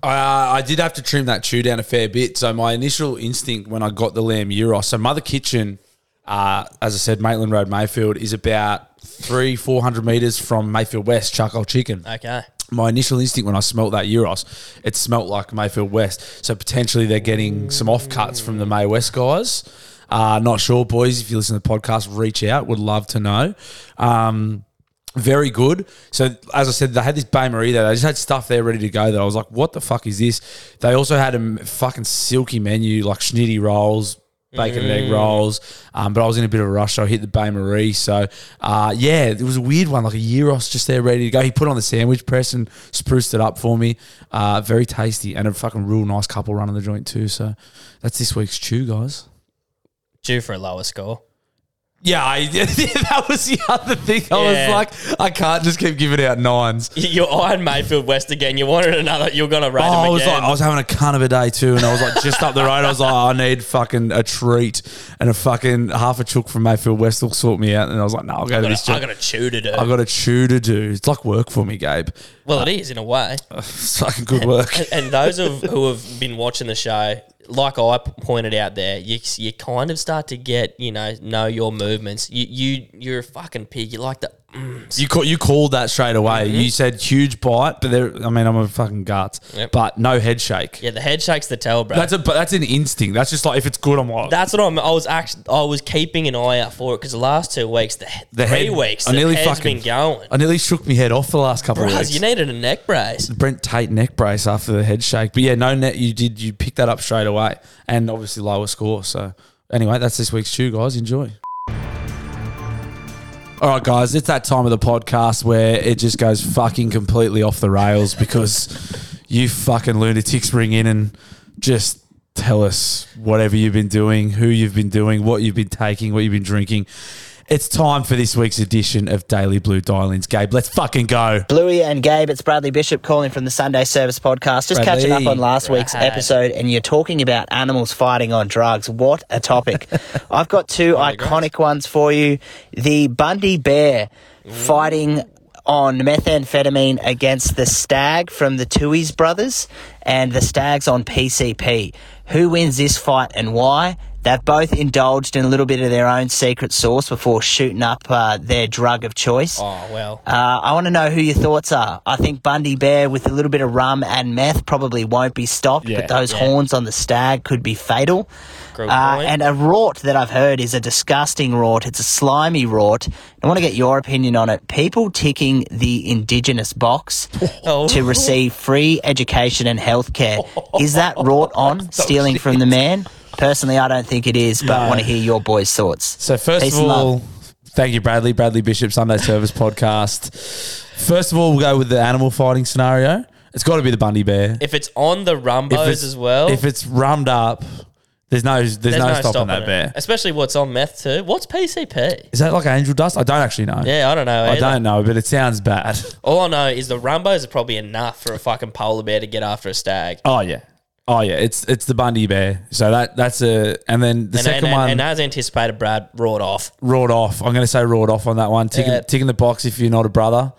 I, I did have to trim that chew down a fair bit. So my initial instinct when I got the lamb gyros, so Mother Kitchen, uh, as I said, Maitland Road, Mayfield is about three, four hundred meters from Mayfield West Charcoal Chicken. okay My initial instinct when I smelt that gyros, it smelt like Mayfield West. So potentially they're getting some offcuts from the May West guys. Uh, not sure, boys. If you listen to the podcast, reach out. Would love to know. Um, very good. So as I said, they had this Bay Marie there. They just had stuff there ready to go. That I was like, what the fuck is this? They also had a m- fucking silky menu like schnitty rolls. Bacon and egg rolls, um, but I was in a bit of a rush. So I hit the Bay Marie. So, uh, yeah, it was a weird one, like a Euros just there ready to go. He put on the sandwich press and spruced it up for me. Uh, very tasty and a fucking real nice couple running the joint too. So, that's this week's chew, guys. due for a lower score Yeah, I, that was the other thing. I Yeah. was like, I can't just keep giving out nines. you're eyeing Mayfield West again you wanted another you're gonna rate Oh, I him was again like, I was having a cunt of a day too, and I was like, just up the road, I was like, I need fucking a treat and a fucking half a chook from Mayfield West will sort me out, and I was like, no, I'll go to I this gotta, I job. gotta chew to do. I've got a chew to do. It's like work for me, Gabe. well, it is in a way. It's fucking good work. and, and those of who have been watching the show, like I p- pointed out there, you you kind of start to get you know know your movements. You you you're a fucking pig. You're like the mm. You call, you called that straight Mm-hmm. away. You said huge bite, but there. I mean, I'm a fucking gut, Yep. but no head shake. Yeah, the head shakes the tail, bro. That's a but that's an instinct. That's just like if it's good, I'm like That's what I'm. I was actually. I was keeping an eye out for it because the last two weeks, the, the three head. weeks, I the nearly head's fucking been going. I nearly shook my head off the last couple of Bros, weeks. you needed a neck brace. Brent Tate neck brace after the head shake, but yeah, no net. You did you picked that up straight away, and obviously lower score. So anyway, that's this week's chew, guys. Enjoy. All right, guys, it's that time of the podcast where it just goes fucking completely off the rails because you fucking lunatics ring in and just tell us whatever you've been doing, who you've been doing, what you've been taking, what you've been drinking. It's time for this week's edition of Daily Blue Dial-Ins. Gabe, let's fucking go. Bluey and Gabe, it's Bradley Bishop calling from the Sunday Service podcast. Just catching up Bradley. on last week's Right. episode, and you're talking about animals fighting on drugs. What a topic! I've got two iconic ones for you the Bundy bear fighting on methamphetamine against the stag from the Tuies brothers, and the stags on PCP. Who wins this fight and why? They've both indulged in a little bit of their own secret sauce before shooting up uh, their drug of choice. Oh well. Uh, I want to know who your thoughts are. I think Bundy Bear with a little bit of rum and meth probably won't be stopped, Yeah, but those yeah. horns on the stag could be fatal. Good Uh, point. and a rort that I've heard is a disgusting rort. It's a slimy rort. I want to get your opinion on it. People ticking the indigenous box Oh. to receive free education and healthcare. Is that rort Oh, on stealing from the man? Personally, I don't think it is, but I want to hear your boys' thoughts. So first Peace of and all, love. thank you, Bradley. Bradley Bishop, Sunday Service Podcast. First of all, we'll go with the animal fighting scenario. It's got to be the Bundy Bear. if it's on the rumbos as well, If it's rummed up, there's no there's, no, stopping, that it. bear. Especially what's on meth too. What's PCP? Is that like angel dust? I don't actually know. Yeah, I don't know. eh? I either. don't know, but it sounds bad. All I know is the rumbos are probably enough for a fucking polar bear to get after a stag. Oh yeah, oh yeah. It's it's the Bundy Bear. So that that's a and then the and, second and, one and as anticipated, Brad roared off. roared off. I'm going to say roared off on that one. Ticking, Yeah. ticking the box if you're not a brother.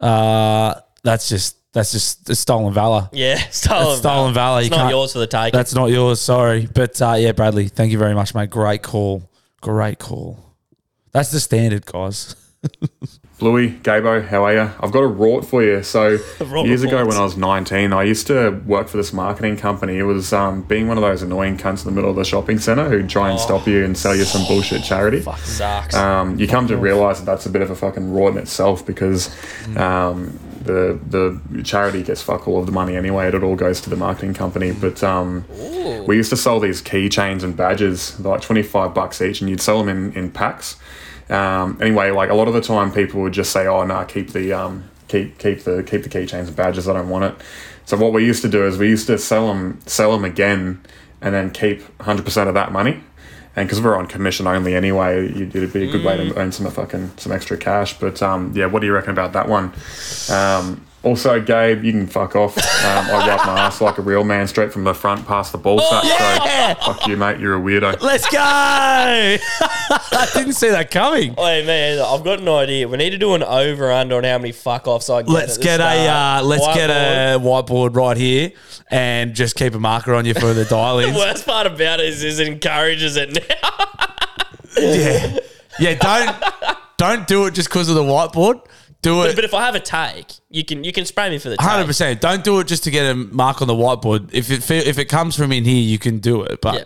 Uh, that's just that's just it's stolen valor. Yeah, stolen. stolen valor. It's You not can't- yours for the taking. That's not yours. Sorry. But uh, yeah, Bradley, thank you very much, mate. Great call. Great call. That's the standard, guys. Bluey, Gabo, how are you? I've got a rort for you. So Rort years ago, reports. when I was 19, I used to work for this marketing company. It was um, being one of those annoying cunts in the middle of the shopping centre who try and stop you and sell you some bullshit charity. sucks. Um, you come to realise that that's a bit of a fucking rort in itself because um, the the charity gets fuck all of the money anyway. It all goes to the marketing company. But um, we used to sell these keychains and badges, they're like twenty five bucks each, and you'd sell them in in packs. Um, anyway, like a lot of the time, people would just say, "Oh, nah, keep the um, keep keep the keep the keychains and badges. I don't want it." So what we used to do is we used to sell them sell them again, and then keep hundred percent of that money. And because we're on commission only anyway, you- it'd be a good way to earn some uh, fucking some extra cash. But um, yeah, what do you reckon about that one? Um, also, Gabe, you can fuck off. Um, I wipe my ass like a real man, straight from the front, past the ball sack. So fuck you, mate. You're a weirdo. Let's go. I didn't see that coming. Wait, man, I've got an idea. We need to do an over under on how many fuck offs I get. Let's at the get a uh, start. let's get Whiteboard. a whiteboard right here and just keep a marker on you for the dial-ins. Worst part about it is, is it encourages it now. yeah, yeah. Don't don't do it just because of the whiteboard. Do it but if I have a take, you can you can spray me for the take. Hundred percent. Don't do it just to get a mark on the whiteboard. If it fe- if it comes from in here, you can do it. But Yeah.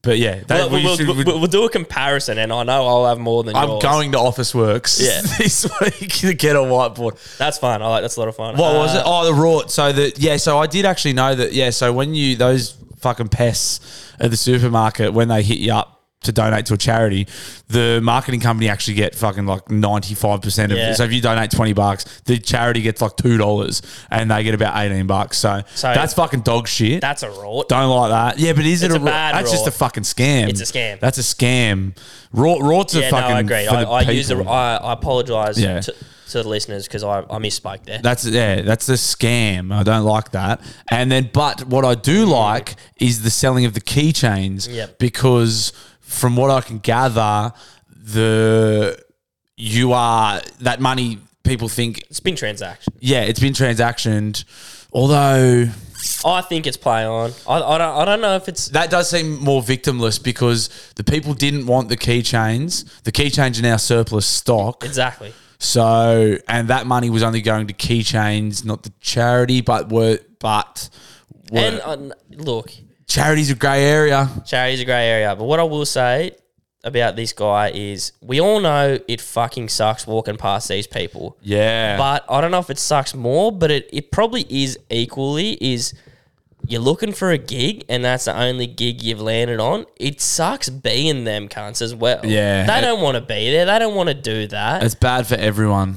but yeah, that, We'll, we we'll, should- we'll- we'll do a comparison, and I know I'll have more than I'm yours. going to Office Works Yeah. this week to get a whiteboard. That's fun. I like that's a lot of fun. What Uh, was it? Oh, the rort. So the yeah. So I did actually know that. Yeah. So when you those fucking pests at the supermarket when they hit you up to donate to a charity, the marketing company actually get fucking like ninety five percent of Yeah. it. So if you donate twenty bucks, the charity gets like two dollars, and they get about eighteen bucks. So, So- that's fucking dog shit. That's a rort. Oh, Don't like that. Yeah, but is It's it a a, bad That's just a rort. fucking scam. It's a scam. That's a scam. Raw, raw's a yeah, no, fucking. I agree. for I, the I use the. people. I, I apologize Yeah. to, to the listeners because I, I misspoke there. That's yeah. That's a scam. I don't like that. And then, but what I do like is the selling of the keychains Yep. because, from what I can gather, the you are that money. People think it's been transaction. yeah, it's been transactioned. Although I think it's play on. I, I don't. I don't know if it's. that does seem more victimless because the people didn't want the keychains. The keychains are now surplus stock. Exactly. So, and that money was only going to Keychains, not the charity, but were but were, And uh, look, charity's a grey area. charity's a grey area. But what I will say about this guy is we all know it fucking sucks walking past these people. Yeah, But I don't know if it sucks more, but it, it probably is equally is you're looking for a gig and that's the only gig you've landed on. It sucks being them cunts as well. Yeah. They don't want to be there. They don't want to do that. it's bad for everyone.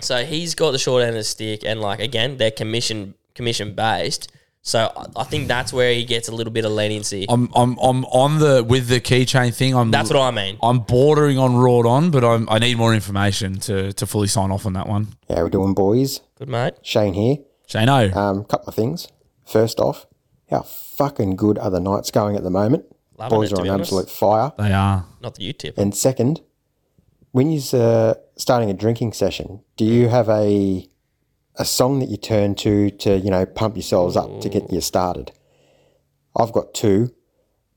So he's got the short end of the stick, and like again, they're commission commission based. So I- I think that's where he gets a little bit of leniency. I'm I'm I'm on the with the keychain thing. I'm That's what I mean. I'm bordering on raw on, but I'm, I need more information to to fully sign off on that one. How we doing, boys? Good mate. Shane here. Shano, Um, couple of things. First off, how fucking good are the nights going at the moment? Loving boys it, are to on be honest. absolute fire. they are. Not the U tip. And second, when you're uh, starting a drinking session, do Mm. you have a a song that you turn to to you know pump yourselves up to get you started? I've got two.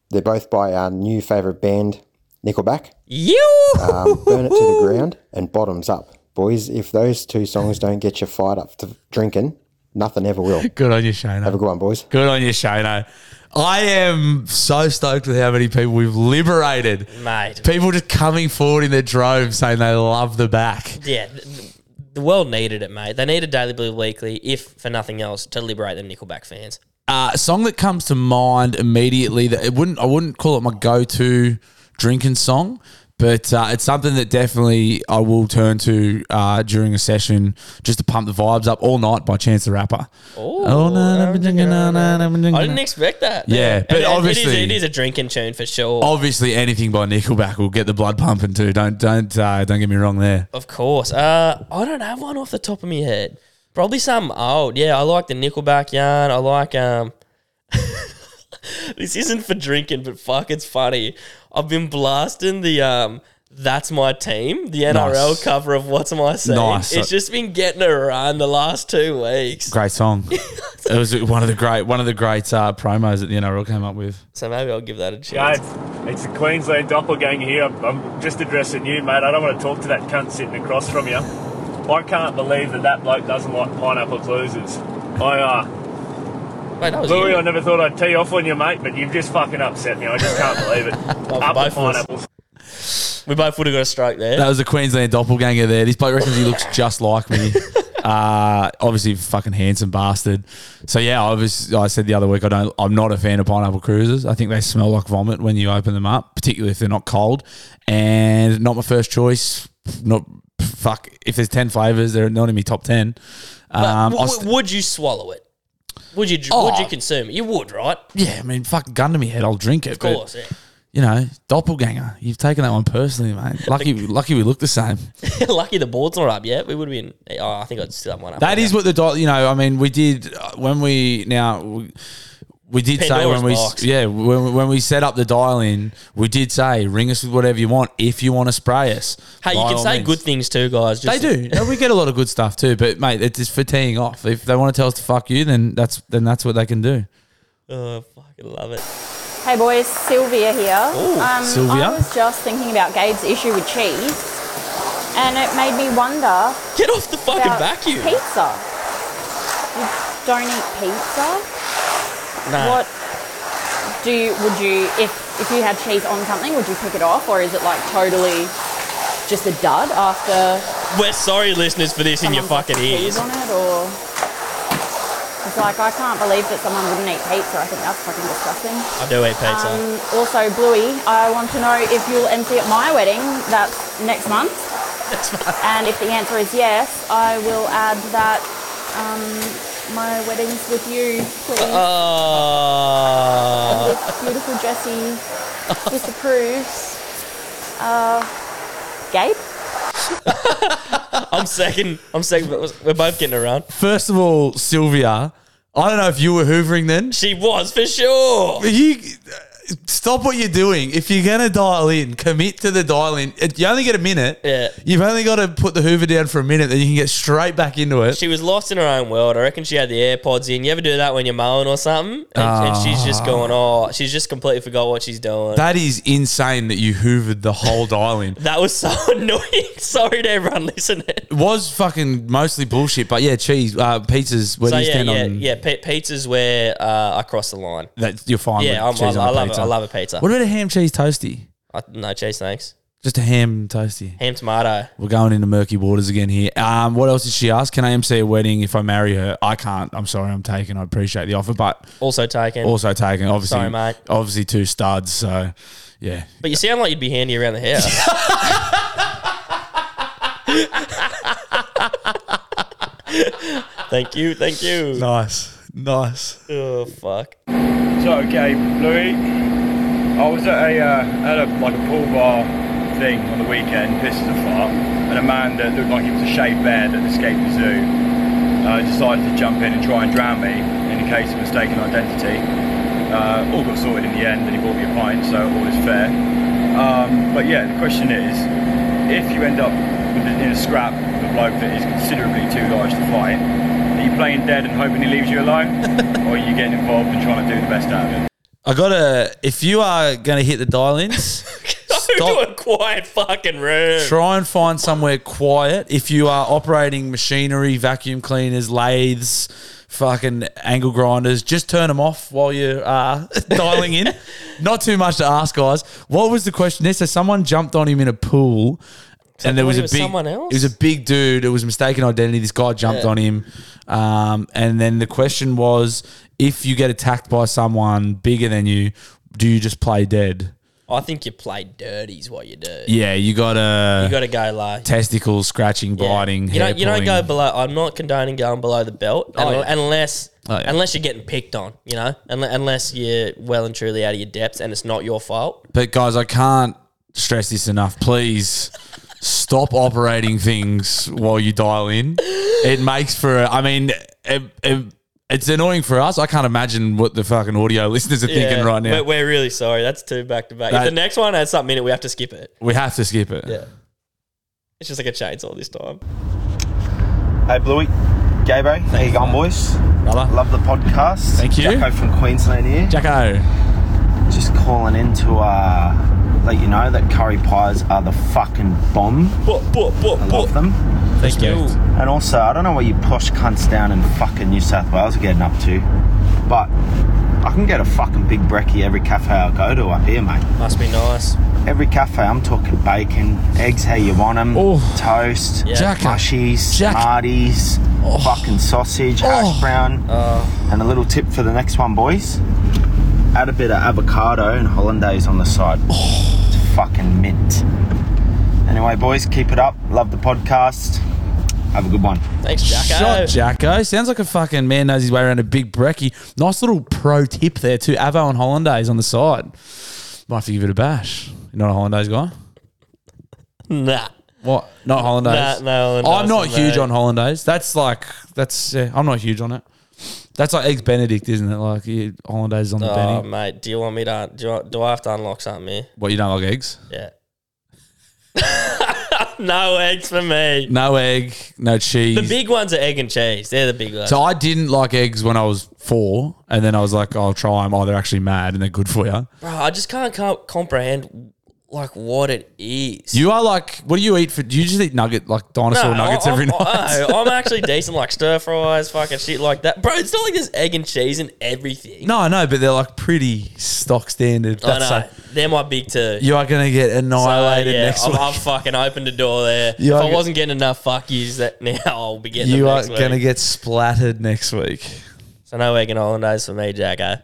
They're both by our new favourite band, Nickelback. You. Um, Burn It to the Ground and Bottoms Up. Boys, if those two songs don't get you fired up to drinking, nothing ever will. Have Good on you, Shano. a good one, boys. Good on you, Shano. I am so stoked with how many people we've liberated. Mate. People just coming forward in their droves saying they love the back. Yeah. th- th- The world needed it, mate. They needed Daily Blue Weekly, if for nothing else, to liberate the Nickelback fans. Uh, song that comes to mind immediately that it wouldn't I wouldn't call it my go to drinking song, but uh, it's something that definitely I will turn to uh, during a session just to pump the vibes up all night by Chance the Rapper. Oh, no, I've been drinking all night, I've been drinking I all didn't night. expect that. Yeah, but It- it is- obviously- Oh. it is a drinking tune for sure. Obviously, anything by Nickelback will get the blood pumping too. Don't don't uh, don't get me wrong there. Of course. Uh, I don't have one off the top of my head. Probably some old. Yeah, I like the Nickelback yarn. I like um. this isn't for drinking, but fuck, it's funny. I've been blasting the um. That's my team. The NRL Nice. cover of What's My Saying. Nice. It's just been getting a run the last two weeks. Great song. it was one of the great one of the great uh, promos that the NRL came up with. So maybe I'll give that a Guys, chance. it's the Queensland doppelganger here. I'm, I'm just addressing you, mate. I don't want to talk to that cunt sitting across from you. I can't believe that that bloke doesn't like pineapple losers. I, uh, Wait, that was Louis, you. I never thought I'd tee off on you, mate, but you've just fucking upset me. I just can't believe it. both of Up the us. pineapples. We both would have got a stroke there. That was the Queensland doppelganger there. This bloke reckons he looks just like me. Uh, obviously, fucking handsome bastard. So yeah, I was. I said the other week, I don't. I'm not a fan of pineapple cruisers. I think they smell like vomit when you open them up, particularly if they're not cold. And not my first choice. Not fuck. If there's ten flavors, they're not in my top ten. But Um, I w- was- w- would you swallow it? Would you? dr- Would Oh. you consume it? You would, right? yeah, I mean, fucking gun to me head, I'll drink it. Of course. Yeah. you know, doppelganger. You've taken that one personally, mate. Lucky, lucky we look the same. Lucky the board's not up yet. We would have been. Oh, I think I'd still have one up. That is what the do- you know. I mean, we did uh, when we now we, we did say Pandora's when we box. yeah when, when we set up the dial in, we did say ring us with whatever you want if you want to spray us. Hey, you By can all say means. good things too, guys. They Just do. No, we get a lot of good stuff too, but mate, it's just for teeing off. If they want to tell us to fuck you, then that's then that's what they can do. Oh, fucking love it. Hey boys, Sylvia here. Oh, um, Sylvia. I was just thinking about Gabe's issue with cheese, and it made me wonder Get off the fucking about vacuum. pizza. You don't eat pizza. Nah. What do you? Would you if if you had cheese on something? Would you pick it off, or is it like totally just a dud after We're sorry, listeners, for this in your someone puts fucking cheese ears. on it, or? It's like I can't believe that someone wouldn't eat pizza. I think that's fucking disgusting. I do eat pizza. Um, also, Bluey, I want to know if you'll MC at my wedding. That's next month. And if the answer is yes, I will add that um, my wedding's with you, please. Uh, if beautiful Jessie disapproves, uh, Gabe. Uh, I'm second. I'm second. but We're both getting around. First of all, Sylvia, I don't know if you were hoovering then. She was for sure. You stop what you're doing. If you're gonna dial in, commit to the dial in. It- You only get a minute. Yeah. You've only got to put the Hoover down for a minute, then you can get straight back into it. She was lost in her own world. I reckon she had the AirPods in. You ever do that when you're mowing or something? And, and she's just going, oh, she's just completely forgot what she's doing. That, Ah. That is insane that you hoovered the whole dial in. was so annoying. Sorry to everyone listening. It was fucking mostly bullshit, but yeah, cheese, uh, pizzas, where So do you yeah, stand yeah, on yeah. P- pizza's where uh, I cross the line. that you're fine Yeah, I'm, with cheese I, on I a love it. pizza. I love a pizza. What about a ham cheese toasty? I, no cheese, thanks. Just a ham toasty. Ham tomato. We're going into murky waters again here. Um, what else did she ask? Can I MC a wedding if I marry her? I can't. I'm sorry, I'm taken. I appreciate the offer, but Also taken. also taken. Obviously, Sorry, mate. obviously two studs. So, yeah. But you sound like you'd be handy around the house. thank you, thank you. Nice, nice. Oh fuck. So, okay, Louis, I was at a, uh, at a like a pool bar thing on the weekend, pissed the fart, and a man that looked like he was a shaved bear that escaped the zoo uh, decided to jump in and try and drown me in a case of mistaken identity. Uh, all got sorted in the end, and he bought me a pint, so all is fair. Um, but yeah, the question is, if you end up with a- in a scrap with a bloke that is considerably too large to fight, are you playing dead and hoping he leaves you alone, or are you getting involved and trying to do the best out of it? I gotta. If you are gonna hit the dial-ins, Go stop. to a quiet fucking room. Try and find somewhere quiet. If you are operating machinery, vacuum cleaners, lathes, fucking angle grinders, just turn them off while you are dialing in. Not too much to ask, guys. What was the question? There, so someone jumped on him in a pool. and there thought was it a was big, someone else? it was a big dude. It was mistaken identity. This guy jumped Yeah. on him, um, and then the question was: if you get attacked by someone bigger than you, do you just play dead? I think you play dirty is what you do. Yeah, you gotta, You gotta go like testicles scratching, yeah. biting. You hair don't you don't go pulling. below I'm not condoning going below the belt Oh, un- yeah. unless Oh, yeah. unless you're getting picked on, you know? Unle- unless you're well and truly out of your depths and it's not your fault. But guys, I can't stress this enough. Please stop operating things while you dial in. It makes for. a- I mean, it, it, it's annoying for us. I can't imagine what the fucking audio listeners are thinking right now. We're, we're really sorry. That's two back to back. If That- the next one has something in it, we have to skip it. We have to skip it. Yeah. It's just like a chainsaw this time. Hey, Bluey. Gabo, how you going, boys? Brother. Love the podcast. Thank you. Jacko from Queensland here. Jacko. Just calling in to uh, let you know that curry pies are the fucking bomb. I love them. Thank you. And also, I don't know what you posh cunts down in fucking New South Wales are getting up to, but I can get a fucking big brekkie every cafe I go to up here, mate. Must be nice. Every cafe, I'm talking bacon, eggs how you want them, Oh. toast, Yeah. Jack. mushies, Jack. Oh. Marties, fucking sausage, hash brown, Oh. and a little tip for the next one, boys. Add a bit of avocado and hollandaise on the side. Oh. It's fucking mint. Anyway, boys, keep it up. Love the podcast. Have a good one. Thanks, Jacko. Shot Jacko. Sounds like a fucking man knows his way around a big brekkie. Nice little pro tip there too. Avo and Hollandaise on the side. Might have to give it a bash. You're not a Hollandaise guy? nah. What? Not Hollandaise? Nah, no Hollandaise, I'm not no. huge on Hollandaise. That's like, that's, yeah, I'm not huge on it. That's like Eggs Benedict, isn't it? Like you, Hollandaise is on the Oh, penny. mate, do you want me to? Do, you want, do I have to unlock something here? What, you don't like eggs? Yeah. no eggs for me. No egg, no cheese. The big ones are egg and cheese. They're the big ones. So I didn't like eggs when I was four, and then I was like, I'll try them. Oh, they're actually mad and they're good for you. Bro, I just can't, com- comprehend like what it is. You are like, what do you eat for? Do you just eat nugget like No, dinosaur nuggets I'm, every I'm- night? no, I'm actually decent, like stir fries, fucking shit like that. Bro, it's not like there's egg and cheese in everything. no, no, but they're like pretty stock standard. I That's know. like, They're my big two. you are gonna get annihilated next I've, week. I've fucking opened the door there. You if are I go- wasn't getting enough fuck yous, that now I'll be getting. you them are next gonna week. get splattered next week. so no egg and hollandaise for me, Jacko.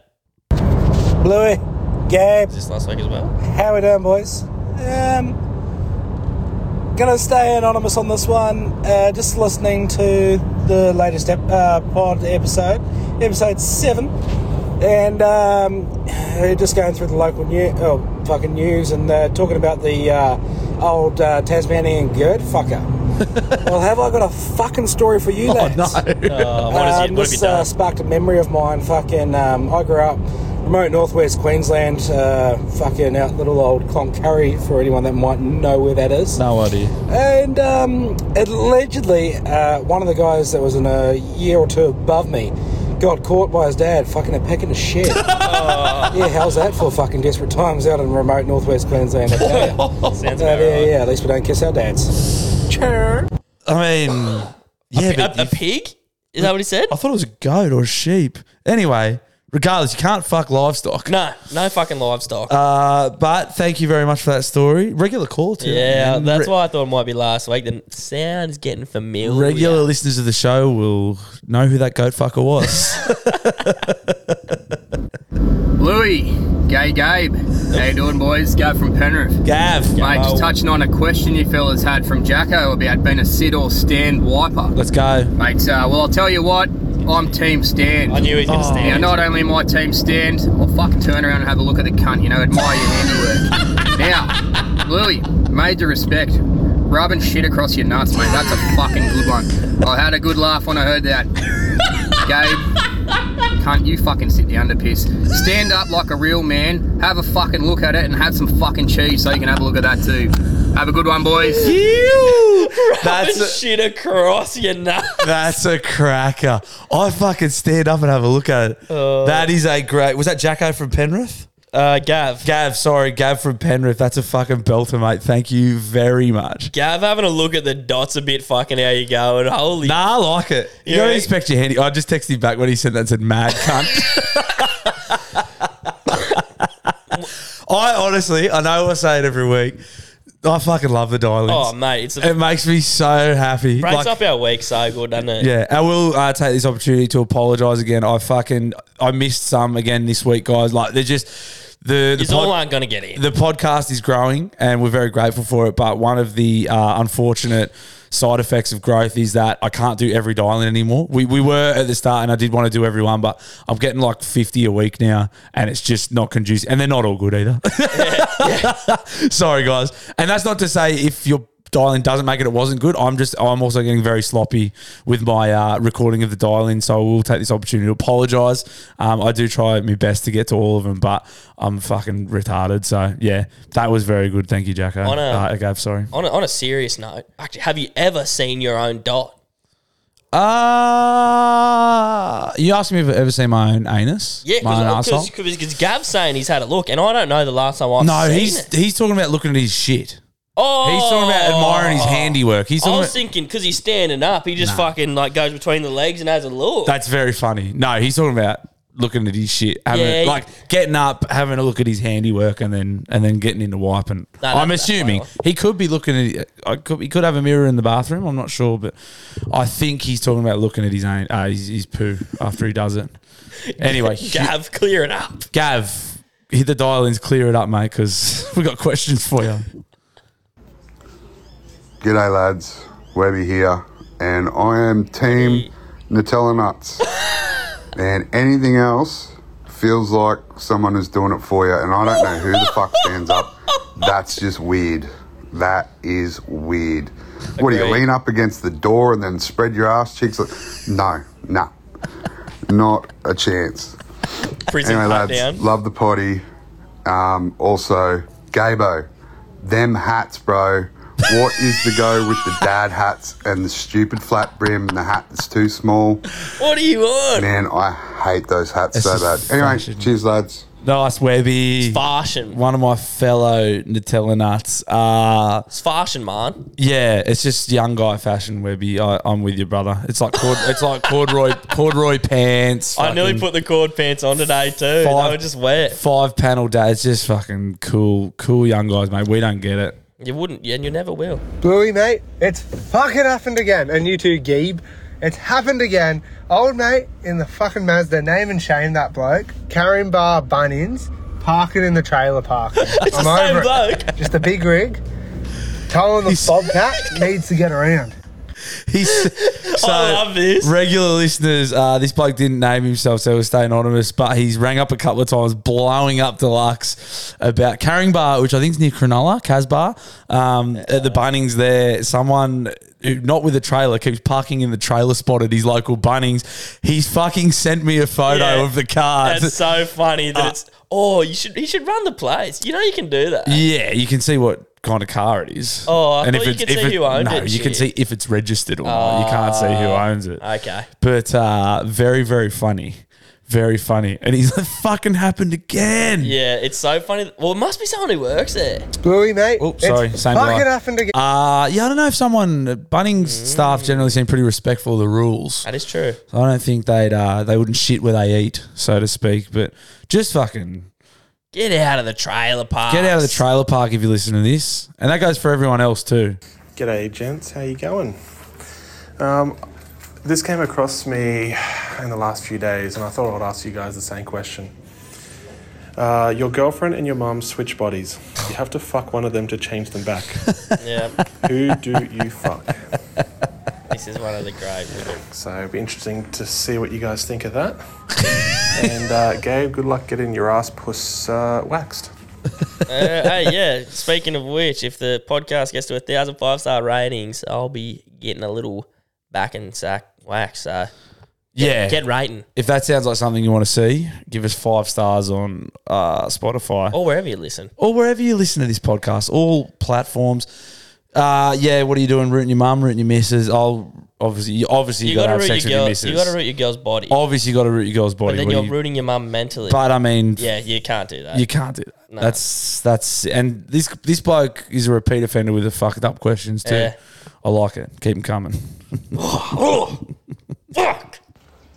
Bluey, Gabe, Is this last week as well? how we doing, boys? Um, gonna stay anonymous on this one. Uh, just listening to the latest ep- uh, pod episode, episode seven, and um, just going through the local news, oh, fucking news, and uh, talking about the uh, old uh, Tasmanian gird fucker. well, have I got a fucking story for you, lads? No. Uh, what, is it? Um, what have you this uh, done? sparked a memory of mine. Fucking, um, I grew up remote northwest Queensland, uh, fucking out little old Cloncurry for anyone that might know where that is. No idea. And um, allegedly, uh, one of the guys that was in a year or two above me got caught by his dad fucking a peck in a shed. yeah, how's that for fucking desperate times out in remote northwest Queensland? I tell ya. Sounds Uh, about yeah, right. yeah, at least we don't kiss our dads. I mean, yeah, but A, a if- pig? Is that what he said? I thought it was a goat or a sheep. Anyway, regardless, you can't fuck livestock. No, no fucking livestock. Uh, but thank you very much for that story. Regular call too. yeah, man. that's Re- why I thought it might be last week. The sound is getting familiar. Regular listeners of the show will know who that goat fucker was. Louis, Gay Gabe. How you doing, boys? Gabe from Penrith. Gav. Mate, just touching on a question you fellas had from Jacko about being a sit or stand wiper. Let's go. Mate, uh, well, I'll tell you what, I'm Team Stand. Oh. I knew he was going to Now, stand. not only my team stand, I'll fucking turn around and have a look at the cunt, you know, admire your handiwork. now, Louie, major respect. Rubbing shit across your nuts, mate. That's a fucking good one. I had a good laugh when I heard that. Gabe, cunt, you fucking sit down to piss. Stand up like a real man, have a fucking look at it, and have some fucking cheese so you can have a look at that too. Have a good one, boys. That's a, shit across your nut. that's a cracker. I fucking stand up and have a look at it. that is a great. Was that Jacko from Penrith? Uh, Gav. Gav, sorry, Gav from Penrith. That's a fucking belter, mate. Thank you very much. Gav having a look at the dots a bit fucking how you going. Holy Nah, I like it. You Yeah. don't expect your handy. I just texted him back when he said that and said mad cunt. I honestly, I know I say it every week. I fucking love the dialing. Oh mate, it's a, it makes me so happy. breaks Like- up our week so good, doesn't it? yeah, I will uh, take this opportunity to apologise again. I fucking I missed some again this week, guys. Like they're just the the It's all aren't gonna get in. the podcast is growing and we're very grateful for it. But one of the uh, unfortunate side effects of growth is that I can't do every dial in anymore. We, we were at the start and I did want to do everyone, but I'm getting like 50 a week now and it's just not conducive. And they're not all good either. Sorry, guys. And that's not to say if your Dial-in doesn't make it. It wasn't good. I'm just. I'm also getting very sloppy with my uh, recording of the dial-in, so I will take this opportunity to apologise. Um, I do try my best to get to all of them, but I'm fucking retarded. So yeah, that was very good. Thank you, Jacko. On a- uh, Gav, sorry. On a, on a serious note, actually, have you ever seen your own dot? Uh, you asked me if I've ever seen my own anus. Yeah, my own asshole. because Gav's saying he's had a look, and I don't know the last time I've No, seen he's it. he's talking about looking at his shit. oh, He's talking about admiring his handiwork. He's I talking was about- thinking because he's standing up, he just fucking like goes between the legs and has a look. That's very funny. No, he's talking about looking at his shit, having Yeah, a, he- like getting up, having a look at his handiwork, and then and then getting into wiping. No, I'm that's- that's assuming fine. he could be looking at. I could, he could have a mirror in the bathroom. I'm not sure, but I think he's talking about looking at his own, uh, his, his poo after he does it. Anyway, Gav, Gav, clear it up. Gav hit the dial ins, clear it up, mate, because we got questions for you. G'day, lads. Webby here, and I am Team Nutella Nuts. and anything else feels like someone is doing it for you, and I don't know who the fuck stands up. That's just weird. That is weird. What do you Agreed. lean up against the door and then spread your ass cheeks? Like, no, nah, not a chance. Prison Anyway, lads, down. love the potty. Um, also, Gabo, them hats, bro. What is the go with the dad hats and the stupid flat brim and the hat that's too small? What do you want? Man, I hate those hats It's so bad. just Anyway, fashion. cheers, lads. Nice, Webby. Fashion. One of my fellow Nutella nuts. Uh, It's fashion, man. Yeah, it's just young guy fashion, Webby. I, I'm with you, brother. It's like cord, it's like corduroy corduroy pants. I nearly fucking put the cord pants on today too. They Five- were just wet. five panel day. It's just fucking cool, cool young guys, mate. We don't get it. You wouldn't, and you never will. Bluey, mate, it's fucking happened again. And you too, Gabe. It's happened again. Old mate in the fucking Mazda, name and shame that bloke. Karen Bar Bunnings, parking in the trailer park. It's I'm the same over it. bloke. Just a big rig. Towing the bobcat needs to get around. He's so love this. Regular listeners, uh, this bloke didn't name himself, so he'll stay anonymous. But he's rang up a couple of times, blowing up Deluxe about Carring Bar, which I think is near Cronulla, Casbar. Um, at the Bunnings, there, someone who, not with a trailer keeps parking in the trailer spot at his local Bunnings. He's fucking sent me a photo Yeah. of the car. That's so funny uh, that it's oh you should you should run the place. You know you can do that. Yeah, you can see what kind of car it is. Oh, I thought you could see who owned no, it and you can see shit. if it's registered or not. You can't see who Ah, owns it. okay. But uh, very, very funny. Very funny. And he's like, fucking happened again. Yeah, it's so funny. Well, it must be someone who works there. Bluey, mate. Oh, sorry. Same guy. Uh, yeah, I don't know if someone, Bunnings staff generally seem pretty respectful of the rules. Mm. That is true. So I don't think they'd, uh, they wouldn't shit where they eat, so to speak. But just fucking Get out of the trailer park. get out of the trailer park if you listen to this. And that goes for everyone else too. G'day, gents. How you going? Um, this came across me in the last few days, and I thought I'd ask you guys the same question. Uh, your girlfriend and your mum switch bodies. You have to fuck one of them to change them back. Yeah. Who do you fuck? This is one of the great. So it'd be interesting to see what you guys think of that. and uh, Gabe, good luck getting your ass puss uh, waxed. uh, hey, yeah. Speaking of which, if the podcast gets to a thousand five star ratings, I'll be getting a little back and sack wax. So get- Yeah. get rating. If that sounds like something you want to see, give us five stars on uh, Spotify or wherever you listen. or wherever you listen to this podcast, all platforms. Uh, yeah, what are you doing? Rooting your mum, rooting your missus. I'll obviously, you, obviously, you, got to have root sex your with your girl. missus. you got to root your girl's body, Obviously, you got to root your girl's body. but then What you're do you- rooting your mum mentally. But, I mean- yeah, you can't do that. you can't do that. No. That's that's and this this bloke is a repeat offender with the fucked up questions too. Yeah. I like it. Keep them coming.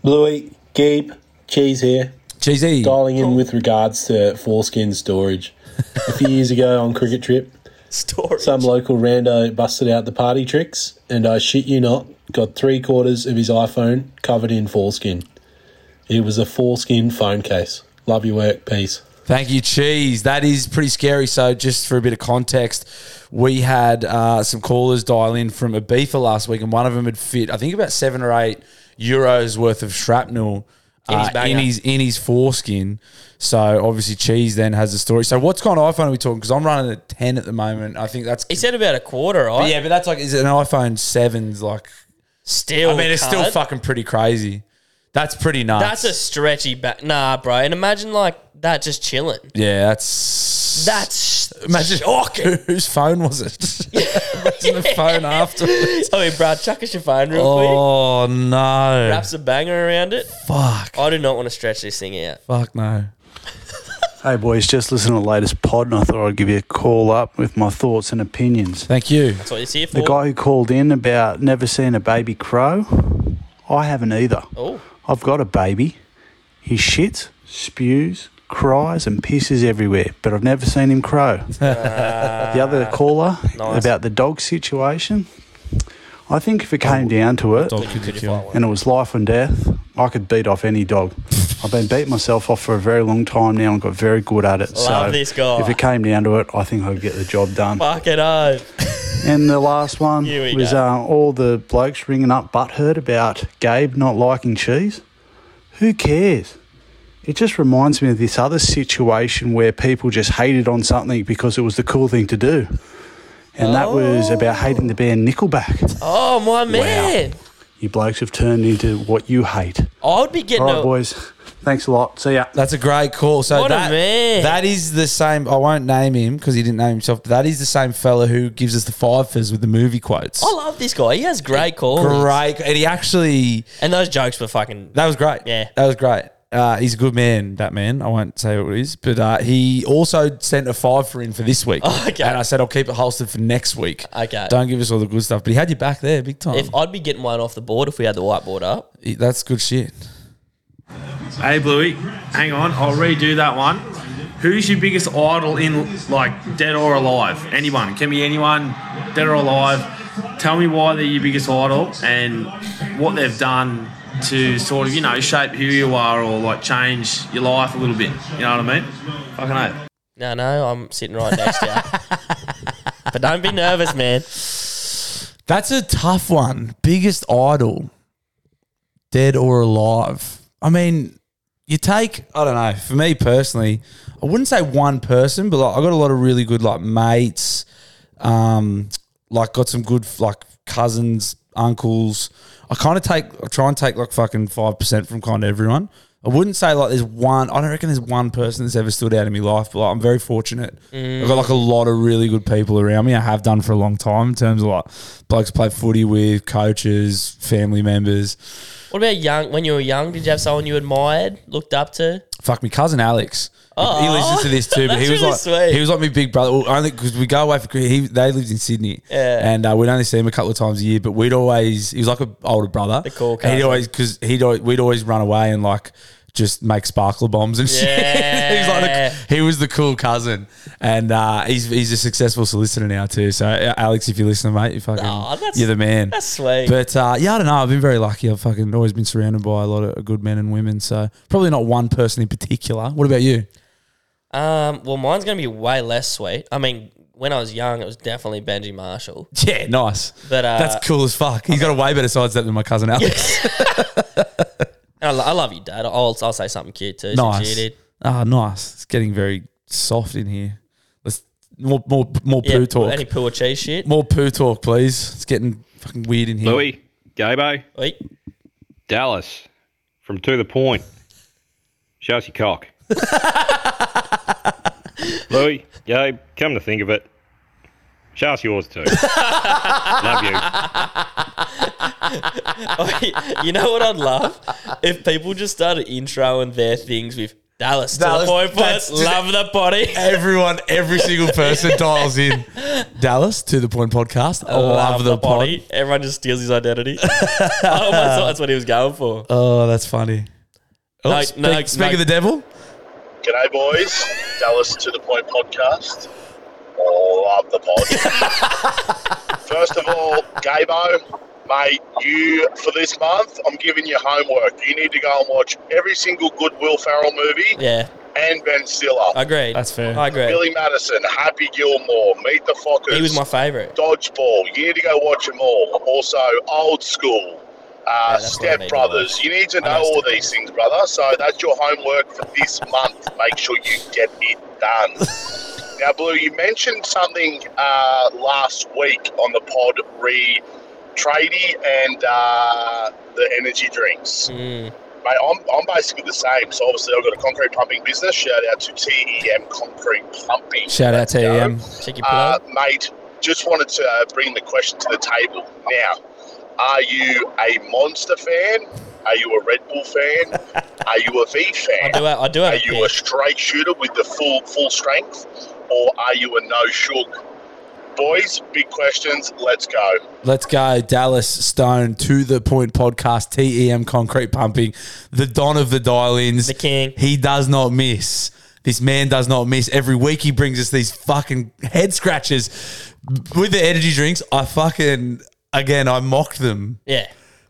Bluey, Gabe, Cheese here. Cheesy. Dialing in with regards to foreskin storage. A few years ago on cricket trip, some local rando busted out the party tricks, and I shit you not, got three quarters of his iPhone covered in foreskin. It was a foreskin phone case. Love your work. Peace. Thank you, Cheese. That is pretty scary. So, just for a bit of context, we had uh, some callers dial in from Ibiza last week, and one of them had fit, I think, about seven or eight euros worth of shrapnel In his uh, in banger. his in his foreskin. So, obviously, Cheese then has the story. So, what's kind of iPhone are we talking? Because I'm running a ten at the moment. I think that's he said about a quarter, right? But yeah, but that's like is it an iPhone sevens like Still, I mean, it's still cunt. fucking pretty crazy. That's pretty nuts. That's a stretchy back. Nah, bro. And imagine like that just chilling. yeah, that's That's imagine shocking. whose phone was it? Imagine the phone afterwards. Oh, hey, Brad, chuck us your phone real Oh no! quick. Wraps a banger around it. Fuck. I do not want to stretch this thing out. Fuck no. Hey boys, just listen to the latest pod, and I thought I'd give you a call up with my thoughts and opinions. Thank you. That's what you're here The for. guy who called in about never seen a baby crow, I haven't either. Oh. I've got a baby. He shits, spews, cries, and pisses everywhere, but I've never seen him crow. the other caller Nice. about the dog situation. I think if it came down to it and it was life and death, I could beat off any dog. I've been beating myself off for a very long time now and got very good at it. Love so this guy. if it came down to it, I think I'd get the job done. Fuck it up. And the last one Here we was go. uh, all the blokes ringing up butthurt about Gabe not liking cheese. Who cares? It just reminds me of this other situation where people just hated on something because it was the cool thing to do. And that was about hating the band Nickelback. Oh my man. You blokes have turned into what you hate. I would be getting All right, a boys. Thanks a lot. See ya. That's a great call. So What a that man. that is the same. I won't name him because he didn't name himself. But that is the same fella who gives us the five fizz with the movie quotes. I love this guy. He has great calls. Great, and he actually and those jokes were fucking. That was great. Yeah. That was great. Uh, he's a good man, that man. I won't say what it is, but uh, he also sent a five for in for this week. okay. And I said I'll keep it holstered for next week. Oh, Okay. Don't give us all the good stuff. But he had you back there, big time. If I'd be getting one off the board if we had the whiteboard up. He- That's good shit. Hey, Bluey, hang on. I'll redo that one. Who's your biggest idol in, like, dead or alive? Anyone. Can be anyone, dead or alive. Tell me why they're your biggest idol and what they've done to sort of, you know, shape who you are or, like, change your life a little bit. You know what I mean? Fucking oath. No, no, I'm sitting right next to you. but don't be nervous, man. That's a tough one. Biggest idol, dead or alive. I mean, you take, I don't know, for me personally, I wouldn't say one person, but like, I got a lot of really good like mates, um, like got some good like cousins, uncles. I kind of take, I try and take like fucking 5% from kind of everyone. I wouldn't say like there's one, I don't reckon there's one person that's ever stood out in my life, but like, I'm very fortunate. Mm. I've got like a lot of really good people around me. I have done for a long time in terms of like blokes play footy with, coaches, family members. What about young? When you were young, did you have someone you admired, looked up to? Fuck, my cousin Alex. Oh. he listens to this too, but he That's was really like sweet. he was like my big brother. Well, Only because we go away for he they lived in Sydney, Yeah. and uh, we'd only see him a couple of times a year. But we'd always he was like an older brother. The cool He'd cousin. always because he'd al- we'd always run away and like just make sparkler bombs and shit. he's like the, he was the cool cousin, and uh, he's he's a successful solicitor now too. So uh, Alex, if you listen, mate, you fucking that's- you're the man. that's sweet. But uh, yeah, I don't know. I've been very lucky. I've fucking always been surrounded by a lot of good men and women. So probably not one person in particular. What about you? Um, well, mine's gonna be way less sweet. I mean, when I was young, it was definitely Benji Marshall. Yeah, nice. But uh, That's cool as fuck. He's got a way better side step than my cousin Alex. And I, lo- I love you, Dad. I'll I'll say something cute too. Since you nice. did. Ah, nice. It's getting very soft in here. Let's more more more poo Yeah, talk. Any poo or cheese shit? More poo talk, please. It's getting fucking weird in here. Louis, Gabo. Oi. Dallas, from To The Point. Shows your cock. Louis, Gabe, come to think of it, shows yours too. Love you. you know what I'd love if people just started introing their things with Dallas, Dallas, to the point. that's Plus, just- love the body. Everyone, every single person dials in. Dallas to the point podcast. I love, the, pod. Uh, body. Everyone just steals his identity. I almost thought that's what he was going for. Oh, that's funny. Oh, No, speak no, speak no. of the devil. G'day, boys. Dallas to the Point podcast. Oh, Love the pod. First of all, Gabo, mate, you for this month, I'm giving you homework. You need to go and watch every single good Will Ferrell movie Yeah, and Ben Stiller. agreed. That's fair. I agree. Billy Madison, Happy Gilmore, Meet the Fockers. He was my favourite. Dodgeball. You need to go watch them all. Also, Old School, uh, Step Brothers. You need to know all these things, brother. So that's your homework for this month. Make sure you get it done. now, Blue, you mentioned something uh, last week on the pod re tradie and uh, the energy drinks. Mate, I'm, I'm basically the same. So obviously, I've got a concrete pumping business. Shout out to TEM Concrete Pumping. Shout out to EM. Uh, mate, just wanted to uh, bring the question to the table. Now, are you a Monster fan? Are you a Red Bull fan? Are you a V fan? I do have- I do have Are a you pick. a straight shooter with the full full strength, or are you a no shook? Boys, big questions. Let's go. Let's go, Dallas Stone to the point podcast. Tem concrete pumping, the don of the dial-ins, the king. He does not miss. This man does not miss. Every week he brings us these fucking head scratches with the energy drinks. I fucking again, I mocked them. Yeah.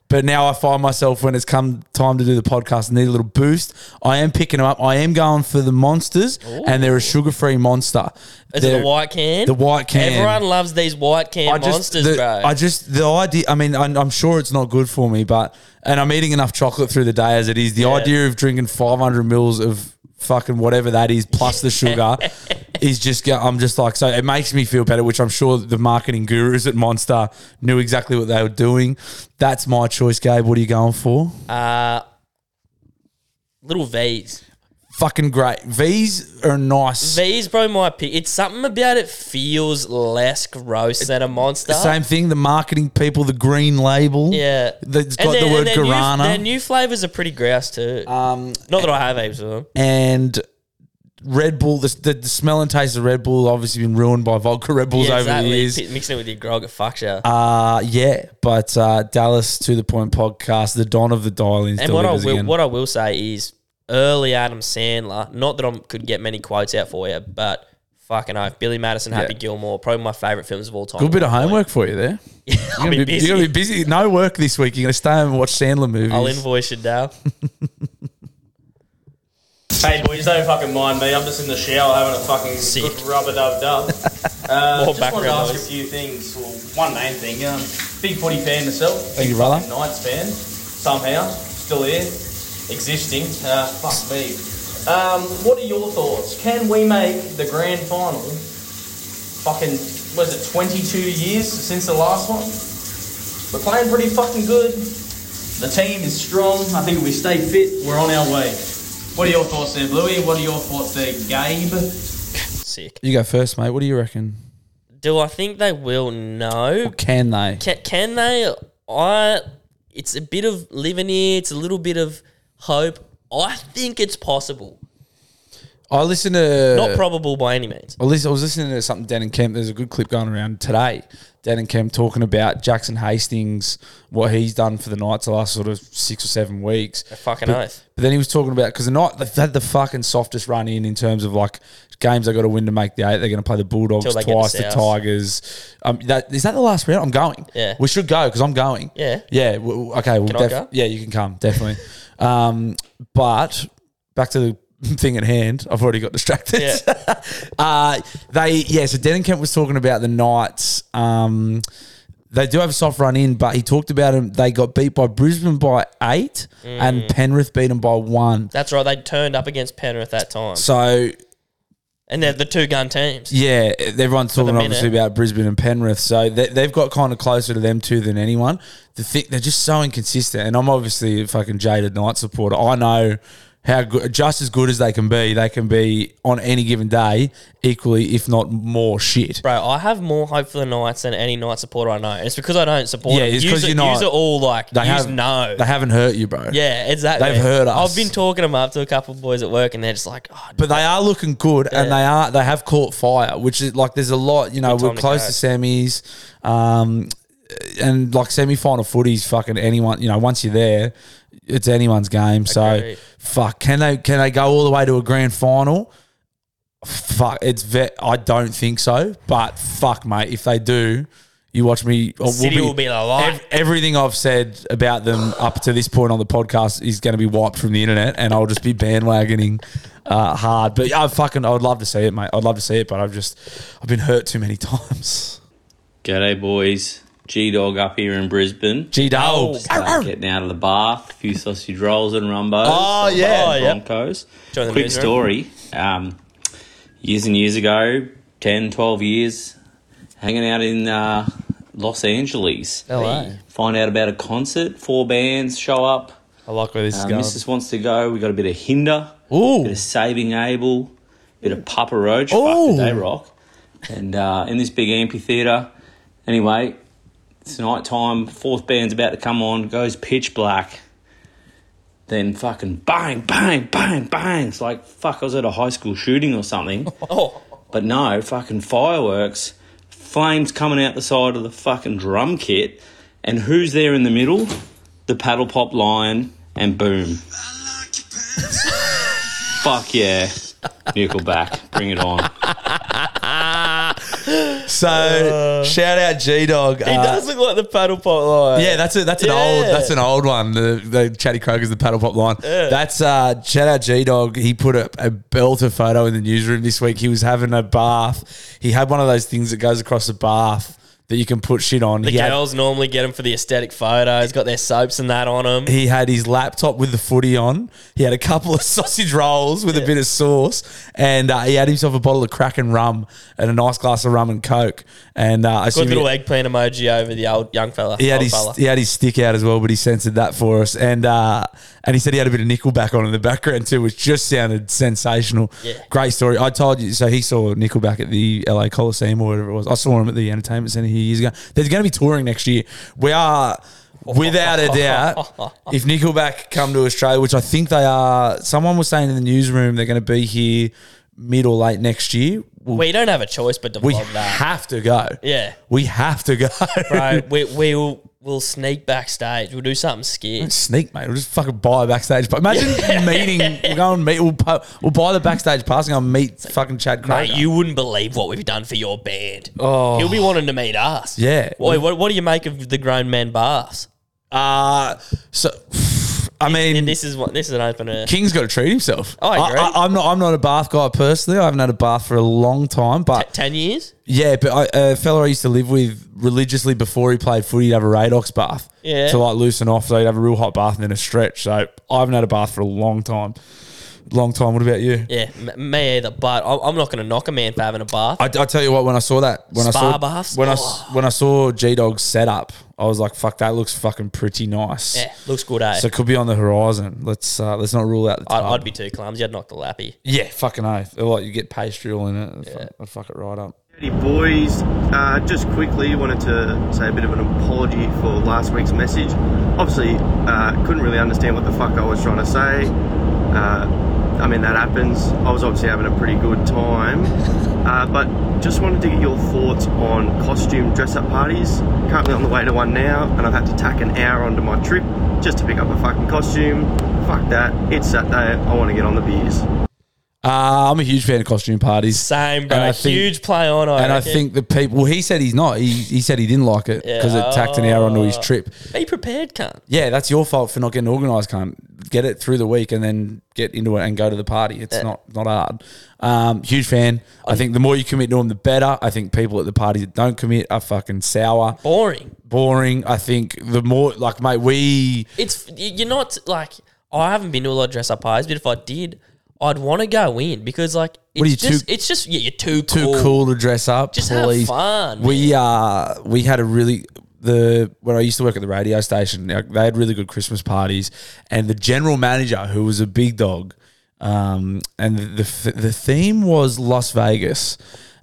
But now I find myself when it's come time to do the podcast and need a little boost. I am picking them up. I am going for the monsters, and they're a sugar-free monster. Is it They're- the white can? The white can. Everyone loves these white can monsters, the, bro. I just the idea. I mean, I'm, I'm sure it's not good for me, but and I'm eating enough chocolate through the day as it is. The Yeah. idea of drinking 500 mils of fucking whatever that is plus the sugar is just. go- I'm just like so. It makes me feel better, which I'm sure the marketing gurus at Monster knew exactly what they were doing. That's my choice, Gabe. What are you going for? uh, little V's. Fucking great. V's are nice. V's, bro, my pick. It's something about it feels less gross than a monster. The same thing. The marketing people, the green label. Yeah. that's And their- got the and word their new- guarana. Their new flavors are pretty grouse too. Um, not that I have heaps of them. and Red Bull. The, the, the smell and taste of Red Bull obviously been ruined by vodka Red Bulls Yeah, over the exactly. years. Pi- Mixing it with your grog, it fucks you. Uh yeah, but uh, Dallas to the point podcast, the Don of the Dial-ins and what I delivers will, again. what I will say is early Adam Sandler. Not that I could get many quotes out for you, but fucking oath, Billy Madison, Happy Yeah. Gilmore, probably my favorite films of all time. Good bit of homework for you there. you're, I'll gonna be be, you're gonna be busy. No work this week. You're gonna stay home and watch Sandler movies. I'll invoice you now. Hey boys, don't fucking mind me. I'm just in the shower having a fucking Sick. good rubber dub dub. Uh, just More wanted to background ask noise. a few things. Well, one main thing. Um, big footy fan myself. Thank you, brother. Knights fan. Somehow still here, existing. Uh, fuck me. Um, what are your thoughts? Can we make the grand final? Fucking was it 22 years since the last one? We're playing pretty fucking good. The team is strong. I think if we stay fit, we're on our way. What are your thoughts there, Bluey? What are your thoughts there, Gabe? Sick. You go first, mate. What do you reckon? Do I think they will? No. Can they? Can, can they? I. It's a bit of living here. It's a little bit of hope. I think it's possible. I listened to Not probable by any means. I lis- I was listening to something Dan and Kemp. There's a good clip going around today. Dan and Kemp talking about Jackson Hastings, what he's done for the Knights the last sort of six or seven weeks. fucking but, oath. But then he was talking about because the Knight they've had the fucking softest run in in terms of like games they got to win to make the eight. They're going to play the Bulldogs Till they get to twice, the South. Tigers. Um, that is that the last round? I'm going. Yeah. we should go because I'm going. Yeah. yeah. w- w- okay. Well, Can I def- go? yeah, you can come definitely. um, but back to the thing at hand. I've already got distracted. uh, they yeah. So Denon Kemp was talking about the Knights. Um, they do have a soft run in, but he talked about them. They got beat by Brisbane by eight, and Mm. Penrith beat them by one. That's right. They turned up against Penrith that time. So and they're the two gun teams. yeah, everyone's For the talking minute. obviously about Brisbane and Penrith, so they, they've got kind of closer to them two than anyone. The thi- they're just so inconsistent, and I'm obviously a fucking jaded Knight supporter. I know how good, just as good as they can be, they can be on any given day equally, if not more shit. Bro, I have more hope for the Knights than any Knight supporter I know. It's because I don't support Yeah, them. it's Yous 'cause are- you're not- yous are all like, They they have- know. They haven't hurt you, bro. Yeah, exactly. They've hurt us. I've been talking them up to a couple of boys at work, and they're just like, oh, But they are looking good, and Yeah. they are they have caught fire, which is like there's a lot. You know, Good time we're to close go. to semis, um, and like semi final footies, fucking anyone. You know, once you're there, it's anyone's game. So Agreed. fuck, can they can they go all the way to a grand final? Fuck, it's vet. I don't think so, but fuck, mate, if they do. You watch me. uh, we'll City will be the light. ev- everything I've said about them up to this point on the podcast is going to be wiped from the internet, and I'll just be bandwagoning uh, hard. But yeah, I fucking, I would love to see it, mate. I'd love to see it, but I've just, I've been hurt too many times. G'day, boys. G Dog up here in Brisbane. G Dog. Getting out of the bar, a few sausage rolls and rumbos. Oh, Some yeah. Oh, yeah. Broncos. Join the Quick men's room. story. Um, years and years ago, 10, 12 years, hanging out in uh, Los Angeles. LA. Find out about a concert, four bands show up. I like where this is going. Mrs. wants to go. We got a bit of Hinder, bit of Saving Abel, bit of Papa Roach. Ooh. Fuck, did they rock. And uh, in this big amphitheatre. Anyway, it's night time. Fourth band's about to come on. Goes pitch black. Then fucking bang, bang, bang, bang. It's like, fuck, I was at a high school shooting or something. Oh. But no, fucking fireworks. Flames coming out the side of the fucking drum kit. And who's there in the middle? The paddle pop lion. And boom. Fuck yeah. Nickelback. Bring it on. So shout out G Dog. Uh. He does look like the paddle pot lion. Uh, Yeah, that's a, that's an Yeah. old that's an old one. The, the Chatty Kroger's the paddle pop line. Yeah. That's uh, shout out G Dog. He put a, a belter photo in the newsroom this week. He was having a bath. He had one of those things that goes across the bath that you can put shit on. The he, had, girls normally get them for the aesthetic photos, got their soaps and that on them. he had his laptop with the footy on. He had a couple of sausage rolls with a bit of sauce, and uh, he had himself a bottle of crack and rum and a nice glass of rum and coke. And uh, I Good assume he- little eggplant emoji over the old young fella. He had, old his, fella. he had his stick out as well, but he censored that for us. And uh, and he said he had a bit of Nickelback on in the background too, which just sounded sensational. Yeah. Great story. I told you. So he saw Nickelback at the LA Coliseum or whatever it was. I saw him at the Entertainment Center here years ago. They're going to be touring next year. We are, without a doubt, if Nickelback come to Australia, which I think they are, someone was saying in the newsroom they're going to be here mid or late next year. We'll- we don't have a choice but to we vlog that. have to go. Yeah. We have to go. Bro, we, we will we'll sneak backstage. We'll do something Don't scared. sneak, mate. We'll just fucking buy a backstage. But imagine meeting. We'll go and meet. We'll, pu- we'll buy the backstage pass and go and meet fucking Chad Craig. Mate, you wouldn't believe what we've done for your band. Oh. He'll be wanting to meet us. Yeah. Wait, what, what do you make of the grown man bars? Uh, so I mean, this is what this is an opener. King's got to treat himself. I agree. I, am not. I'm not a bath guy personally. I haven't had a bath for a long time, but ten years. Yeah, but I, a fella I used to live with religiously before he played footy, he'd have a Radox bath Yeah. to like loosen off. So he'd have a real hot bath and then a stretch. So I haven't had a bath for a long time. Long time. What about you? Yeah, m- me either. But I- I'm not going to knock a man for having a bath. I, I tell you what, when I saw that, when Spa I saw baths? Oh. when I s- when I saw G Dog's setup, I was like, "Fuck, that looks fucking pretty nice." Yeah, looks good, eh? So it could be on the horizon. Let's uh, let's not rule out the. I'd, tub. I'd be too clumsy. I'd knock the lappy. Yeah, fucking oath. Like you get pastry all in it. I'd fuck- I'd fuck it right up. Hey boys, uh, just quickly wanted to say a bit of an apology for last week's message. Obviously, uh, couldn't really understand what the fuck I was trying to say. Uh, I mean, that happens. I was obviously having a pretty good time. Uh, but just wanted to get your thoughts on costume dress up parties. Currently on the way to one now, and I've had to tack an hour onto my trip just to pick up a fucking costume. Fuck that. It's Saturday. I want to get on the beers. Uh, I'm a huge fan of costume parties. Same, bro. Huge play on, I and reckon. I think the people. Well, he said he's not. He, he said he didn't like it because it tacked an hour onto his Oh. trip. Be prepared, cunt. Yeah, that's your fault for not getting organised. Can't get it through the week and then get into it and go to the party. It's Yeah. not not hard. Um, huge fan. I think the more you commit to them, the better. I think people at the party that don't commit are fucking sour, boring, boring. I think the more like, mate, we It's y- you're not like I haven't been to a lot of dress up parties, but if I did, I'd want to go in because like it's What are you, just too- it's just yeah, you're too too cool. cool, to dress up. Just have please. fun, We uh we had a really the when I used to work at the radio station, like, they had really good Christmas parties, and the general manager who was a big dog, um, and the the, the theme was Las Vegas.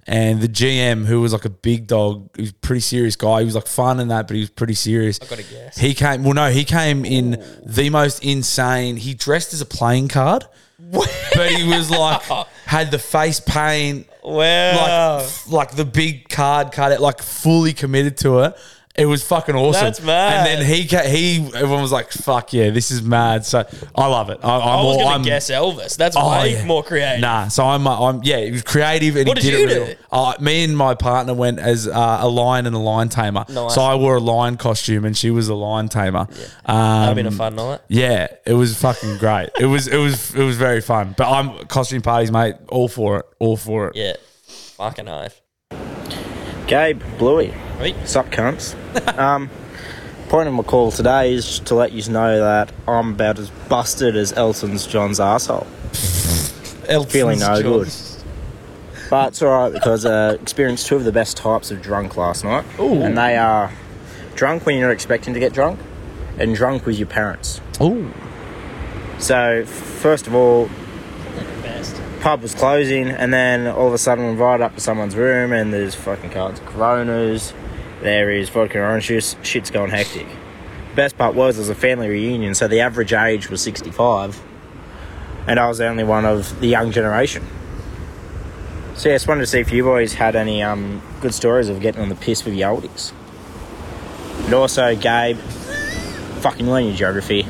And the GM, who was like a big dog, he was a pretty serious guy. He was like fun and that, but he was pretty serious. I got to guess. He came. Well, no, he came in the most insane. He dressed as a playing card, but he was like had the face paint. Wow. Like, f- like the big card cut it, like fully committed to it. It was fucking awesome. That's mad. And then he ca- he everyone was like, "Fuck yeah, this is mad." So I love it. I, I'm I was all, gonna I'm, guess Elvis. That's Oh, way yeah. more creative. Nah, so I'm, uh, I'm yeah, he was creative and What did he did, you it really do? well. Uh, me and my partner went as uh, a lion and a lion tamer. Nice. So I wore a lion costume and she was a lion tamer. That'd Um, been a fun night. Yeah, it was fucking great. it was it was it was very fun. But I'm costume parties, mate. All for it. All for it. Yeah, fucking oath. Gabe, Bluey. Right. Sup, cunts. um, point of my call today is to let you know that I'm about as busted as Elton's John's asshole. Feeling no good. But it's alright because I uh, experienced two of the best types of drunk last night. Ooh. And they are drunk when you're not expecting to get drunk, and drunk with your parents. Ooh. So, first of all, pub was closing, and then all of a sudden we're invited up to someone's room, and there's fucking cards, of Coronas, there is vodka and orange juice. Shit's gone hectic. Best part was there's a family reunion, so the average age was 65, and I was the only one of the young generation. So yeah, just wanted to see if you boys had any um, good stories of getting on the piss with your oldies. And also, Gabe, fucking learn your geography.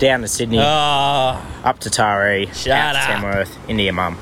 Down to Sydney, up to Taree, out up. to Tamworth, into your mum.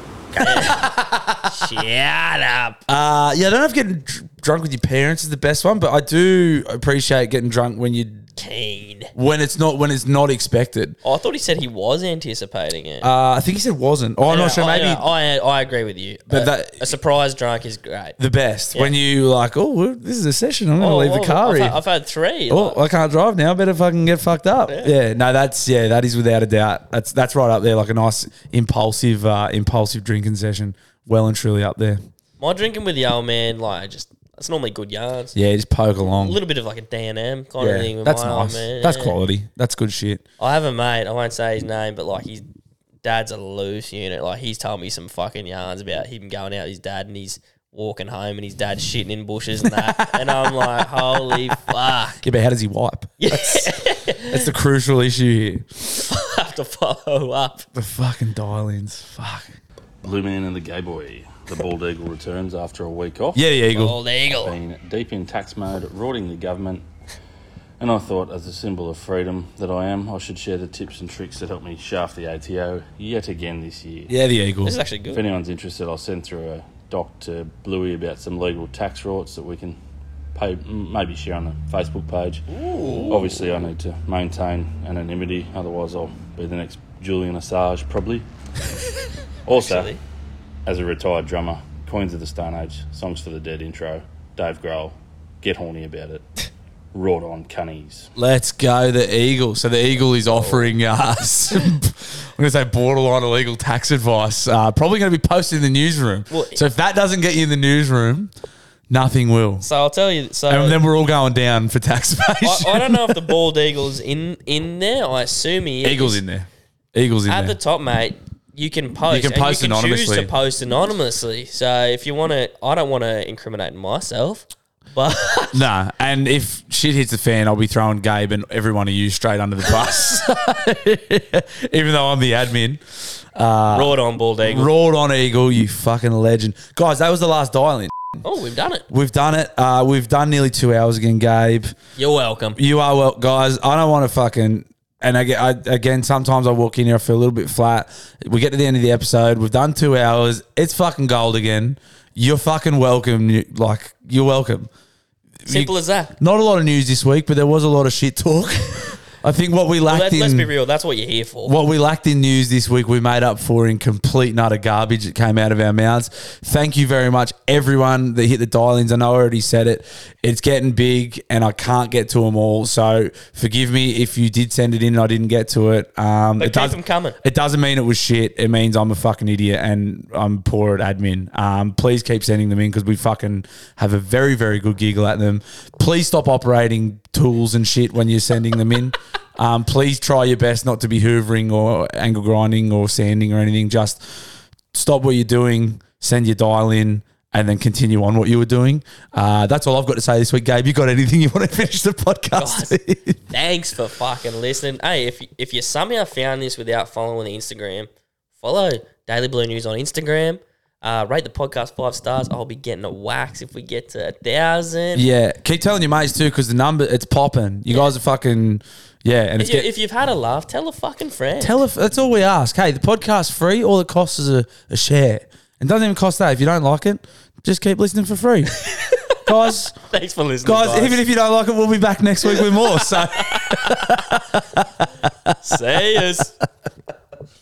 Shut up. Uh, yeah, I don't know if getting dr- drunk with your parents is the best one, but I do appreciate getting drunk when you Keen. when it's not when it's not expected. Oh, I thought he said he was anticipating it. Uh, I think he said wasn't. Oh, I'm Yeah, not sure. I- Maybe I, I agree with you. But a, that- a surprise drunk is great. the best Yeah. when you like. Oh, well, this is a session. I'm gonna Oh, leave the well, car I've here. had- I've had three, Oh, I can't drive now. Better fucking get fucked up. Yeah. Yeah. No, that's yeah. That is without a doubt. That's that's right up there. Like a nice impulsive, uh, impulsive drinking session. Well and truly up there. My drinking with the old man, like, just it's normally good yarns. Yeah, just poke along. A little bit of like a D and M kind of thing Yeah, with that's my nice. old Oh, man. That's yeah. quality. That's good shit. I have a mate. I won't say his name, but like his dad's a loose unit. Like he's told me some fucking yarns about him going out with his dad and he's walking home and his dad shitting in bushes and that. and I'm like, holy fuck! Yeah, but how does he wipe? That's, that's the crucial issue here. I have to follow up. The fucking dial-ins. Fuck. Blue Man and the Gay Boy. The Bald Eagle returns after a week off. Yeah, the eagle. Bald Eagle. Been deep in tax mode, rorting the government. And I thought, as a symbol of freedom that I am, I should share the tips and tricks that helped me shaft the ATO yet again this year. Yeah, the Eagle. This is actually good. If anyone's interested, I'll send through a doc to Bluey about some legal tax rorts that we can pay, maybe share on the Facebook page. Ooh. Obviously, I need to maintain anonymity, otherwise, I'll be the next Julian Assange, probably. also, Actually. as a retired drummer, Queens of the Stone Age, Songs for the Dead intro, Dave Grohl, get horny about it. Wrought on cunnies. Let's go, the Eagle. So the Eagle is offering Oh. us, I'm going to say borderline illegal tax advice. Uh, probably going to be posted in the newsroom. Well- so if that doesn't get you in the newsroom, nothing will. So I'll tell you. So and then we're all going down for tax evasion. I, I don't know if the bald eagle's in in there. I assume he is. Eagle's in there. Eagle's in At there. the top, mate, you can post. You can and post you can Choose anonymously. to post anonymously. So if you want to, I don't want to incriminate myself, but nah, and if shit hits the fan, I'll be throwing Gabe and every one of you straight under the bus, even though I'm the admin. Uh, Roared on, bald eagle. Roared on, eagle. You fucking legend, guys. That was the last dial in. oh, we've done it. We've done it. Uh, we've done nearly two hours again, Gabe. You're welcome. You are well, guys. I don't want to fucking. And again, I, again, sometimes I walk in here, I feel a little bit flat. We get to the end of the episode. We've done two hours. It's fucking gold again. You're fucking welcome. You, like you're welcome. Simple as that. Not a lot of news this week, but there was a lot of shit talk. I think what we Well, lacked let, let's in be real. That's what you're here for. what we lacked in news this week, we made up for in complete and utter garbage that came out of our mouths. Thank you very much, everyone that hit the dial ins. I know I already said it. It's getting big and I can't get to them all. So forgive me if you did send it in and I didn't get to it. Um, But it, keep them coming. it doesn't mean it was shit. It means I'm a fucking idiot and I'm poor at admin. Um, please keep sending them in because we fucking have a very, very good giggle at them. Please stop operating tools and shit when you're sending them in. Um, please try your best not to be hoovering or angle grinding or sanding or anything. Just stop what you're doing, send your dial in, and then continue on what you were doing. Uh, that's all I've got to say this week, Gabe. You got anything you want to finish the podcast? with? Thanks for fucking listening. Hey, if if you somehow found this without following the Instagram, follow Daily Blue News on Instagram. Uh, rate the podcast five stars. I'll be getting a wax if we get to a thousand. Yeah, keep telling your mates too, because the number it's popping. You guys are fucking yeah, and If, it's you, get, if you've had a laugh, tell a fucking friend. tell if that's all we ask. Hey, the podcast's free. All it costs is a, a share, and doesn't even cost that. If you don't like it, just keep listening for free, guys. Thanks for listening, Guys, guys. even if you don't like it, we'll be back next week with more. So. Say us.